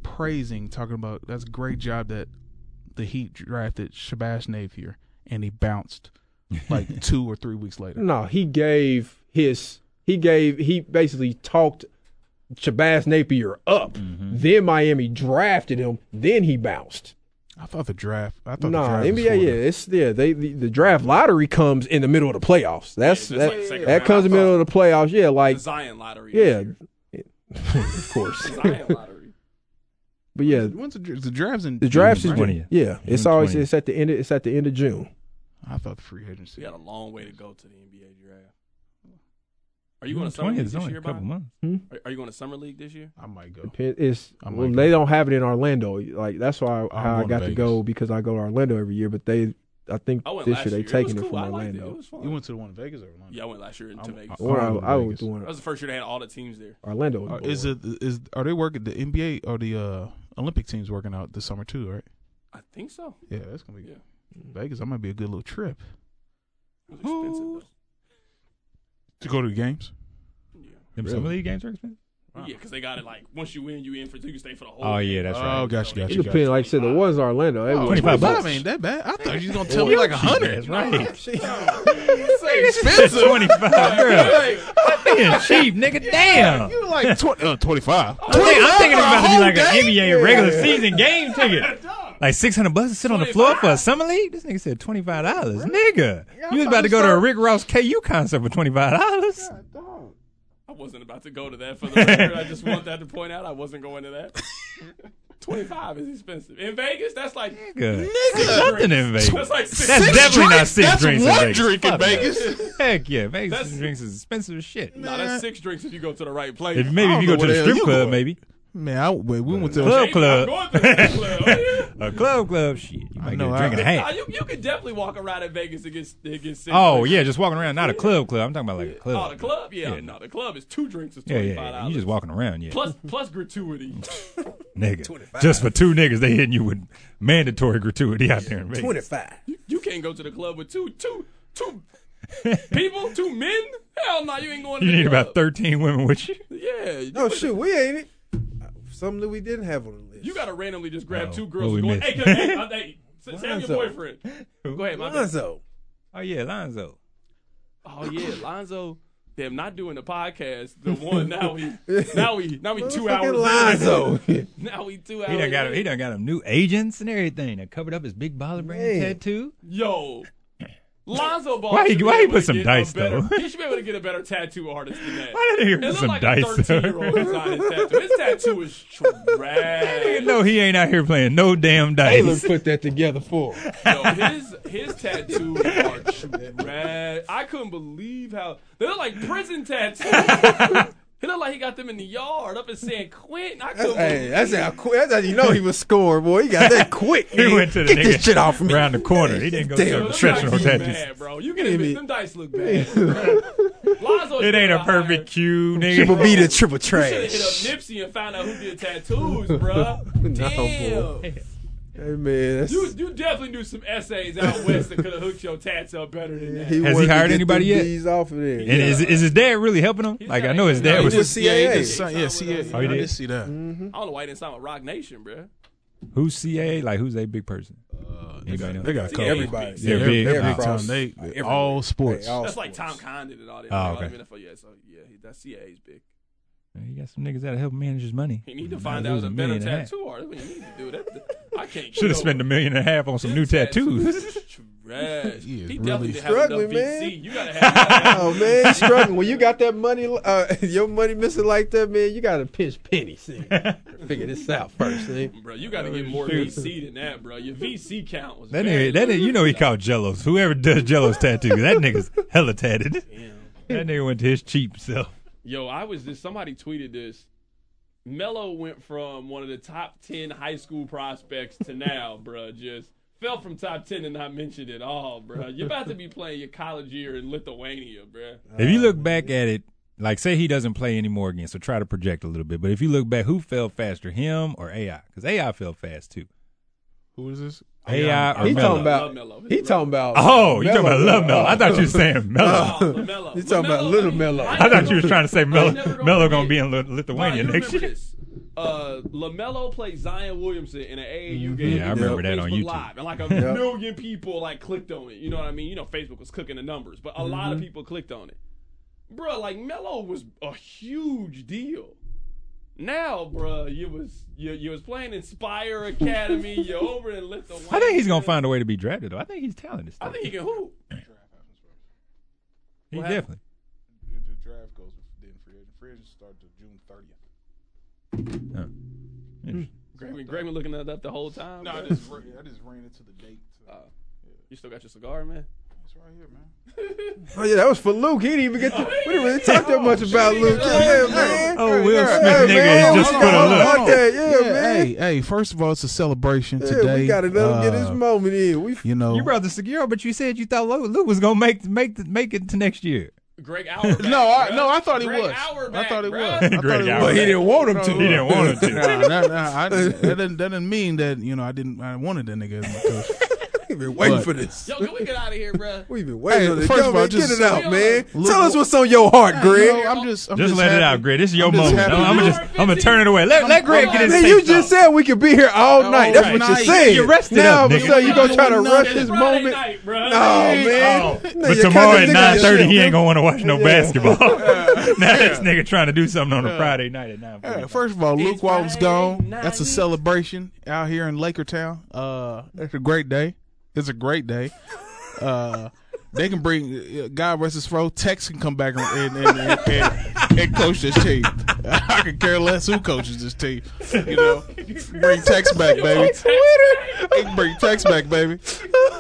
praising, talking about that's a great job that the Heat drafted Shabazz Napier, and he bounced
[LAUGHS]
like two or three weeks later.
No, he gave his. He gave. He basically talked Shabazz Napier up. Then Miami drafted him. Then he bounced.
I thought the draft. I thought
No,
the draft was for
NBA, yeah,
the-
it's yeah. They the, the draft lottery comes in the middle of the playoffs. That's
Yeah, it's
that,
like the second
that
round.
comes in the middle of the playoffs. Yeah,
The
like
Zion lottery.
yeah, [LAUGHS]
this year.
of course.
The [LAUGHS] Zion lottery.
But yeah,
When's the, dra- the draft's in
the draft's
June,
is
right?
June. 20th.
yeah. It's
June
always
20th.
it's at the end. Of, it's at the end of June.
I thought the free agency.
We got a long way to go to the NBA draft. Are you
June
going to summer
20th
league
is
this
only
year,
a couple
Bob?
months.
Are, are you going to summer league this year?
I might go.
Depend- It's
I might
well,
go.
they don't have it in Orlando. Like that's why I,
I'm
how I
going to
got to
Vegas.
go because I go to Orlando every year. But they, I think
I went
this
last
year they
year.
taking it,
was
from
cool. I liked
Orlando.
It. It was fun.
You went to the one in Vegas or Orlando?
yeah, I went last year into
I'm-
Vegas.
I'm-
That
Or I,
I'm going to
I was
Vegas.
doing
was the first year they had all the teams there.
Orlando.
Are,
was
is
boring.
it is are they working the NBA or the uh, Olympic teams working out this summer too? Right?
I think so.
Yeah, that's gonna be
Yeah.
Vegas. That might be a good little trip
It was expensive though.
to go to the games.
Yeah.
Them
Really?
summer league games are expensive.
Yeah, 'cause because they got it like once you win, you in for you can stay for the whole.
Oh
game.
yeah, that's
Oh,
right.
gotcha,
It
gotcha, gotcha.
depends. Like I said, it was
Oh,
Orlando. It was-
25 bucks.
Oh,
ain't that bad. I thought you was gonna tell me like a hundred. Oh,
That's
[LAUGHS]
right. [LAUGHS]
Expensive. [LAUGHS]
Twenty five, girl. Damn, cheap, nigga. Damn.
You like tw- uh, twenty five.
I'm thinking, I'm thinking it's about to be like
Whole
an
day?
NBA regular season game ticket. Like 600 bucks to sit on the floor for a summer league? This nigga said $25. Nigga, you was about to go to a Rick Ross KU concert for $25?
I wasn't about to go to that for
[LAUGHS]
the record. I just want that to point out I wasn't going to that. [LAUGHS] Twenty five is expensive in Vegas. That's like
Nigga. That's something in Vegas.
that's like six.
That's definitely not
drinks?
six
That's
drinks
one
in Vegas.
drink in
Fuck that.
Vegas.
Heck yeah, Vegas
That's-
drinks is expensive as shit.
nah, that's six drinks if you go to the right place.
If maybe
I
if you
don't
go to
know
the
where
strip
the hell you
club,
going.
maybe.
Man, I, we, we went to
Club
Maybe I'm
club.
going to the
[LAUGHS]
club. Oh, yeah.
A club club, shit. You might
know
get a
I-
drink and a
Nah,
half.
you, you could definitely walk around at Vegas and get, and get six.
[LAUGHS] Oh,
drinks.
yeah, just walking around. Not a club club. I'm talking about like a club.
Oh, the club? Yeah,
Yeah.
no, the club is two drinks is
Yeah, yeah,
twenty five
yeah.
dollars.
You just walking around, yeah.
plus plus gratuity.
nigga. Just for two niggas, they hitting you with mandatory gratuity out there in Vegas.
Twenty-five.
You can't go to the club with two two two people, two men. Hell no, you ain't going. To
You
the
need
club.
about 13 women with you.
Yeah.
No, shoot, Oh, we ain't it. Something that we didn't have on the list.
You gotta randomly just grab
Uh-oh.
two
What
girls
we
and go, hey,
missed?
can,
[LAUGHS]
hey, uh, hey, say- say I'm your
Lonzo.
boyfriend. Go ahead, my bad.
Lonzo.
Oh, yeah, Lonzo.
Oh yeah, Lonzo. Them not doing the podcast. The one now
[LAUGHS]
we now we now we two hours.
Fucking
in.
Lonzo.
[LAUGHS] Now we two hours.
He done, got
in.
him, he done got him new agents and everything that covered up his big baller brand
Man.
tattoo. [CLEARS THROAT]
Yo. Lonzo Ball.
Why he-
should be
why he
able
put
to
some
get a
dice,
better-
though?
He should be able to get a better tattoo artist than that.
Why did he
It
get
look
some
like
dice?
a 13 year old designed his tattoo. His tattoo is
[LAUGHS]
trash.
no, he ain't out here playing no damn dice.
put that together for.
Yo, his his tattoos are trash. I couldn't believe how they look like prison tattoos. he looked like he got them in the yard up in San Quentin. I couldn't.
Hey, that's how quick. That's how you know he was scoring, boy. He got that quick.
[LAUGHS] [LAUGHS] He went to the
Get
nigga
this shit off me.
around the corner. He didn't go
Damn,
to
believe-
a
Yo, them
professional
dice look
tattoo.
bad, bro. You can admit
mean-
them dice look bad. bro. Lonzo
It ain't a perfect cue,
Triple
nigga.
B to triple
Should have hit up
trash.
[LAUGHS] Nipsey and found out who did tattoos, bro. Damn.
boy. Hey man, that's,
You you definitely do some essays
[LAUGHS]
out west that could have hooked your tats up better than that.
Has he
wanted to
hired
get
anybody
them
yet?
D's off of there.
And is is his dad really helping him?
He's
Like
got
I know his
eight
dad
million.
was.
He
just-
Yeah, he
CIA.
did sign- yeah, CIA.
Oh, he
I
did?
did see that.
I don't know why he didn't sign with Rock Nation, bro.
Who's CA? Like who's a big person? Anybody know?
They got
covered.
Everybody.
They're big.
They're
They're
big
big.
time. They,
Everywhere.
all sports.
Hey, all
That's like Tom
sports.
Condon and all that.
Oh,
All
okay.
the NFL. Yeah, so yeah, he- that CAA's big.
He got some niggas that help manage his money.
He need to
Might
find
as
out
well
a
use
better
million and a half.
tattoo artist. What you need to do that. I can't.
Should have spent a million and a half on some new tattoos.
Trash.
He
He,
is
definitely
really
didn't have enough
struggling, man.
VC. You gotta
[LAUGHS]
have.
Oh man, you struggling. When you got that money, uh, [LAUGHS] your money missing like that, man, you gotta pinch
[LAUGHS]
pennies. see. Figure this out first. see.
Bro, you got to get more VC than that, bro. Your VC count was
[LAUGHS] That
bad.
nigga, that nigga, you know he called Jellos. Whoever does Jellos tattoo, that nigga's hella tatted. That nigga went to his cheap self.
Yo, I was just somebody tweeted this. Melo went from one of the top ten high school prospects to now, [LAUGHS] bro. Just fell from top ten and not mentioned at all, bro. You're about to be playing your college year in Lithuania,
[LAUGHS]
bro.
If you look back at it, like say he doesn't play anymore again, so try to project a little bit. But if you look back, who fell faster, him or AI? Because AI fell fast too.
Who is this?
AI or
He
Melo?
talking about.
Love Melo.
He talking about.
oh, you talking about
Melo.
Love Melo? I thought you were saying Melo.
Oh, LaMelo.
You talking about
LaMelo,
Little
I mean,
Melo.
I
I thought
never-
you was trying to say Melo.
never gonna
Melo gonna
forget.
be in Lit-
Brian,
Lithuania
you
next
remember
year.
this? Uh, Lamelo played Zion Williamson in an AAU game.
Mm-hmm. Yeah, I remember that on
Facebook
YouTube.
Live, and like a million people like clicked on it. You know what I mean? You know, Facebook was cooking the numbers, but a lot
Mm-hmm.
of people clicked on it. Bro, like Melo was a huge deal. Now, bro, you was you, you was playing Inspire
[LAUGHS]
Academy. you're over in Lithuania.
I think he's gonna find a way to be drafted though. I think he's talented.
I
Still.
think he can hoop.
He
What
definitely.
The draft goes then free agent. Free agents start to June thirtieth.
Interesting.
Grayman, Grayman looking that up the whole time.
No, I
bruh.
just ra- I just ran into the date.
Uh, you still got your cigar, man.
It's right here, man.
Oh yeah, that was for Luke. He didn't even get. To, we didn't really talk that much about Luke. Yeah, man.
Oh, Will
Yeah,
Smith nigga
man,
just
we
put a
got
look.
about that. Yeah, man.
Hey, hey, first of all, it's a celebration
Yeah,
today.
we gotta let him get his
Uh,
moment in. We
You know,
You brought the Seguro, but you said you thought Lu- Luke was gonna make make the, make it to next year.
Greg Auerbach.
No, I-
bruh.
no, I thought he
Greg
was.
Auerbach,
I thought he
bruh.
was. [LAUGHS] I thought
Greg
he was.
Auerbach. He
didn't want him to.
He didn't want him to.
[LAUGHS] Nah, nah, nah, I, that, doesn't, that doesn't mean that you know I didn't. I wanted that nigga as my coach.
We've been waiting
But-
for this.
Yo, can we get out of here,
[LAUGHS]
bro?
We've been waiting
Hey,
on this.
first
Yo,
of all,
man,
just-
get it out,
Yo,
man.
Luke-
Tell us what's on your heart, [LAUGHS] Greg.
You know, I'm just, I'm
Just, let it
happy-
out, Greg. This is your
I'm just
moment.
happy-
I'm, I'm
You
just
are
I'm gonna
15.
turn it away. Let, let Greg get his
Man,
takes
you just
off.
said we could be here all night. That's what you
night.
said.
You rested
now,
up,
all of a
nigga.
sudden you gonna try to
Friday
rush
It's
this
Friday
moment.
night, bro.
No, man. No,
Oh. But
you
tomorrow at
kinda
nine
niggas
thirty,
yourself.
he ain't gonna want to watch no basketball. [LAUGHS] now this nigga trying to do something on a Friday night at nine.
Hey, first of all, Luke
It's
Wall was
Friday
gone.
night.
That's a celebration out here in Laker Town. Uh, it's a great day. It's a great day. Uh, they can bring uh, God rest his soul. Tex can come back and and, and, and, and coach this team. [LAUGHS] I could care less who coaches this team. You know, bring Tex back, baby. They can bring Tex back, baby.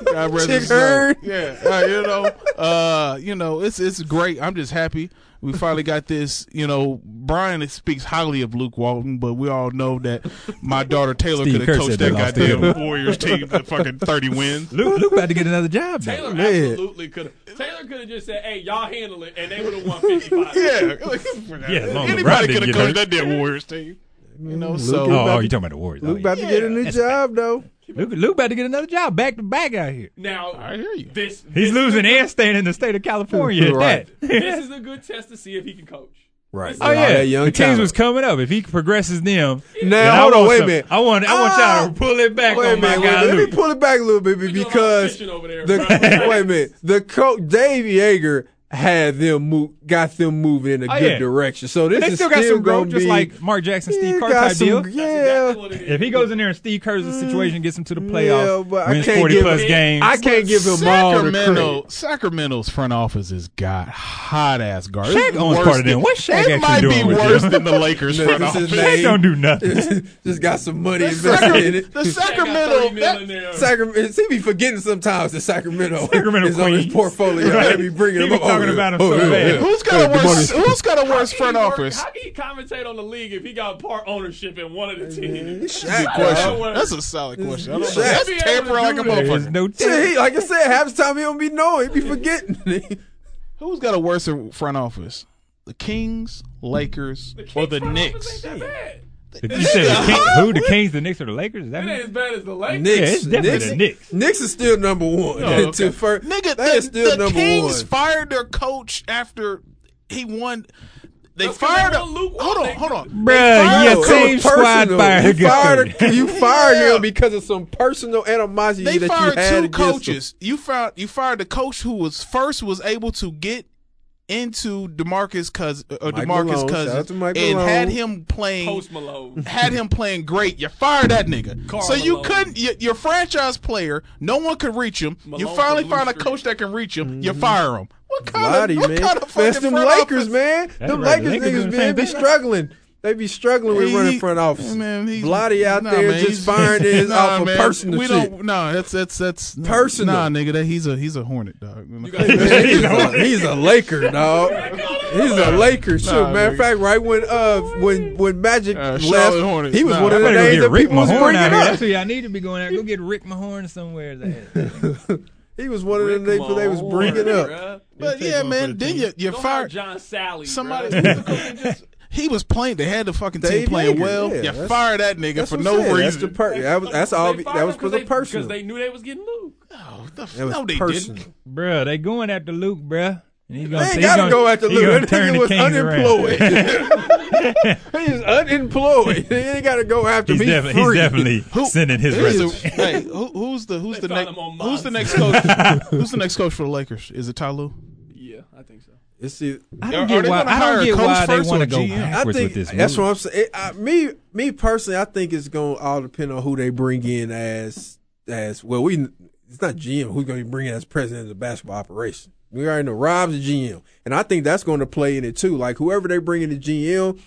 God rest his
Chick
soul.
Hearn.
Yeah, uh, you know, uh, you know, it's it's great. I'm just happy we finally got this. You know, Brian speaks highly of Luke Walton, but we all know that my daughter Taylor
Steve
could
Kerr
have coached
said they
that
lost
goddamn
to
Warriors team to fucking 30 wins.
Luke, Luke about to get another job. though.
Taylor
Man.
absolutely could have. Taylor could have just said, "Hey, y'all handle it," and they would have won fifty-five.
[LAUGHS]
Yeah,
Yeah, as long as LeBron
anybody
didn't
could have
get
coached
hurt.
that damn Warriors team.
Mm,
You know,
Oh,
so
oh, you talking about the Warriors?
Luke
oh,
about
yeah.
to get a new job though.
Luke, Luke about to get another job back to back out here.
Now
I hear you.
This
He's losing and staying in the state of California. [LAUGHS] at
Right.
that.
this is a good test to see if he can coach.
Right.
Oh yeah,
that young
the teams
talent.
was coming up. If he progresses them, then
Now hold
I
on,
want
wait
some-
a minute.
I want I want
Ah!
y'all to pull it back
Wait a
on Oh my
minute, wait a
guy
minute. Let me
Luke.
pull it back a little bit
You're doing a lot of
because
fishing over there, bro.
[LAUGHS]
the [LAUGHS] wait a minute. The coach Dave Yeager had them move, got them moving in a
Oh,
good
yeah.
direction. So this
They
is
still got some growth,
gonna
just
be-
like Mark Jackson, Steve
Yeah,
Kerr
got
type
some-
deal.
That's
Yeah.
exactly what it is.
If he goes in there and Steve Kerr's the situation, gets him to the
Yeah,
playoffs,
but I
wins
can't
forty
give
plus
him-
games.
I can't give him all the
Sacramento,
credit.
Sacramento's front office has got hot ass guards.
Shaq owns
Worse
part of
than-
them. What's Shaq
it
actually
might
doing
be
with
worse
them?
than the
[LAUGHS]
Lakers
Look,
front
this is
office.
Shaq don't do nothing.
[LAUGHS] Just got some money invested in it.
Sacramento, the
They got 30
Sacramento,
mil
that-
in there.
Sacramento. See, be forgetting sometimes that Sacramento,
[LAUGHS] Sacramento
is on his
Queens.
portfolio.
Right.
They be bringing
He
him
be
up. Oh,
talking
yeah.
about him so bad.
[LAUGHS]
Who's got a
Hey,
worse?
Demarcus.
Who's got a worse front
How can he work-
office?
How can he commentate on the league if he got part ownership in one of the teams? [LAUGHS]
Shaq,
question.
dog.
That's a solid question. I don't know.
Shaq.
That's tampering like a
There's
motherfucker.
[LAUGHS]
no
Yeah,
team.
he, like I said, half the time he don't be knowing. He be forgetting. [LAUGHS]
Who's got a worse front office? The Kings, Lakers, or
Front
the
office
Knicks?
ain't that bad.
The, you said the King, who? The Kings, the Knicks, or the Lakers? Is that
It
who?
ain't as bad as the Lakers.
Yeah, it's
Knicks,
definitely
Knicks,
the Knicks. Oh,
Knicks is still number one.
[LAUGHS]
okay.
To fir-
Nigga,
that is
the,
still
the
number
Kings
one.
fired their coach after he won. They
That's 'cause
fired
they
him.
won Luke
Hold on,
Walton.
hold on.
Bruh,
No,
your
it
team
was
squad
personal.
fired [LAUGHS]
You fired,
him.
you fired
Yeah.
him because of some personal animosity
They
that
fired
you had
two
against him.
coaches. You found you fired the coach who was first was able to get into DeMarcus Cousins, uh, DeMarcus
Mike Malone. Shout out
Cousins,
to
and
Mike
had
Malone.
him playing
Post
[LAUGHS]
Malone.
had him playing great, you fired that nigga.
Karl
so you
Malone.
couldn't. You, your franchise player, no one could reach him. you
Malone
finally
could lose
find a
streak.
coach that can reach him. You fire him. What kind
Mm-hmm. Lottie,
of what
man.
kind of
That's
fucking
them
front
Lakers,
office?
man.
That's
them
right, the
Lakers,
Lakers doing
niggas,
the
man,
same
be
thing.
struggling. They be struggling with
He-
running front office.
Yeah, man, he's-
Vladdy out
nah,
there
man,
just
he's- [LAUGHS]
firing his
nah,
off of
man,
personal
we
shit.
Don't, no, that's that's that's nah,
Personal.
Nah, nigga, that he's a he's a hornet dog. [LAUGHS]
Man, he's, a, he's a Laker, dog. He's a Laker. Shoot,
Nah,
matter of
nigga.
fact, right when uh when when Magic
Uh,
left,
Charlotte Hornets.
he was
Nah,
one
I
of the
better go
names
get
that
Rick
people was
Mahorn
bringing
out here.
up.
That's who y'all need to be going at. Go get Rick Mahorn somewhere.
He was one of the names that they was bringing up.
But yeah, man, then you you
Don't hire
fired
John Sally.
somebody.
bruh. [LAUGHS]
He was playing. They had the fucking team
Dave
playing
Yeager,
well.
yeah,
you
that's-
fired that nigga
That's
for
what
no
I'm saying. That's the
reason.
per- that was that's all.
They
That was
fired him
for the
they-
personal.
they knew they was getting Luke.
What the f-
That was
no, they
personal.
[LAUGHS]
didn't.
Bruh, they going after Luke, bruh. And he's gonna,
They ain't
he's
gotta
gonna-
go after
he
Luke.
gonna
That
turn
nigga
the
was
Kings around.
unemployed. he's unemployed. He ain't gotta go
[LAUGHS]
after
He's,
me.
defi- he's
free. [LAUGHS]
definitely
Who-
sending his
who's the-
resume.
hey, who, who's the who's
They
the
found
next
him on
who's the next
Monster.
coach?
[LAUGHS]
who's the next coach for the Lakers? Is it Tyloo?
Yeah, I think so.
It's either-
I
Are-
don't
are
get
they
why.
gonna
I
hire a
don't get
coach
why they
first or
want to go
GM? I
I
backwards
think
with this.
that's
move.
what I'm saying. It- I, me, me personally, I think it's going to all depend on who they bring in as as well. We it's not GM who's going to bring in as president of the basketball operation. We already know Rob's the GM, and I think that's going to play in it too. Like whoever they bring in the GM,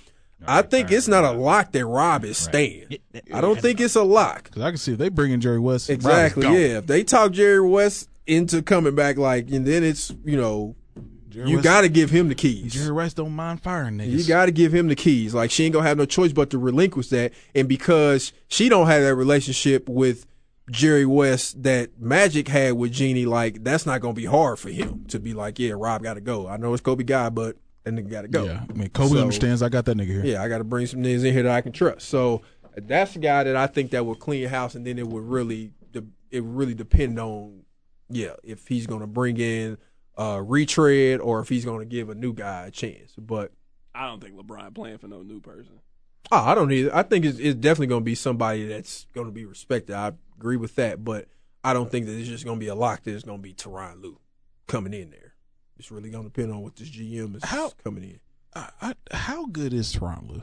I think it's not a lock that Rob is staying. I don't think it's a lock.
Because I can see if they bring in Jerry West. Rob is
Exactly.
gone.
Yeah. If they talk Jerry West into coming back, like, and then it's you know
Jerry
you
West-
got to give him the keys.
Jerry West don't mind firing niggas.
You got to give him the keys. Like she ain't gonna have no choice but to relinquish that. And because she don't have that relationship with Jerry West that Magic had with Jeannie, like that's not gonna be hard for him to be like, yeah, Rob got to go. I know it's Kobe guy, but that nigga got to go.
Yeah, I mean Kobe
So-
understands. I got that nigga here.
Yeah, I got to bring some niggas in here that I can trust. So that's the guy that I think that would clean house, and then it would really, de- it would really depend on, yeah, if he's gonna bring in uh retread or if he's gonna give a new guy a chance, but.
I don't think LeBron playing for no new person.
Oh, I don't either. I think it's, it's definitely going to be somebody that's going to be respected. I agree with that, but I don't think that it's just going to be a lock. That it's going to be Teron Lou coming in there. It's really going to depend on what this GM is
How-
coming in.
I, I, how good is Toronto?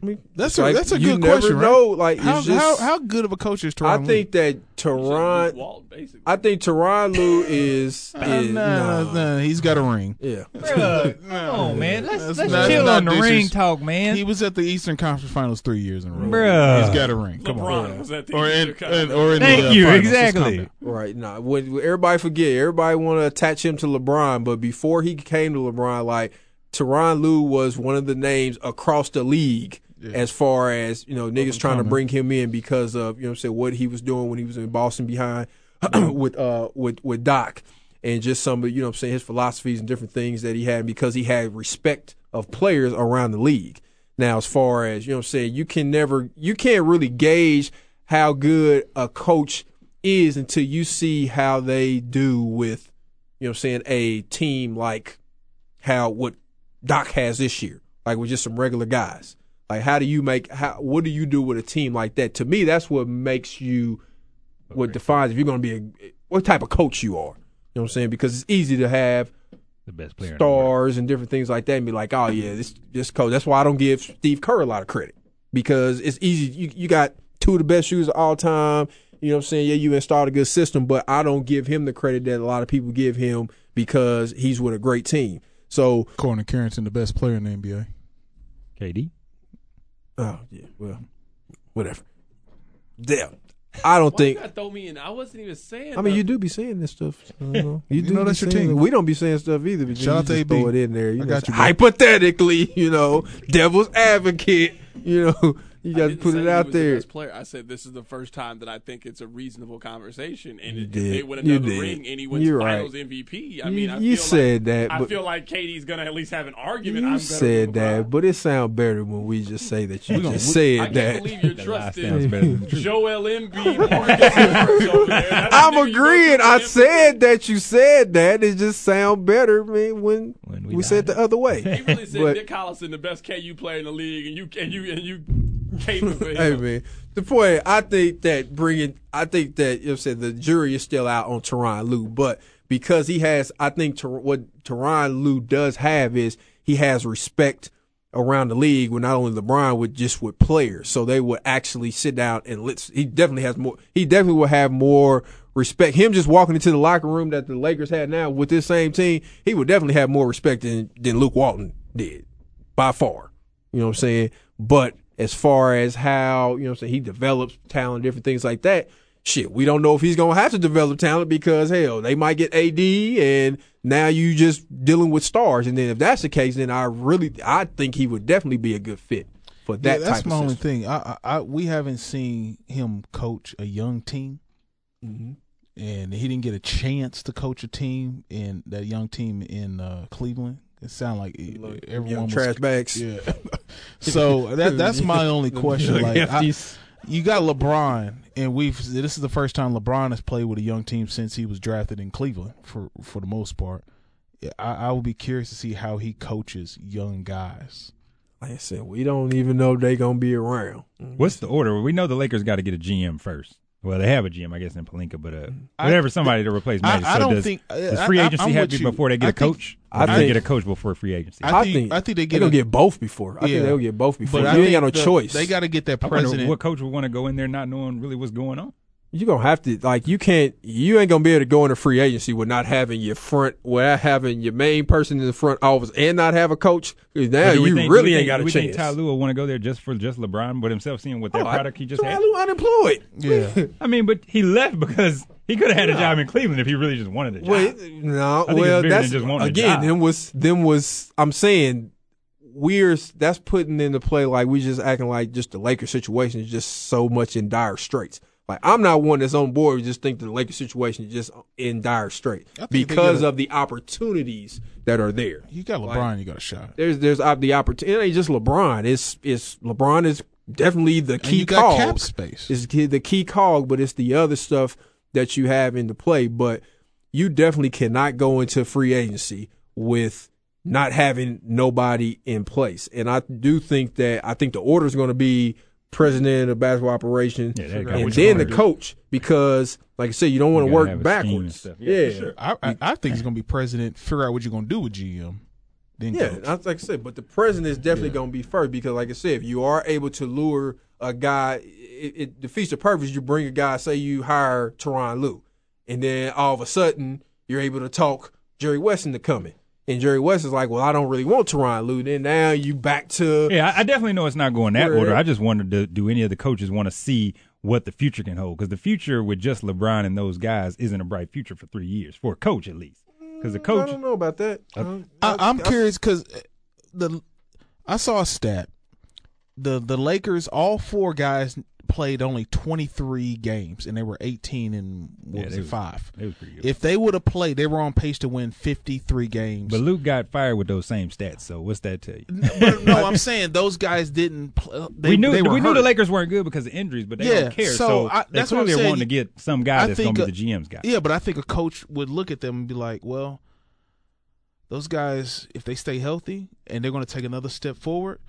I mean,
That's a- that's a
you
good
never
question, right?
Know, like
How,
it's just,
how how good of a coach is
I
Toronto?
think that
He should have Luke
Teron.
Walton, basically.
I think Teron Lou is. is
Uh, nah,
nah.
nah, he's got a ring.
Yeah,
Bruh, come on, man.
That's
Let's,
not-
let's chill
not
on the ring
disres-
talk, man.
He was at the Eastern Conference Finals three years in a row.
Bruh.
he's got a ring. Come on,
LeBron was at the
or
Eastern
in, in-
Conference.
or in
Thank
the, uh,
you.
finals. Let's calm
Exactly.
down.
right. Nah, what, what everybody forget. Everybody want to attach him to LeBron, but before he came to LeBron, like Teron Lou was one of the names across the league as far as you know niggas trying to bring him in because of you know what I'm saying what he was doing when he was in Boston behind [CLEARS THROAT] with uh with with Doc and just some of you know what I'm saying his philosophies and different things that he had because he had respect of players around the league. Now as far as you know what I'm saying you can never you can't really gauge how good a coach is until you see how they do with you know what I'm saying a team like how what Doc has this year, like with just some regular guys. Like, how do you make? How what do you do with a team like that? To me, that's what makes you, what defines if you're going to be a what type of coach you are. You know what I'm saying? Because it's easy to have
The best player. in the world.
stars and different things like that, and be like, oh yeah, this this coach. That's why I don't give Steve Kerr a lot of credit because it's easy. You you got two of the best shooters of all time. You know what I'm saying? Yeah, you installed a good system, but I don't give him the credit that a lot of people give him because he's with a great team. So
Corner Carrington, the best player in the NBA.
KD.
Oh yeah, well, whatever. Damn, I don't
Why you
think.
gotta throw me in? I wasn't even saying.
I mean, you
nothing.
do be saying this stuff. I don't know. You, do
know
be
that's your
saying-
team.
We don't be saying stuff either. But
Shout
you
out to
just
AB.
Throw it in there. You
I
know,
got you, bro.
hypothetically, you know, devil's advocate. You know,
I
You got to
didn't
put
say
it
he
out
was the
there.
best player. I said this is the first time that I think it's a reasonable conversation, and
You
if
did.
they win
You
another
did.
ring, and he wins
You're right.
Finals MVP. I
You-
mean, I
you
feel
said
like,
that,
I
but-
feel like Katie's gonna at least have an argument.
You
I'm better
said
than
that,
LeBron.
but it sounds better when we just say that you
We gonna-
just
I
said
can't
that.
believe you're
That lie sounds
trusting
better
[LAUGHS]
than the truth.
Joel Embiid. Marcus Morris over there. That's
I'm
the nigga you go
agreeing.
to
I
for
said that you said that. It just sound better, man, when,
When
we,
we
said
died.
the other way.
He really said
[LAUGHS] But-
Nick Collison the best KU player in the league, and you and you and you caping for him.
[LAUGHS] Hey man, the point I think that bringing I think that you know, said the jury is still out on Teron Lou, but because he has, I think Ter- what Teron Lou does have is he has respect around the league with not only LeBron with just with players, so they would actually sit down and let's. He definitely has more. He definitely will have more respect. Him just walking into the locker room that the Lakers had now with this same team, he would definitely have more respect than than Luke Walton did by far. You know what I'm saying? But as far as how, you know what I'm saying, he develops talent, different things like that, shit, we don't know if he's going to have to develop talent because, hell, they might get AD and now you just dealing with stars. And then if that's the case, then I really, I think he would definitely be a good fit for that
yeah, that's
type
my
of
only
system.
thing. I, I, I we haven't seen him coach a young team,
Mm-hmm.
and he didn't get a chance to coach a team in that young team in uh, Cleveland. It sounded like it- everyone
Young
was
trash bags.
[LAUGHS] Yeah. so that that's
[LAUGHS]
my only question. Like, I, you got LeBron, and we've this is the first time LeBron has played with a young team since he was drafted in Cleveland for for the most part. Yeah, I, I would be curious to see how he coaches young guys.
Like I said, we don't even know they going to be around.
What's the order? We know the Lakers got to get a GM first. Well, they have a GM, I guess, in Palinka, but uh, whatever somebody to replace
I-
Magic.
I
so
don't
does,
think- I-
does
I-
free
I-
agency
I'm
have
with
to be
you.
before they get
I
a
think-
coach?
I
Or do they
think-
get a coach before free agency.
I think- I think they get
going
a-
to get both before. I think
Yeah.
they'll get both before.
But I
you ain't
think
got no
the-
choice.
They got to get that
I wonder
president.
what coach would want to go in there not knowing really what's going on.
you're gonna have to like you can't you ain't gonna be able to go into free agency with not having your front without having your main person in the front office and not have a coach 'Cause now
But do we
you
think- do
really
we
ain't
think-
got
do
a
we
chance
Think Ty Lue will want to go there just for just LeBron, but himself seeing what that
Oh, I-
product he just
Ty
had.
Lue unemployed [LAUGHS]
yeah.
I mean, but he left because he could have had a job in Cleveland if he really just wanted a job.
Well, no,
it's
well,
bigger than
that's
just wanting a
again.
job.
Them was them was. I'm saying we're that's putting into play like we just acting like just the Lakers situation is just so much in dire straits. Like I'm not one that's on board. who Just think the Lakers situation is just in dire straits
think they
because
get a-
of the opportunities that are there.
You got LeBron, you got a shot.
There's there's op- the opportunity. It ain't just LeBron. It's it's LeBron is definitely the
And
key
you got
cog
cap space.
is ki- the key cog, but it's the other stuff that you have into play. But you definitely cannot go into free agency with not having nobody in place. And I do think that I think the order is going to be president of basketball operation
Yeah, they got
and
what
then
you wanna
the
do.
coach because, like I said, you don't want
You
to
gotta
work
have a scheme and
backwards.
stuff.
Yeah,
Yeah,
yeah.
for sure.
I, I, I think it's gonna be president. Figure out what you're gonna do with GM. Then coach.
and I, like I said, but the president is definitely going to be first because, like I said, if you are able to lure a guy, it, it defeats the purpose. You bring a guy, say you hire Teron Lou, and then all of a sudden you're able to talk Jerry West into coming. And Jerry West is like, well, I don't really want Teron Lou. Then now you back to
Yeah, I, I definitely know it's not going that
Where-
order. I just wondered, do, do any of the coaches want to see what the future can hold? Because the future with just LeBron and those guys isn't a bright future for three years for a coach at least. Because the
I
coach,
don't know about that. I,
I, I'm
I-
curious because the I saw a stat. The the Lakers, all four guys played only 23 games, and they were 18 and what
Yeah,
was
they
it,
was-
five.
they was pretty good.
If they would have played, they were on pace to win 53 games.
but Luke got fired with those same stats. So what's that tell you?
But
[LAUGHS]
no, I'm saying those guys didn't. Play, they,
[LAUGHS] we knew
they were
we knew the
hurt.
Lakers weren't good because of injuries, but they
Yeah,
don't care.
so
So,
I-
they
that's what I'm
clearly are
saying.
wanting to get some guy
I
that's going
think
to
a-
be the GM's guy.
Yeah, but I think a coach would look at them and be like, well, those guys, if they stay healthy and they're going to take another step forward,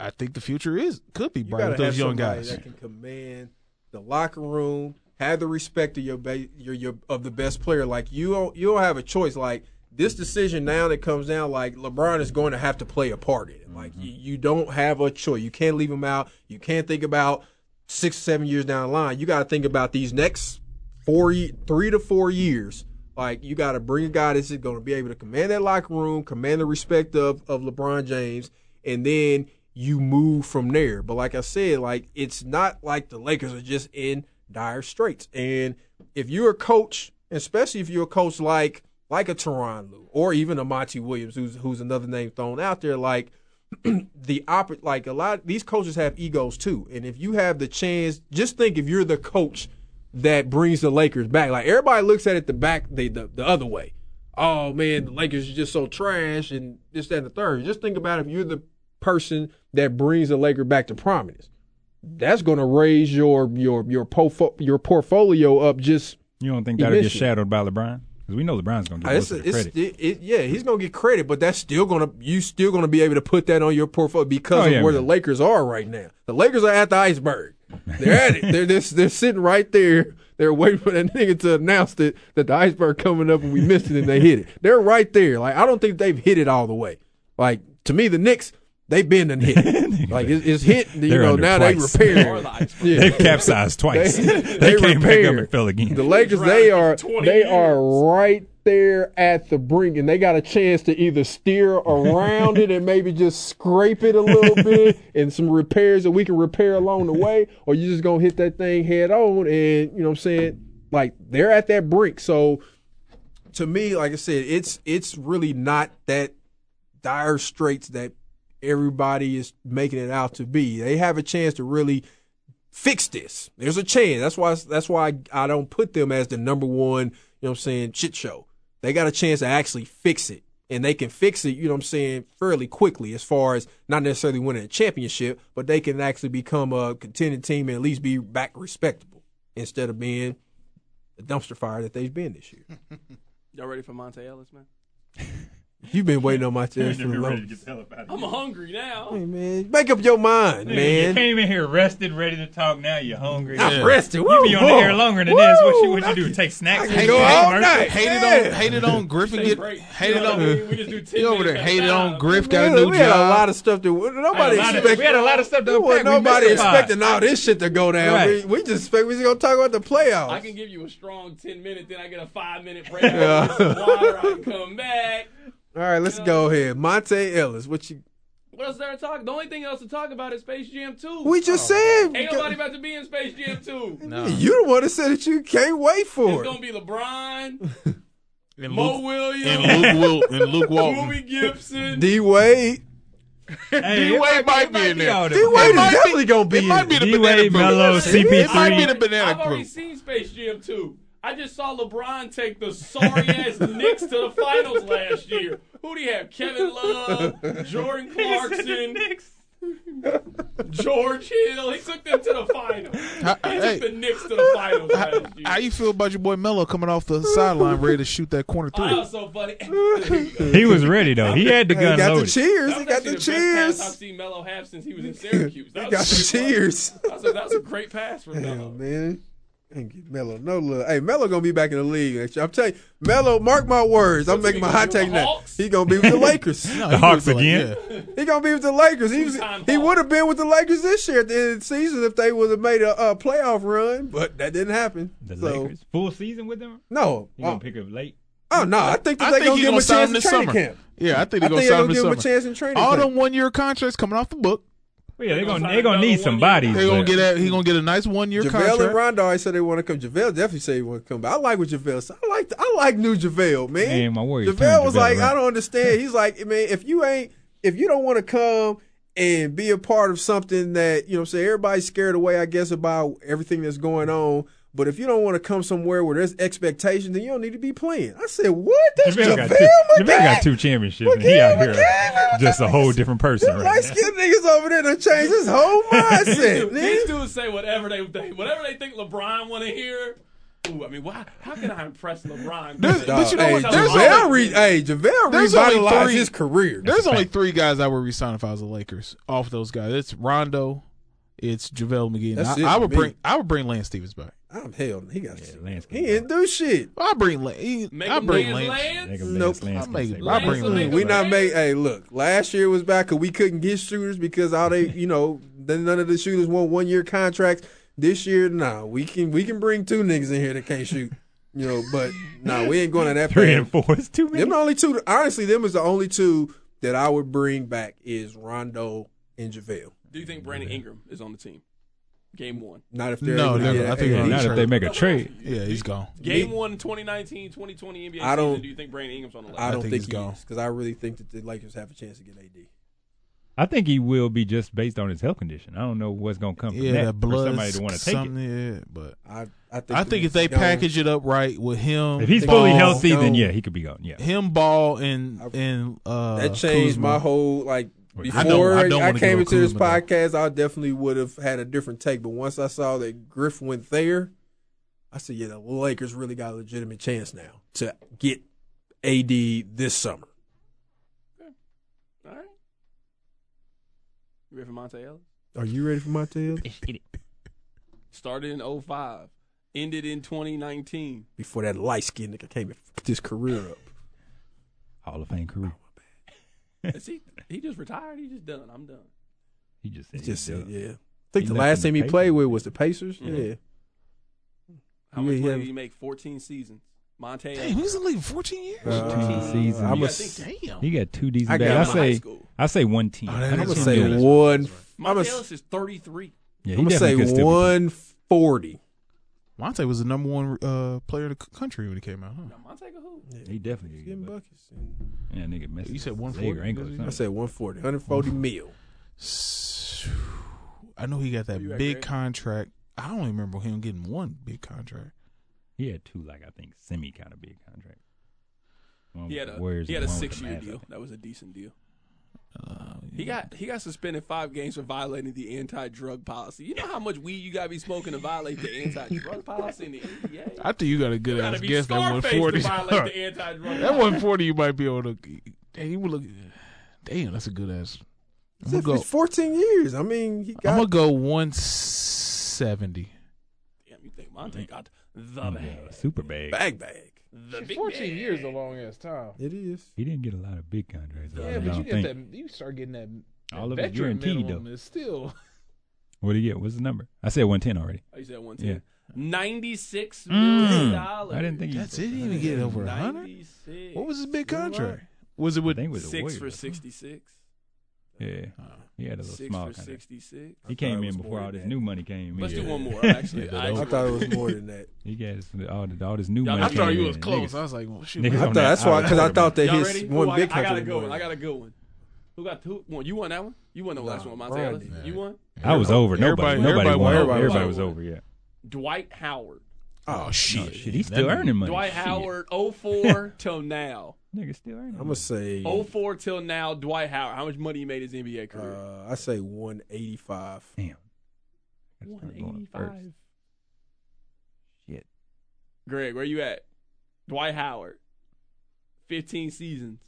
I think the future is could be
You
bright
gotta
with
have
those young
somebody
guys.
that can command the locker room, have the respect of your ba- your, your of the best player. Like you don't you don't have a choice. Like this decision now that comes down, like LeBron is going to have to play a part in it. Like
Mm-hmm.
you, you don't have a choice. You can't leave him out. You can't think about six seven years down the line. You got to think about these next four ye- three to four years. Like you got to bring a guy that's going to be able to command that locker room, command the respect of of LeBron James, and then you move from there. But like I said, like it's not like the Lakers are just in dire straits. And if you're a coach, especially if you're a coach like like a Teron Lou or even a Monty Williams, who's who's another name thrown out there, like the oppor- like a lot these coaches have egos too. And if you have the chance, just think if you're the coach that brings the Lakers back. Like everybody looks at it the back the the, the other way. Oh man, the Lakers are just so trash and this, that, and the third. Just think about if you're the person that brings the Laker back to prominence. That's gonna raise your your your pofo- your portfolio up just
You don't think that'll get
Eventually.
shadowed by LeBron? Because we know LeBron's gonna get
it's,
most of the
it's,
credit.
it, it- yeah, he's gonna get credit, but that's still gonna you still gonna be able to put that on your portfolio because
Oh, yeah,
of where
man.
the Lakers are right now. The Lakers are at the iceberg. They're
[LAUGHS]
at it. They're this. They're sitting right there. They're waiting for that nigga to announce that that the iceberg coming up and we missed it and they hit it. They're right there. Like I don't think they've hit it all the way. Like to me, the Knicks they've been and hit.
[LAUGHS]
it. like it's, it's hit. You
They're
know
under
now
twice.
they repair.
Or
it.
the iceberg.
[LAUGHS]
Yeah.
They've capsized twice.
They-
[LAUGHS] They,
they
came back up
repaired.
and fell again.
The Lakers,
Draft
they
for
are
20
they are
years.
right there at the brink, and they got a chance to either steer around it and maybe just scrape it
[LAUGHS]
a little bit, and some repairs that we can repair along the way, or you just gonna hit that thing head on, and you know what I'm saying? Like they're at that brink. So to me, like I said, it's it's really not that dire straits that everybody is making it out to be. They have a chance to really fix this. There's a chance. That's why that's why I, I don't put them as the number one, you know what I'm saying, shit show. They got a chance to actually fix it. And they can fix it, you know what I'm saying, fairly quickly as far as not necessarily winning a championship, but they can actually become a contending team and at least be back respectable instead of being the dumpster fire that they've been this year.
Y'all ready for Monte Ellis, man?
You've been waiting
[LAUGHS]
on my chance for the longest.
I'm hungry now.
Hey, man, make up your mind,
[LAUGHS]
man.
came in here rested, ready to talk. Now you're hungry.
I'm rested. Woo,
You be on the
boy.
air longer than this. What you,
Woo.
what you do? Take snacks?
I can go all night.
Hated
Yeah.
on hated on Griffin get
Break. You know
hated
what I mean?
on [LAUGHS]
We just do 10
you over there
minutes at a
hated
time.
on Griff
We
got a
had-
new
we had a
[LAUGHS]
lot
job.
of stuff that
We had a lot
nobody
of-
expected.
we had a lot of stuff to
There wasn't
unpack. We
Nobody
missed a lot.
expecting all this shit to go down.
Right.
We, we just expect we just gonna talk about the playoffs.
I can give you a strong 10 minute, then I get a five minute break. I get some water, I come back.
all right, let's go ahead. Monte Ellis, what you?
What else is there to talk? The only thing else to talk about is Space Jam 2.
We just said
Oh, Ain't nobody about to be in Space Jam
[LAUGHS]
2.
you the one that said that you can't wait
It's
for it.
gonna be LeBron,
And
Mo
Luke,
Williams,
and Luke Will
[LAUGHS]
and Luke Walton.
Booby Gibson.
D Wade,
Hey,
D-Wade
it
might
it
be in there.
all
D
different.
Wade is
might be-
definitely gonna be.
It might be the
D-Wade,
banana
Melo,
crew. It might be
CP3.
the banana
I've already
crew.
seen Space Jam 2. I just saw LeBron take the
[LAUGHS]
sorry ass Knicks to the finals last year. Who do you have? Kevin Love,
[LAUGHS]
Jordan Clarkson, George Hill. He took them to the finals.
How-
He
hey,
took the Knicks to the finals last
How
year.
you feel about your boy Melo coming off the sideline ready to shoot that corner
Oh, that
three?
was so
[LAUGHS]
funny. [LAUGHS]
He was ready though. He had the
He
gun
got the
loaded.
cheers.
That
He
was
got
actually
the
best pass I've
cheers.
seen Melo have since he was in Syracuse. That
[LAUGHS] He
was a
got the
great one.
cheers.
That was a, that was a great pass from
Damn,
Melo.
man. And get Melo no love. Hey, Melo gonna be back in the league next year. I'm telling you, Melo, mark my words. I'm
What's he
making my
gonna
hot
do with
take
the
now.
Hawks?
He gonna be
[LAUGHS]
with the Lakers.
The Hawks again.
He gonna be with the Lakers. He was,
Two-time
he
Hawk.
would have been with the Lakers this year at the end of the season if they would have made a, uh playoff run, but that didn't happen.
The
so,
Lakers full season with them.
No,
You gonna
oh,
pick up late?
oh, no, I think that
I
they
think
gonna
he
give him
gonna
a
sign him
chance in
this
training
summer.
camp.
Yeah, I think they're
I think
gonna
they
sign
gonna
him this
give him a
summer.
chance in training
All
camp.
them one year contracts coming off the book.
Well, yeah, they're
gonna
gonna
sign
they're gonna
another
need
one
some
year.
bodies.
They gonna
but
get a, he gonna get a nice one year
JaVale
contract.
and Rondell said they want to come. JaVale definitely said he want to come. But I like what JaVale said. I like I like new JaVale, man.
Man, my Warriors
JaVale
turned
was
JaVale
like,
around.
I don't understand. He's like, man, if you ain't if you don't want to come and be a part of something that, you know, say everybody's scared away, I guess, about everything that's going on. But if you don't want to come somewhere where there's expectation, then you don't need to be playing. I said, what? That's
JaVale
JaVale,
got,
my
two, JaVale
guy.
got two championships, and he
McGee,
out here
McGee,
just a whole different person [LAUGHS] right
Light
now.
skinned niggas over there done changed his
[LAUGHS]
whole mindset.
These
nigga.
dudes say whatever they, they whatever they think LeBron want to hear. Ooh, I mean, why? How can I impress LeBron?
This-
Dog,
But you know
hey,
what?
There's
JaVale,
only-
re- hey, JaVale
There's only
revitalized
three-
his career.
There's only three guys I would resign if I was the Lakers. Off those guys, it's Rondo, it's JaVale McGee. and
That's
I,
it
I
for
would
me.
bring I would bring Lance Stevens back.
I'm hell. He got
Lance
he didn't do shit.
I bring Lance.
Make
I
him
bring
lay his
Lance.
lands?
Make a
Nope.
Lance Lance
I make-
say,
I
"Right."
bring
Lance.
We not
Lance.
made. Hey, look. Last year was back because we couldn't get shooters because all they, you know, then none of the shooters won one year contracts. This year, nah, we can we can bring two niggas in here that can't shoot, you know. But nah, we ain't going to that.
Three
path.
and four is too many.
Them the only two. Honestly, them is the only two that I would bring back is Rondo and Javale.
Do you think Brandon Ingram is on the team? Game one.
Not if they're
No,
able to
they're-
get
I
at
think
Yeah,
least
not if
her.
they make a trade.
Yeah, he's gone.
Game one, 2019, 2020 NBA
I don't-
season. Do you think Brandon Ingram's on the
I
list?
don't
think
think
he's
he
gone.
because I really think that the Lakers have a chance to get AD.
I think he will be just based on his health condition. I don't know what's gonna come from
Yeah,
that,
that
for
blood.
somebody to want to take it.
something, Yeah, but
I, I think,
I think if they package it up right with him,
If he's
Ball,
fully healthy, then
go.
yeah, he could be gone. Yeah,
him ball and and uh,
that changed
Kuzma.
my whole like
Wait, I
before I,
don't-
I don't wanna
came
go
into this
Kuzma, though.
podcast, I definitely would have had a different take. But once I saw that Griff went there, I said, yeah, the Lakers really got a legitimate chance now to get AD this summer.
All right. You ready for Monte Ellis?
Are you ready for my tale?
Started in 05, ended in 2019.
Before that light skinned nigga came and fucked his career up.
Hall of Fame career.
Is he? He just retired. He just done. I'm done.
He just said
He just
he's
said,
done.
yeah. I think
He
the
left
last
in
team
the
he played
Pacers.
with was the Pacers.
Mhm.
Yeah.
How much money
Yeah, yeah.
did he make? 14 seasons. Monte Ellis.
Damn, he was in the league fourteen years.
Uh, Two seasons.
I'm
You
going
gotta think,
to
Damn.
He got two
I
decent
got
days. I
him in high
say,
school.
I say one team.
Oh, that
I
is
don't
gonna
think
say
he is.
one.
Monte
I'ma s-
Ellis is 33.
Yeah, he
I'm gonna
definitely
say
could still be-
140.
Monte was the number one uh, player in the c- country when he came out. Huh?
Now, Monte go who?
He definitely could.
Getting
but-
buckets. and-
Yeah, nigga messed.
You said
his
140,
leg or ankle or
does he?
I
something.
said 140, 140 mil.
S- I know he got
Where
that
you at,
big
Greg?
contract. I don't even remember him getting one big contract.
He had two, like I think, semi kind of big contract. One
He
with
had
the
a
Warriors
he had
and
a
one with the
six year
Mavs, I
deal.
think.
That was a decent deal.
Uh,
He got he got suspended five games for violating the anti drug policy. You know how much weed you gotta be smoking to violate the anti drug policy in the NBA.
I think you got a good
You
ass
gotta be
guess. That one
Scarface
forty.
to violate
[LAUGHS] that
the anti drug.
one forty, you might be able to. Damn, you would look. Damn, that's a good ass. I'm gonna
It's
go.
14 years. I mean, he
I'm
got
gonna go one seventy.
Damn, you think Monte got the
Yeah,
bag?
super bag.
bag bag.
The big
Fourteen
bag.
years is a long ass time.
It is.
He didn't get a lot of big contracts. though,
Yeah,
I
but you
don't
get
think.
that. You start getting that. that
All of it's
veteran
guaranteed,
minimum Is still [LAUGHS]
What do you get? What's the number? I said one ten already.
Oh, you said one
Yeah.
ten. Ninety six million
Mm.
dollars.
I didn't think he
That's it. He didn't even get over a hundred. What was his big contract? Was it
I
with?
think it was the
six for
Warriors, I think.
sixty six?
Yeah, he had a little
Six
small
for
contract.
sixty six.
He
thought
came
it was
in before
more
all
than
this
that.
new money came
Let's
in.
do one more.
[LAUGHS]
I'm actually,
Yeah,
I,
that
I
was-
thought it was more than that.
He got his, all, the, all this new
Y'all-
money.
I
I
thought
came
thought
in.
you was close.
Oh, Niggas-
I was like, well, shoot.
Niggas
I
on
thought
that
that's why
outer
because I
tournament.
thought that
Y'all
his
ready?
one
Who I,
big
I got a
contract.
good one. I
was-
got a good one. Who got who won? You won that one. You won the last one, Monte
Brian
Ellis.
did.
You won.
I was over. Nobody,
Everybody-
nobody,
everybody
won.
won.
Everybody,
Everybody
was
won.
over. Yeah.
Dwight Howard.
Oh shit.
Shit, he's still earning money.
Dwight
Shit.
Howard,
[LAUGHS]
04 till now.
Nigga still earning. money.
I'm gonna say.
04 till now, Dwight Howard. How much money he made his NBA career?
Uh, I say 185.
Damn. I gotta start going first.
185.
Shit.
Greg, where you at? Dwight Howard. 15 seasons.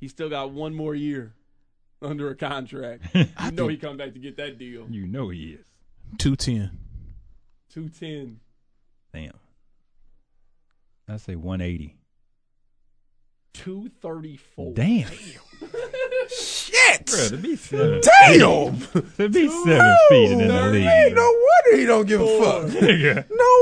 He still got one more year under a contract. I know he come back to get that deal.
[LAUGHS] You know he is.
Two ten.
210.
Damn. I say 180.
234.
Damn.
Shit!
Bro, to be seven,
Damn!
to be seven feet and in the
Man,
league.
no
bro.
wonder he don't give a fuck.
[LAUGHS] Nigga.
No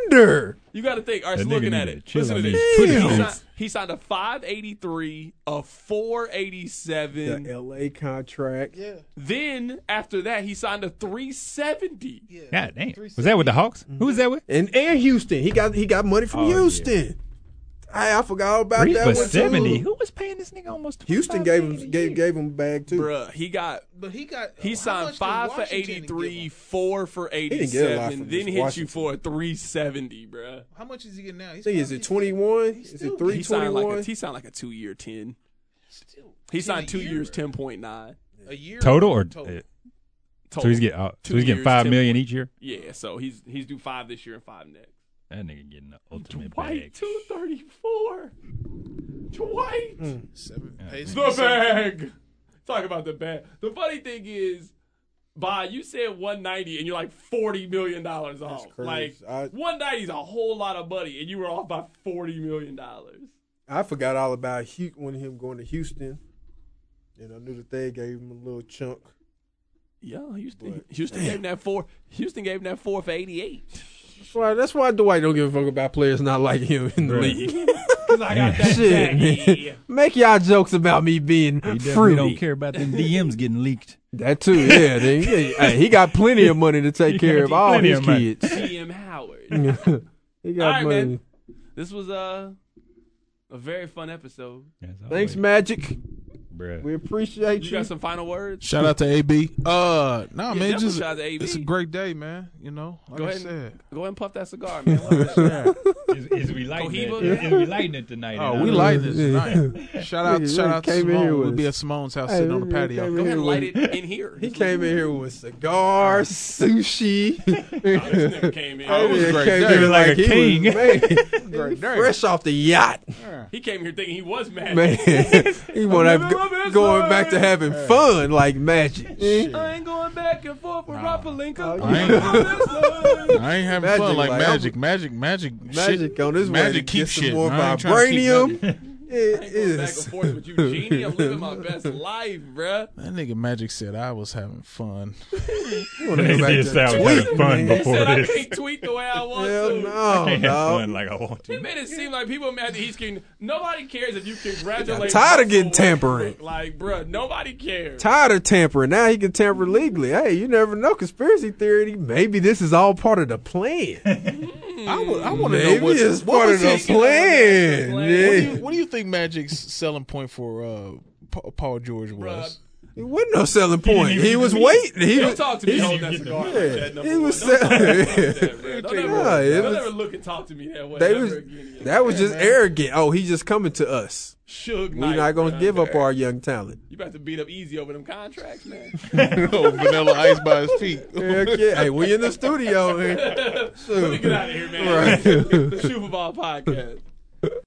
wonder.
You got to think. All right,
That
so
nigga
looking
need
at
to
it.
chill
Listen to this.
on these
He
pussies.
signed, he signed a 583, a 487.
The LA contract.
yeah.
Then after that, he signed a 370.
God damn. Was that with the Hawks? Who was that with?
And and Houston. He got he got money from
Oh, yeah.
Houston. I I forgot all about
Three
that
for
one too.
70. Who was paying this nigga almost
Houston
25
gave
million
him
a
gave
year?
gave him a bag too.
Bruh, he got
But he got. how
he
much
signed
did
five for
Washington
eighty three,
give him?
four for eighty
didn't get a lot from
seven, then
just
hit you
Washington.
for a three seventy, bruh.
How much is he getting now? He's
Think, is
probably-
it 21?
he's
Is
still-
it
He signed like a
321?
he signed like a two year ten.
still-
He
in
signed
a
two
year?
years ten point nine.
A year
Total or uh,
Total.
so he's getting uh, so
Two
he's getting
years,
five
10
million each year.
yeah, so he's he's due five this year and five next.
That nigga getting the ultimate
Dwight
bag.
two thirty four. Dwight
Mm.
seven pays
the bag. Talk about the bag. The funny thing is, Bob, you said 190 and you're like 40 million dollars off.
crazy.
Like
I-
190 is a whole lot of money, and you were off by 40 million dollars.
I forgot all about Hu- when him going to Houston. And I knew that they gave him a little chunk.
Yeah, Houston. Houston gave him that four. Houston gave him that four for 88.
That's why, that's why Dwight don't give a fuck about players not like him in the
Bruh.
league.
[LAUGHS] Cause I got that E,
Shit,
baggy.
man. Make y'all jokes about me being
He definitely
fruity.
don't care about them DMs getting leaked.
[LAUGHS] That too, yeah. then, yeah, hey, he got plenty of money to
[LAUGHS]
take care of all
plenty
his
of money.
kids.
GM Howard.
he
All
got
right,
money.
man. This was uh, a very fun episode.
As
Thanks,
always.
Magic.
bruh.
We appreciate
You
you.
got some final words?
Shout out to AB. Uh,
Yeah,
nah, man,
definitely
just
shout out to AB.
it's a great day, man. You know, like
Go
I
ahead
said.
and, go ahead and puff that cigar, man. Love that shit.
Is, is we lighting
Cohiba?
it? Is, is we lighting it tonight?
Oh,
And
we
I-
[LAUGHS]
like this. tonight. Shout out,
Nigga,
shout out to
came in here
Simone.
with
We'll be
us.
at Simone's house
Hey,
sitting on the
this nigga came
Go
in
patio.
ahead and
here
light
with-
it in here.
He came in here with cigars, sushi.
This nigga came in.
Oh, it was
Yeah,
great.
came
Day.
in
Like a
he was- man,
Great day.
fresh off the yacht,
He came here thinking he was mad.
[LAUGHS] man. he want
living my
to
best
going back to
life.
having fun like magic.
I ain't going back and forth with nah. Rapalinka.
I ain't- [LAUGHS] I ain't having
Magic,
fun like,
like,
magic, magic, magic,
Magic
shit.
on this way to
Magic
get
keep
some
shit.
more
I ain't trying to keep
vibranium. [LAUGHS]
I ain't
It
going back and
is.
forth with you, Genie. I'm living
[LAUGHS]
my best life, bruh.
[LAUGHS] That nigga Magic said I was having fun.
It did sound kind of fun
He
before
said I
this.
can't tweet the way I want
Hell
to.
no,
[LAUGHS] Can't have
dawg.
fun like [LAUGHS] I want
He
to.
made it seem like people mad that he's getting. Nobody cares if you congratulate.
Tired of
Russell
getting
Westbrook.
tampering.
Like, bruh, nobody cares.
Tired of tampering. Now he can tamper legally. Hey, you never know. Conspiracy theory. Maybe this is all part of the plan.
I, would, I want to know
Maybe
what,
it's
what
part of
was
the
his-
plan.
What
What do,
Yeah.
you, what do you think Magic's selling point for uh, Pa- Paul George was?
It wasn't no selling point.
even
He
get
was
to
waiting. He
Don't
was.
talk to me holding that
Yeah.
cigar. like that, number
He
one.
was.
Don't talk to me like
They
that, bruh. Don't
[LAUGHS] Yeah,
ever-
it
don't
was-
ever look and talk to me that way. ever
was.
again, yeah.
That was just arrogant. Oh, he's just coming to us.
Suge
We're
Knight.
not gonna
bruh.
give up our young talent.
You about to beat up easy over them contracts, man.
[LAUGHS]
[LAUGHS] oh, Vanilla Ice by his feet.
Heck yeah.
[LAUGHS]
Hey, we in the studio. man.
Let me get out of here, man. Right. the Shoe Ball Podcast.